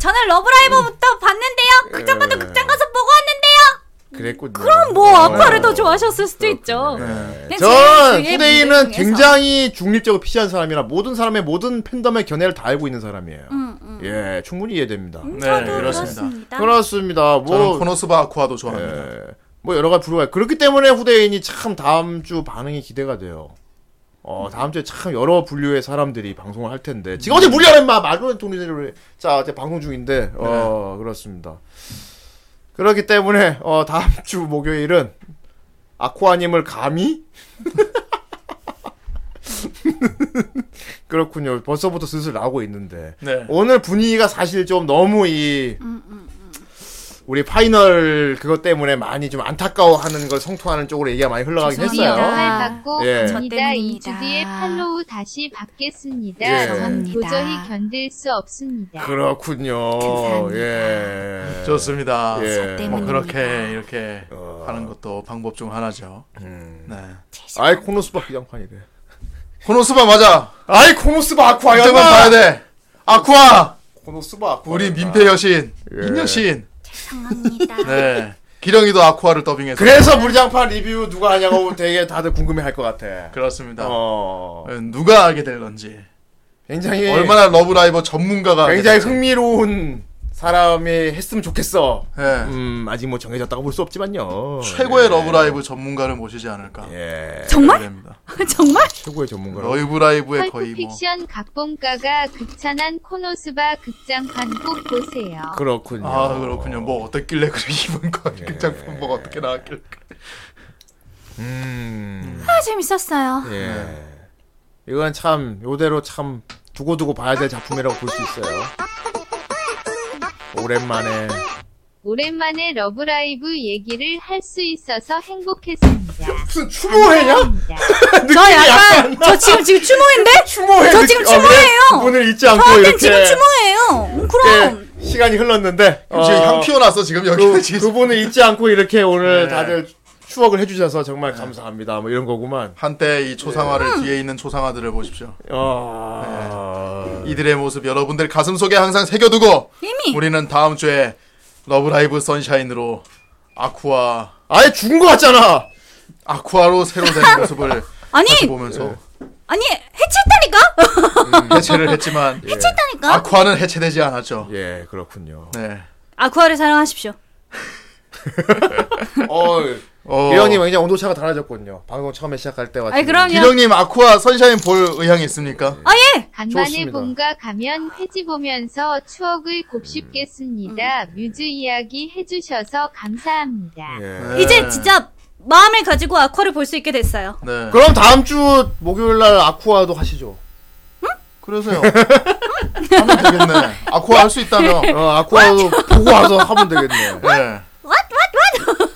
저는 러브라이브부터 봤는데요. 극장판도 극장 가서 보고 왔는데요. 그랬군요. 그럼 뭐 아빠를 더 좋아하셨을 수도 있죠. 네. 그 근데 전 제일 중요한 후대인은 부분 중에서- 굉장히 중립적으로 피시한 사람이라 모든 사람의 모든 팬덤의 견해를 다 알고 있는 사람이에요. 음, 음. 예, 충분히 이해됩니다. 저도 네, 그렇습니다. 예. 그렇습니다. 그렇습니다. 뭐 저는 코노스바 아쿠아도 좋아합니다. 뭐 여러 가지 불화가 그렇기 때문에 후대인이 참 다음 주 반응이 기대가 돼요. 어 다음 주에 참 여러 분류의 사람들이 방송을 할 텐데 지금 어디 무리하는 인마 마루는 동료들을 자 이제 방송 중인데 어 그렇습니다. 그렇기 때문에 어 다음 주 목요일은 아쿠아님을 감히 그렇군요. 벌써부터 슬슬 나오고 있는데 네. 오늘 분위기가 사실 좀 너무 이 우리 파이널 그것 때문에 많이 좀 안타까워하는 걸 성토하는 쪽으로 얘기가 많이 흘러가긴 드디어 했어요. 잘 받고 예. 갑니다. 2주 뒤에 팔로우 다시 받겠습니다. 예. 전 감사합니다. 도저히 견딜 수 없습니다. 그렇군요. 예. 좋습니다. 예. 뭐 그렇게 이렇게 하는 것도 방법 중 하나죠. 네. 그- 음. 아이 코노스바 그 양반이래. 코노스바 맞아. 아이 코노스바 아쿠아야. 이쪽은 나. 봐야 돼. 아쿠아. 코노스바 아쿠아. 우리 민폐 여신. 예. 민여신. 죄송합니다. 네. 기령이도 아쿠아를 더빙해서. 그래서 물장판 리뷰 누가 하냐고 되게 다들 궁금해할 것 같아. 그렇습니다. 어. 누가 하게 될런지. 굉장히 얼마나 러브라이버 전문가가 하게 예. 굉장히 될지. 흥미로운 사람이 했으면 좋겠어. 예. 음, 아직 뭐 정해졌다고 볼 수 없지만요. 네. 최고의 러브라이브 전문가를 모시지 않을까. 예. 정말? 정말? 최고의 전문가. 그 러브라이브의 거의 뭐. 컬프픽션 각본가가 극찬한 코노스바 극장판 꼭 보세요. 그렇군요. 아 그렇군요. 뭐 어떻길래 그래 이번 거 예. 극장판 뭐가 어떻게 나왔길래. 음. 아 음. 재밌었어요. 예. 네. 이건 참 요대로 참 두고두고 봐야 될 작품이라고 볼 수 있어요. 오랜만에 오랜만에 러브라이브 얘기를 할 수 있어서 행복했습니다. 무슨 추모회냐? 네. 저 약간 저 지금 지금 추모인데? 추모회 저 지금 느낌- 아, 왜 추모예요. 그분을 잊지 않고 저한텐 이렇게 지금 추모예요. 음, 그럼 예, 시간이 흘렀는데 그럼 지금 향 피어났어, 지금 여기. 아. 그, 그분을 잊지 않고 이렇게 오늘 네. 다들 추억을 해주셔서 정말 감사합니다. 뭐 이런 거구만. 한때 이 초상화를 뒤에 있는 초상화들을 보십시오. 아, 네. 이들의 모습 여러분들 가슴 속에 항상 새겨두고 이미 우리는 다음 주에 러브라이브 선샤인으로 아쿠아 아예 죽은 거 같잖아. 아쿠아로 새로 된 모습을 아니! 다시 뭐. 보면서 예. 아니 해체했다니까? 해체를 했지만 해체했다니까? 아쿠아는 해체되지 않았죠. 예 그렇군요. 네. 아쿠아를 사랑하십시오. 어, 어. 기령님 굉장히 온도차가 달라졌군요. 방송 처음에 시작할 때와 아이, 지금. 그럼요. 기령님 아쿠아 선샤인 볼 의향이 있습니까? 아예 간만에 좋습니다. 본가 가면 회지 보면서 추억을 곱씹겠습니다. 음. 뮤즈 이야기 해주셔서 감사합니다. 예. 네. 이제 진짜 마음을 가지고 아쿠아를 볼 수 있게 됐어요. 네. 그럼 다음 주 목요일 날 아쿠아도 하시죠. 그러세요. 하면 되겠네. 아쿠아 할 수 있다며. 어, 아쿠아도 보고 와서 하면 되겠네요. 네.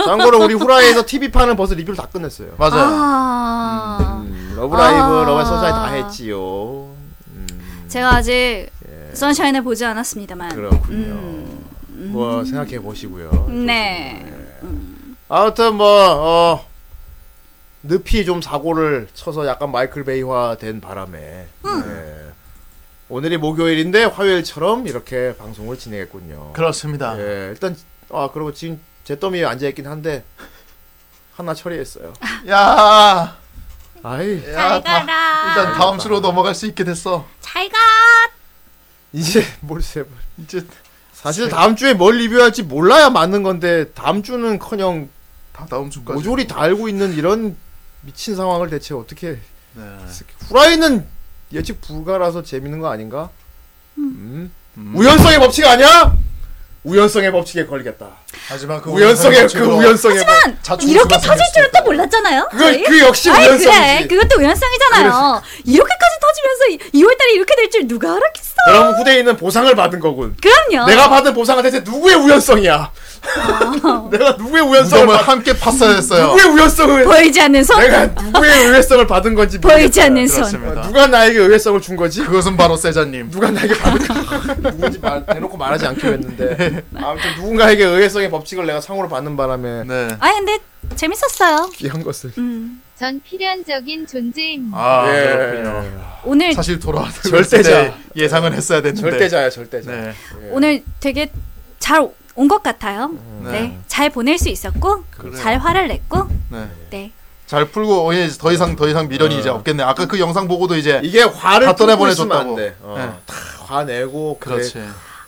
참고로 우리 후라이에서 TV판은 벌써 리뷰를 다 끝냈어요. 음, 음, 맞아요. 아 러브라이브, 아. 러브 선사이 다 했지요. 음, 제가 아직 선샤인을 보지 않았습니다만. 예. 그렇군요. 음, 뭐 생각해 보시고요. 네. 아무튼 뭐 어, 늪이 좀 사고를 쳐서 약간 마이클 베이화 된 바람에 음. 네. 오늘이 목요일인데 화요일처럼 이렇게 방송을 진행했군요. 그렇습니다. 예, 일단 아 그리고 지금 제 더미에 앉아 있긴 한데 하나 처리했어요. 아. 야. 아이 야, 다, 일단 다음 주로 넘어갈 수 있게 됐어. 잘 가. 이제 모르세요. 이제 사실 다음 주에 뭘 리뷰할지 몰라야 맞는 건데 다음 주는커녕 다 다음 주까지. 모조리 다 알고 있는 이런 미친 상황을 대체 어떻게 네. 후라이는 예측 불가라서 재밌는 거 아닌가? 음. 우연성의 법칙 아니야? 우연성의 법칙에 걸리겠다. 하지만 그 우연성의 그 자체로 우연성의 법. 자충수가 이렇게 터질 생길 수도 줄은 또 몰랐잖아요. 그거- 저희? 그 역시 아이, 그래, 우연성이지. 그것도 우연성이잖아요. 이렇게까지 터지면서 2월달에 이렇게 될 줄 누가 알았겠어? 그럼 후대인은 보상을 받은 거군. 그럼요. 내가 받은 보상은 대체 누구의 우연성이야? 어. 내가 누구의 우연성을 무덤을 받... 함께 팠어야 했어요. 누구의 우연성을 보이지 않는 손, 내가 누구의 의외성을 받은 건지 아. 보이지 모르겠다. 않는 손. 그렇습니다. 누가 나에게 의외성을 준 거지? 그것은 바로 세자님. 누가 나에게 받은 거 누군지 말, 대놓고 말하지 않기로 했는데 아무튼 누군가에게 의외성의 법칙을 내가 상으로 받는 바람에 네. 아 근데 재밌었어요. 귀한 것을 음. 전 필연적인 존재입니다. 아 예. 그렇군요. 오늘 사실 돌아와 절대자. 예상은 했어야 됐는데. 절대자야 절대자 네. 오늘 되게 잘 온 것 같아요. 네. 네. 잘 보낼 수 있었고 그래요. 잘 화를 냈고 네. 네. 잘 풀고 어, 이제 더 이상 더 이상 미련이 이제 없겠네. 아까 그 영상 보고도 이제 어. 이게 화를 다 떠내 풀고 있으면 보내줬다고. 네. 안 돼. 어, 다 화내고 그래. 그렇지.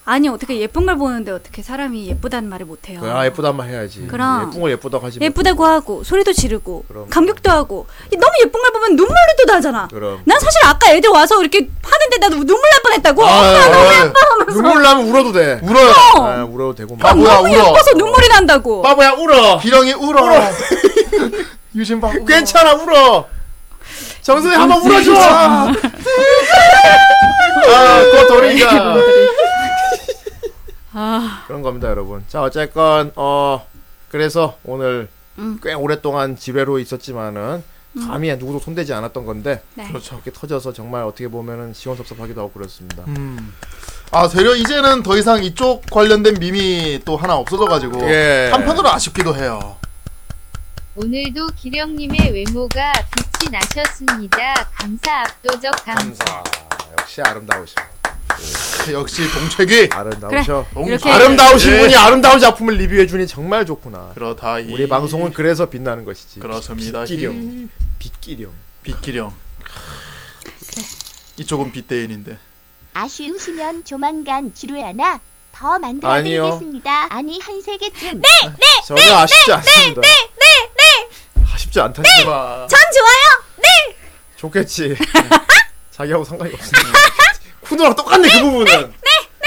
아니 어떻게 예쁜 걸 보는데 어떻게 사람이 예쁘다는 말을 못 해요. 아 예쁘단 말 해야지. 그럼. 예쁜 걸 예쁘다고 하지. 뭐. 예쁘다고 하고 소리도 지르고 그럼. 네. 감격도 하고 이 너무 예쁜 걸 보면 눈물이 또 나잖아. 그럼. 난 사실 아까 애들 와서 이렇게 하는데 나도 눈물 날 뻔했다고. 엄마 너무 예뻐 하면서. 아, 네. 눈물 나면 울어도 돼. 울어요. 아, 울어도 되고. 아. 아, 너무 예뻐서 눈물이 난다고. 바보야 울어. 비렁이 울어. 유진 바. 어, 괜찮아 울어. 정선이 한번 울어줘. 아, 꼬돌이가. 아, 그런 겁니다, 여러분. 자, 어쨌건 어 그래서 오늘 음. 꽤 오랫동안 지뢰로 있었지만은 감히 누구도 손대지 않았던 건데 네. 그렇죠. 이렇게 터져서 정말 어떻게 보면은 시원섭섭하기도 하고 그렇습니다. 음. 아 되려 이제는 더 이상 이쪽 관련된 밈이 또 하나 없어져가지고 예. 한편으로 아쉽기도 해요. 오늘도 기령님의 외모가 빛이 나셨습니다. 감사 압도적 감사. 아, 역시 아름다우셔. 역시 동책이 아름다우셔. 네. 그래, 이렇게- 아름다우신 예. 분이 아름다운 작품을 리뷰해 주니 정말 좋구나. 그렇다. 이- 우리 방송은 그래서 빛나는 것이지. 그렇습니다. 빛기령. 빛기령. 네, 빛기령. 이쪽은 빛대인인데. 아쉬우시면 조만간 지루야나 더 만들어드리겠습니다. 아니 한 세 개쯤. 네, 전혀 아쉽지 않습니다. 네, 네. 아쉽지 않다니까. 좋아요. 네. 좋겠지. 자기하고 상관이 없어. 쿠노랑 똑같네 그 부분은.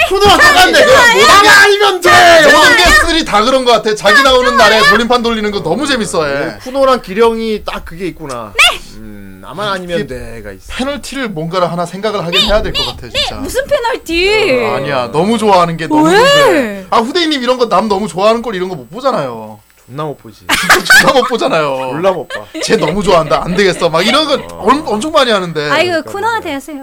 쿠노랑 똑같네. 뭐 네, 그거 모든 게 아니면 돼. 모든 게 쓰리 다 그런 것 같아. 자기 나오는 날에 돌림판 돌리는 거 너무 네. 재밌어해. 예. 음, 쿠노랑 기령이 딱 그게 있구나. 네. 음, 나만 아니면 돼가 있어. 페널티를 뭔가를 하나 생각을 하긴 해야 될 것 같아 진짜. 네, 무슨 페널티? 아니야 너무 좋아하는 게 너무 왜? 문제야. 아 후대인님 이런 거 남 너무 좋아하는 걸 이런 거 못 보잖아요. 존나 못 보지. 존나 못 보잖아요. 졸라 못 봐. 쟤 너무 좋아한다. 안 되겠어. 막 이런 거 엄, 엄청 많이 하는데. 아이고 네. 쿠노한테 하세요.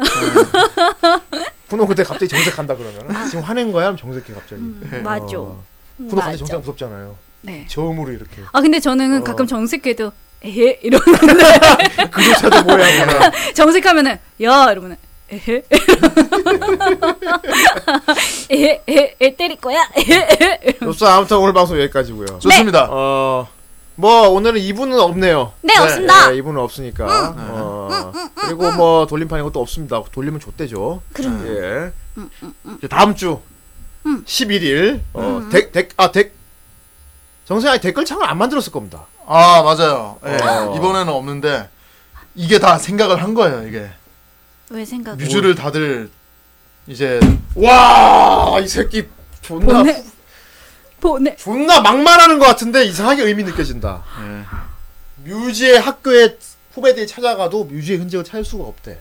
쿠노 그때 갑자기 정색한다 그러면 지금 화낸 거야? 하면 정색해 갑자기. 맞아. 어. 음, 쿠노 갑자기 맞아. 정색 무섭잖아요. 네. 저음으로 이렇게. 아 근데 저는 어. 가끔 정색해도 에헤 이러는데 그조차도 뭐야 뭐야. 정색하면은 야 이러면은 에헤 에헤 에헤 에 때릴 거야 에헤 좋습니다. 아무튼 오늘 방송 여기까지고요. 좋습니다. 어, 뭐 오늘은 이분은 없네요. 네, 없습니다. 네, 이분은 없으니까. 어, 그리고 뭐 돌림판이 것도 없습니다. 돌리면 좆대죠. 그럼요. 예. 이제 다음 주 11일 어, 덱, 덱, 아, 덱. 정선이 아니 댓글 창을 안 만들었을 겁니다. 아 맞아요. 예, 어. 이번에는 없는데 이게 다 생각을 한 거예요. 이게 왜 생각? 뮤즈를 다들 이제 와, 이 새끼 존나 보내- 보내. 존나 막말하는 것 같은데 이상하게 의미 느껴진다. 예. 뮤지의 학교에 후배들이 찾아가도 뮤지의 흔적을 찾을 수가 없대.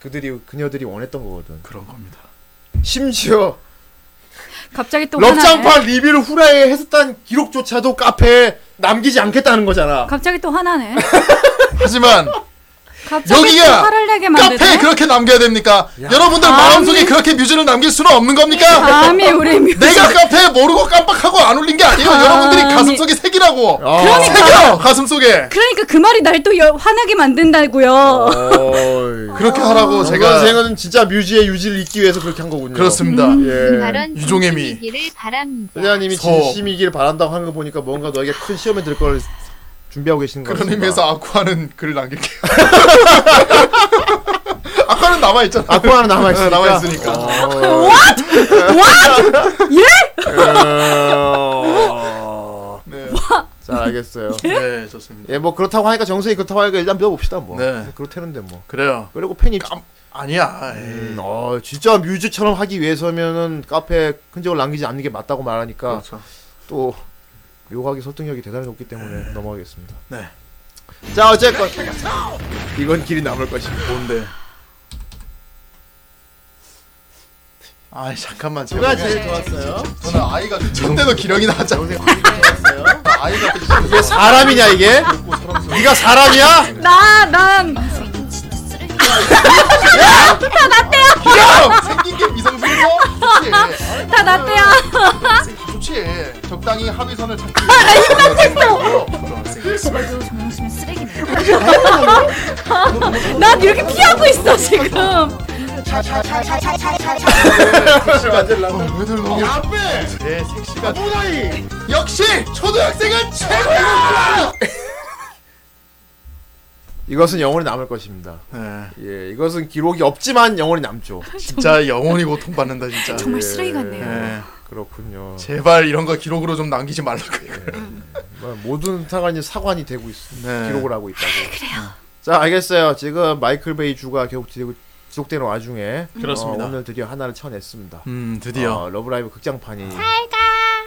그들이 그녀들이 원했던 거거든. 그런 겁니다. 심지어 갑자기 또 럭장판 화나네. 리뷰를 후라이에 했었다는 기록조차도 카페에 남기지 않겠다는 거잖아. 갑자기 또 화나네. 하지만 갑자기 여기가 또 화를 내게 만드네. 카페에 그렇게 남겨야 됩니까? 여러분들 감히- 마음속에 그렇게 뮤즈를 남길 수는 없는 겁니까? 감히 우리 뮤즈- 내가 카페에 모르고 깜빡하고 안 올린 게 아니에요. 감히- 여러분들이 가슴속에 어. 새기라고. 그러니까. 새겨 가슴속에. 그러니까 그 말이 날 또 화나게 만든다고요. 어. 그렇게 하라고 제가 아. 생은 진짜 뮤지의 유지를 잇기 위해서 그렇게 한 거군요. 그렇습니다. 예. 음, 발언 진심이기를 바랍니다. 소자님이 서. 진심이길 바란다고 하는 거 보니까 뭔가 너에게 큰 시험에 들 걸 준비하고 계시는 거 그런 같습니다. 의미에서 아쿠아는 글을 남길게요. 아쿠아는 남아 있잖아. 아쿠아는 남아있으니까. 어. 남아 있으니까. What? What? 예? 어. 자 알겠어요. 네 좋습니다. 예, 뭐 그렇다고 하니까 정수이 그렇다고 하니까 일단 믿어봅시다 뭐. 네. 그렇다는데 뭐. 그래요. 그리고 팬이 깜... 아니야. 음, 어, 진짜 뮤즈처럼 하기 위해서면은 카페 흔적을 남기지 않는 게 맞다고 말하니까 그렇죠. 또 묘하게 설득력이 대단히 높기 때문에 넘어가겠습니다. 네. 자 어쨌건 이건 길이 남을 것이 뭔데? 아 잠깐만 누가 제일 좋았어요? 저는 아이가 첫때도 기령이 나자. 아이가 이게 사람이냐 이게? 네가 사람이야? 나난 다 기령! 나대요. 생긴 게 미성숙해서 좋지. 다 나대요. 좋지. 적당히 합의선을 찾기. 나 입맛했어. 그래서 정수면 쓰레기네. 난 이렇게 피하고 있어 지금. 섹시가 어, 될라고 애들 너무 야빼 내 어, 섹시가 무나이 역시 초등학생은 최고야 이것은 영원히 남을 것입니다. 예, 이것은 기록이 없지만 영원히 남죠. 네. 아, 진짜 영원히 고통받는다 진짜 예, 예, 그렇군요. 제발 이런 거 기록으로 좀 남기지 말라고 이거 정말 뭐, 모든 사관이 사관이 되고 있습니다. 네. 기록을 하고 있다고. 자, 알겠어요. 지금 마이클 베이 주가 계속 지속되고- 지속되는 와중에 음. 그렇습니다. 어, 오늘 드디어 하나를 쳐냈습니다. 음, 드디어. 어, 러브라이브 극장판이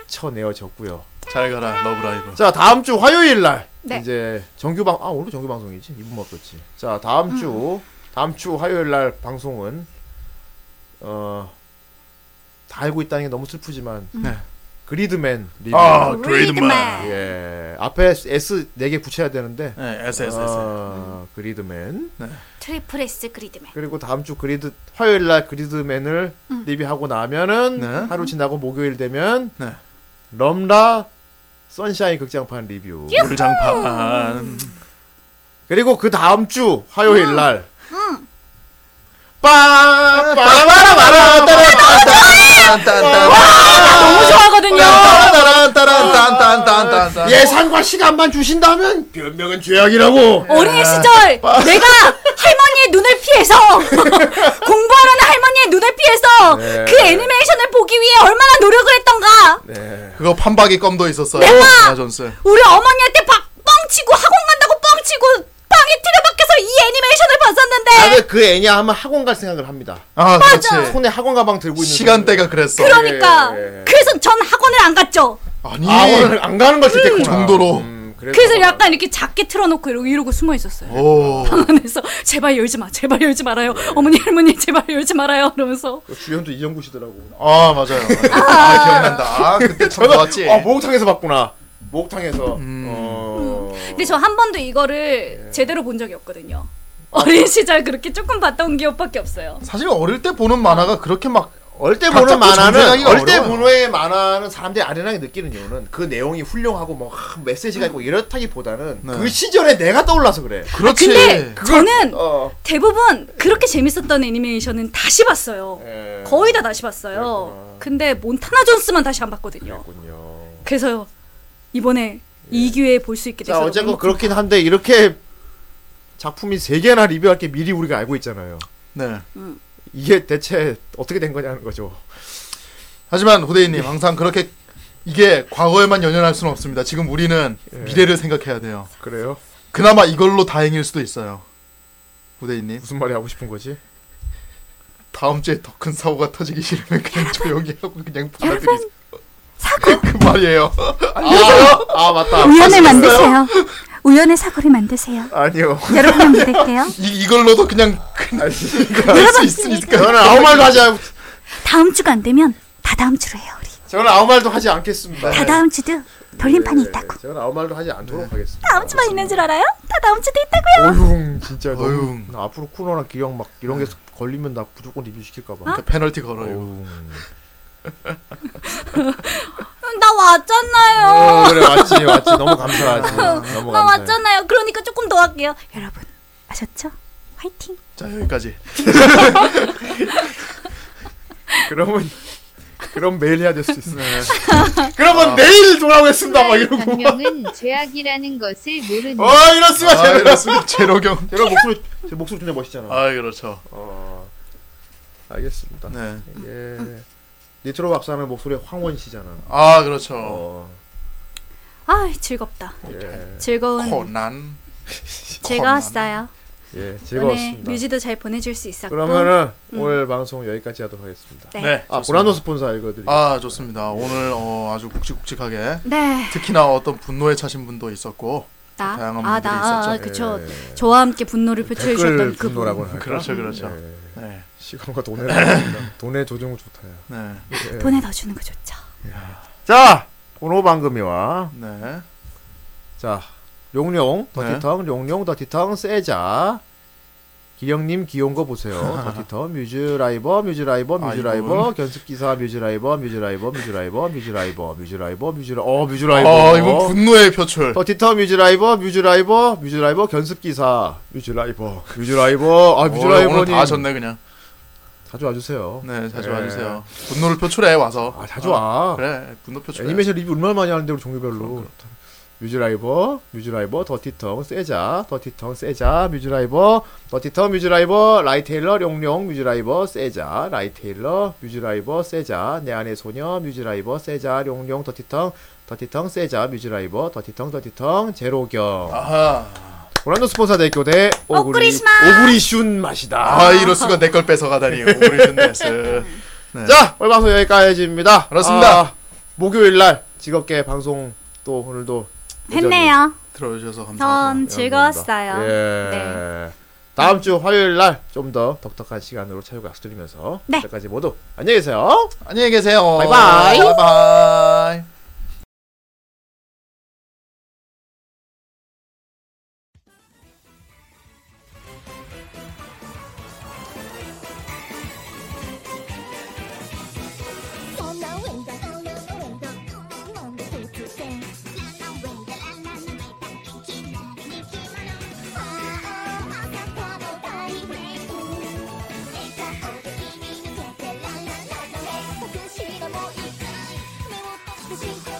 쳐내어졌고요. 잘 가라 러브라이브 자, 다음 주 화요일 날 네. 이제 정규 방 아, 오늘 정규 방송이지. 이분 없었지. 자, 다음 주 다음 주 화요일 날 방송은 어 다 알고 있다는 게 너무 슬프지만 네. 그리드맨 리뷰. 아, 그리드맨. 그리드맨. 예. 앞에 S 4개 붙여야 되는데. 네, S, S, S. 어, 그리드맨. 트리플 S 그리드맨. 그리고 다음 주 그리드 화요일 날 그리드맨을 음. 리뷰하고 나면은 네. 하루 지나고 목요일 되면 네. 럼라 선샤인 극장판 리뷰. 유후! 물장판. 그리고 그 다음 주 화요일 날 응. 너무 아. 좋아하거든요. 예산과 시간만 주신다면 변명은 죄악이라고. 어린 시절 내가 할머니의 눈을 피해서 공부하라는 할머니의 눈을 피해서 네. 그 애니메이션을 보기 위해 얼마나 노력을 했던가 그거 판박이 껌도 있었어요 내가! 아, 존스 우리 어머니한테 박 뻥치고 학원 간다고 뻥치고 방에 틀어박혀서 이 애니메이션을 봤었는데 나는 그 애냐 하면 학원 갈 생각을 합니다. 아 맞아. 그렇지 손에 학원 가방 들고 있는 시간대가 그랬어 그러니까 그래서 전 학원을 안 갔죠 아니 아, 오늘 안 가는 걸 음, 그 정도로 그래서, 뭐. 약간 이렇게 작게 틀어놓고 이러고, 이러고 숨어 있었어요 오 방 안에서 제발 열지 마 제발 열지 말아요 어머니 할머니 제발 열지 말아요 이러면서 그 주연도 이정구 씨더라고. 아 맞아요. 아 기억난다. 아, 그때 처음 봤지. 음. 아 목욕탕에서 봤구나. 목욕탕에서. 어... 근데 저 한 번도 네. 이거를 제대로 본 적이 없거든요 어린 시절 그렇게 조금 봤던 기억밖에 없어요 사실 어릴 때 보는 만화가 그렇게 막 아, 어릴 때뭐 보는 만화는 어릴 때 보는 만화는 사람들이 아련하게 느끼는 이유는 그 내용이 훌륭하고 뭐 하, 메시지가 있고 이렇다기보다는 네. 그 시절에 내가 떠올라서 그래. 그렇지. 근데 그걸- 저는 어. 대부분 그렇게 재밌었던 애니메이션은 다시 봤어요. 네. 네. 예. 거의 다 다시 봤어요. 근데 몬타나 존스만 다시 안 봤거든요. 그래서 이번에 이 기회에 볼 수 있게 네. 자 돼서 어쨌건 너무 그렇긴 한데 이렇게 작품이 세 개나 리뷰할 게 미리 우리가 알고 있잖아요. 네. 음. 이게 대체 어떻게 된 거냐는 거죠. 하지만 네. 호대인님 항상 그렇게 이게 과거에만 연연할 수는 없습니다. 지금 우리는 예. 미래를 생각해야 돼요. 그래요? 그나마 이걸로 다행일 수도 있어요. 호대인님 무슨 말이 하고 싶은 거지? 다음 주에 더 큰 사고가 터지기 싫으면 그냥 조용히 하고 그냥 여러분, 받아들이세요. 사고 그 말이에요. 아, 아 맞다. 우연을 만드세요. 우연의 사고를 만드세요. 아니요. 여러분을 믿을게요. 이, 이걸로도 그냥 그냥 할수 있으니까. 저는 아무 말도 하지 않. 어? 다음 주가 안 되면 다 다음 주로 해요. 저는 아무 말도 하지 않겠습니다. 다 다음 주도 돌림판이 있다. 네. 네, 저는 아무 말도 하지 않도록 하겠습니다. 다음 주만 있는 줄 알아요? 다 다음 주도 있다고요. 어휴 진짜 너무 나 앞으로 쿠노랑 기영 막 이런 게 걸리면 나 무조건 리뷰 시킬까 봐. 어? 페널티 걸어요. 나 왔잖아요. 어, 그래, 왔지, 왔지. 너무 감사하지. 어, 너무 나뭐 감사해. 왔잖아요. 그러니까 조금 더 할게요. 여러분 아셨죠? 화이팅. 자 여기까지. 그러면 그럼 매일 해야 될 수 있어. 그러면 내일 돌아오겠습니다. 네, 막 이러고. 변명은 죄악이라는 것을 모르니 어 이렇습니다. 아, 이렇습니다. 제로경. 제로 목소리 제 목소리 진짜 멋있잖아. 아 그렇죠. 어 알겠습니다. 네. 예. 니트로 박사는 목소리 황원 씨잖아. 아 그렇죠. 어. 아 즐겁다. 예. 즐거운 코난. 즐거웠어요. 예 오늘 즐거웠습니다. 뮤지도 잘 보내줄 수 있었고. 그러면은 음. 오늘 방송 여기까지 하도록 하겠습니다. 네. 네, 아 좋습니다. 보라노 스폰서 읽어드리고. 아 좋습니다. 오늘 어, 아주 굵직굵직하게 네. 특히나 어떤 분노에 차신 분도 있었고 다양한 분들이 나아나 있었죠. 그쵸 저와 함께 분노를 표출해 주셨던 그 예, 분노라고 할까? 그렇죠, 그렇죠. 네. 예, 시간과 돈을 아끼는다. 돈의 조정은 좋다요. 네. 예. 돈에 더 주는 거 좋죠. 자, 오노방금이와 네. 자, 용룡 네. 더티텅 용룡 더티텅 세자 기령님 귀여운 거 보세요. 더티텅 뮤즈라이버 뮤즈라이버 뮤즈라이버 이분. 견습기사 뮤즈라이버 뮤즈라이버 뮤즈라이버 뮤즈라이버 뮤즈라이버 뮤즈라 어 뮤즈라이버 어, 아 이분 분노의 표출. 더티터 뮤즈라이버 뮤즈라이버 뮤즈라이버 견습기사 뮤즈라이버 뮤즈라이버 어, 아 오늘 뮤즈라이버님 다 하셨네 그냥. 자주 와주세요. 네, 자주 예. 와주세요. 분노를 표출해 와서. 어, 아, 자주 와. 네, 그래, 분노 표출해. 애니메이션 리뷰 얼마나 많이 하는데 우리 종류별로. 뮤즈라이버, 뮤즈라이버, 더티텅, 세자, 더티텅, 세자, 뮤즈라이버, 더티텅, 뮤즈라이버, 라이테일러, 룡룡, 뮤즈라이버, 세자, 라이테일러, 뮤즈라이버, 세자, 내 안의 소녀, 뮤즈라이버, 세자, 룡룡, 더티텅, 더티텅, 세자, 뮤즈라이버, 더티텅, 더티텅, 제로경. 아하. 오란도 스폰서 대학교 대 어, 오구리, 오구리시마. 오구리 슌 맛이다. 아, 이럴 수가 내 걸 뺏어가다니. 오버레이션 데스. 네. 자, 오늘 방송 여기까지입니다. 그렇습니다. 아, 목요일 날 즐겁게 방송 또 오늘도 했네요. 들어주셔서 전 즐거웠어요. 예. 네. 다음 주 화요일 날 좀 더 덕덕한 시간으로 차유가 약속드리면서 네. 그때까지 모두 안녕히 계세요. 안녕히 계세요. 바이바이. 바이바이. そんなウェンダそんなウェンダなんで突然ランナウェンダランナウェンダいきなりに決まるあああなたの大ブレイク笑顔で君抜けてランランランラン隠しがもう一回目を閉じて深呼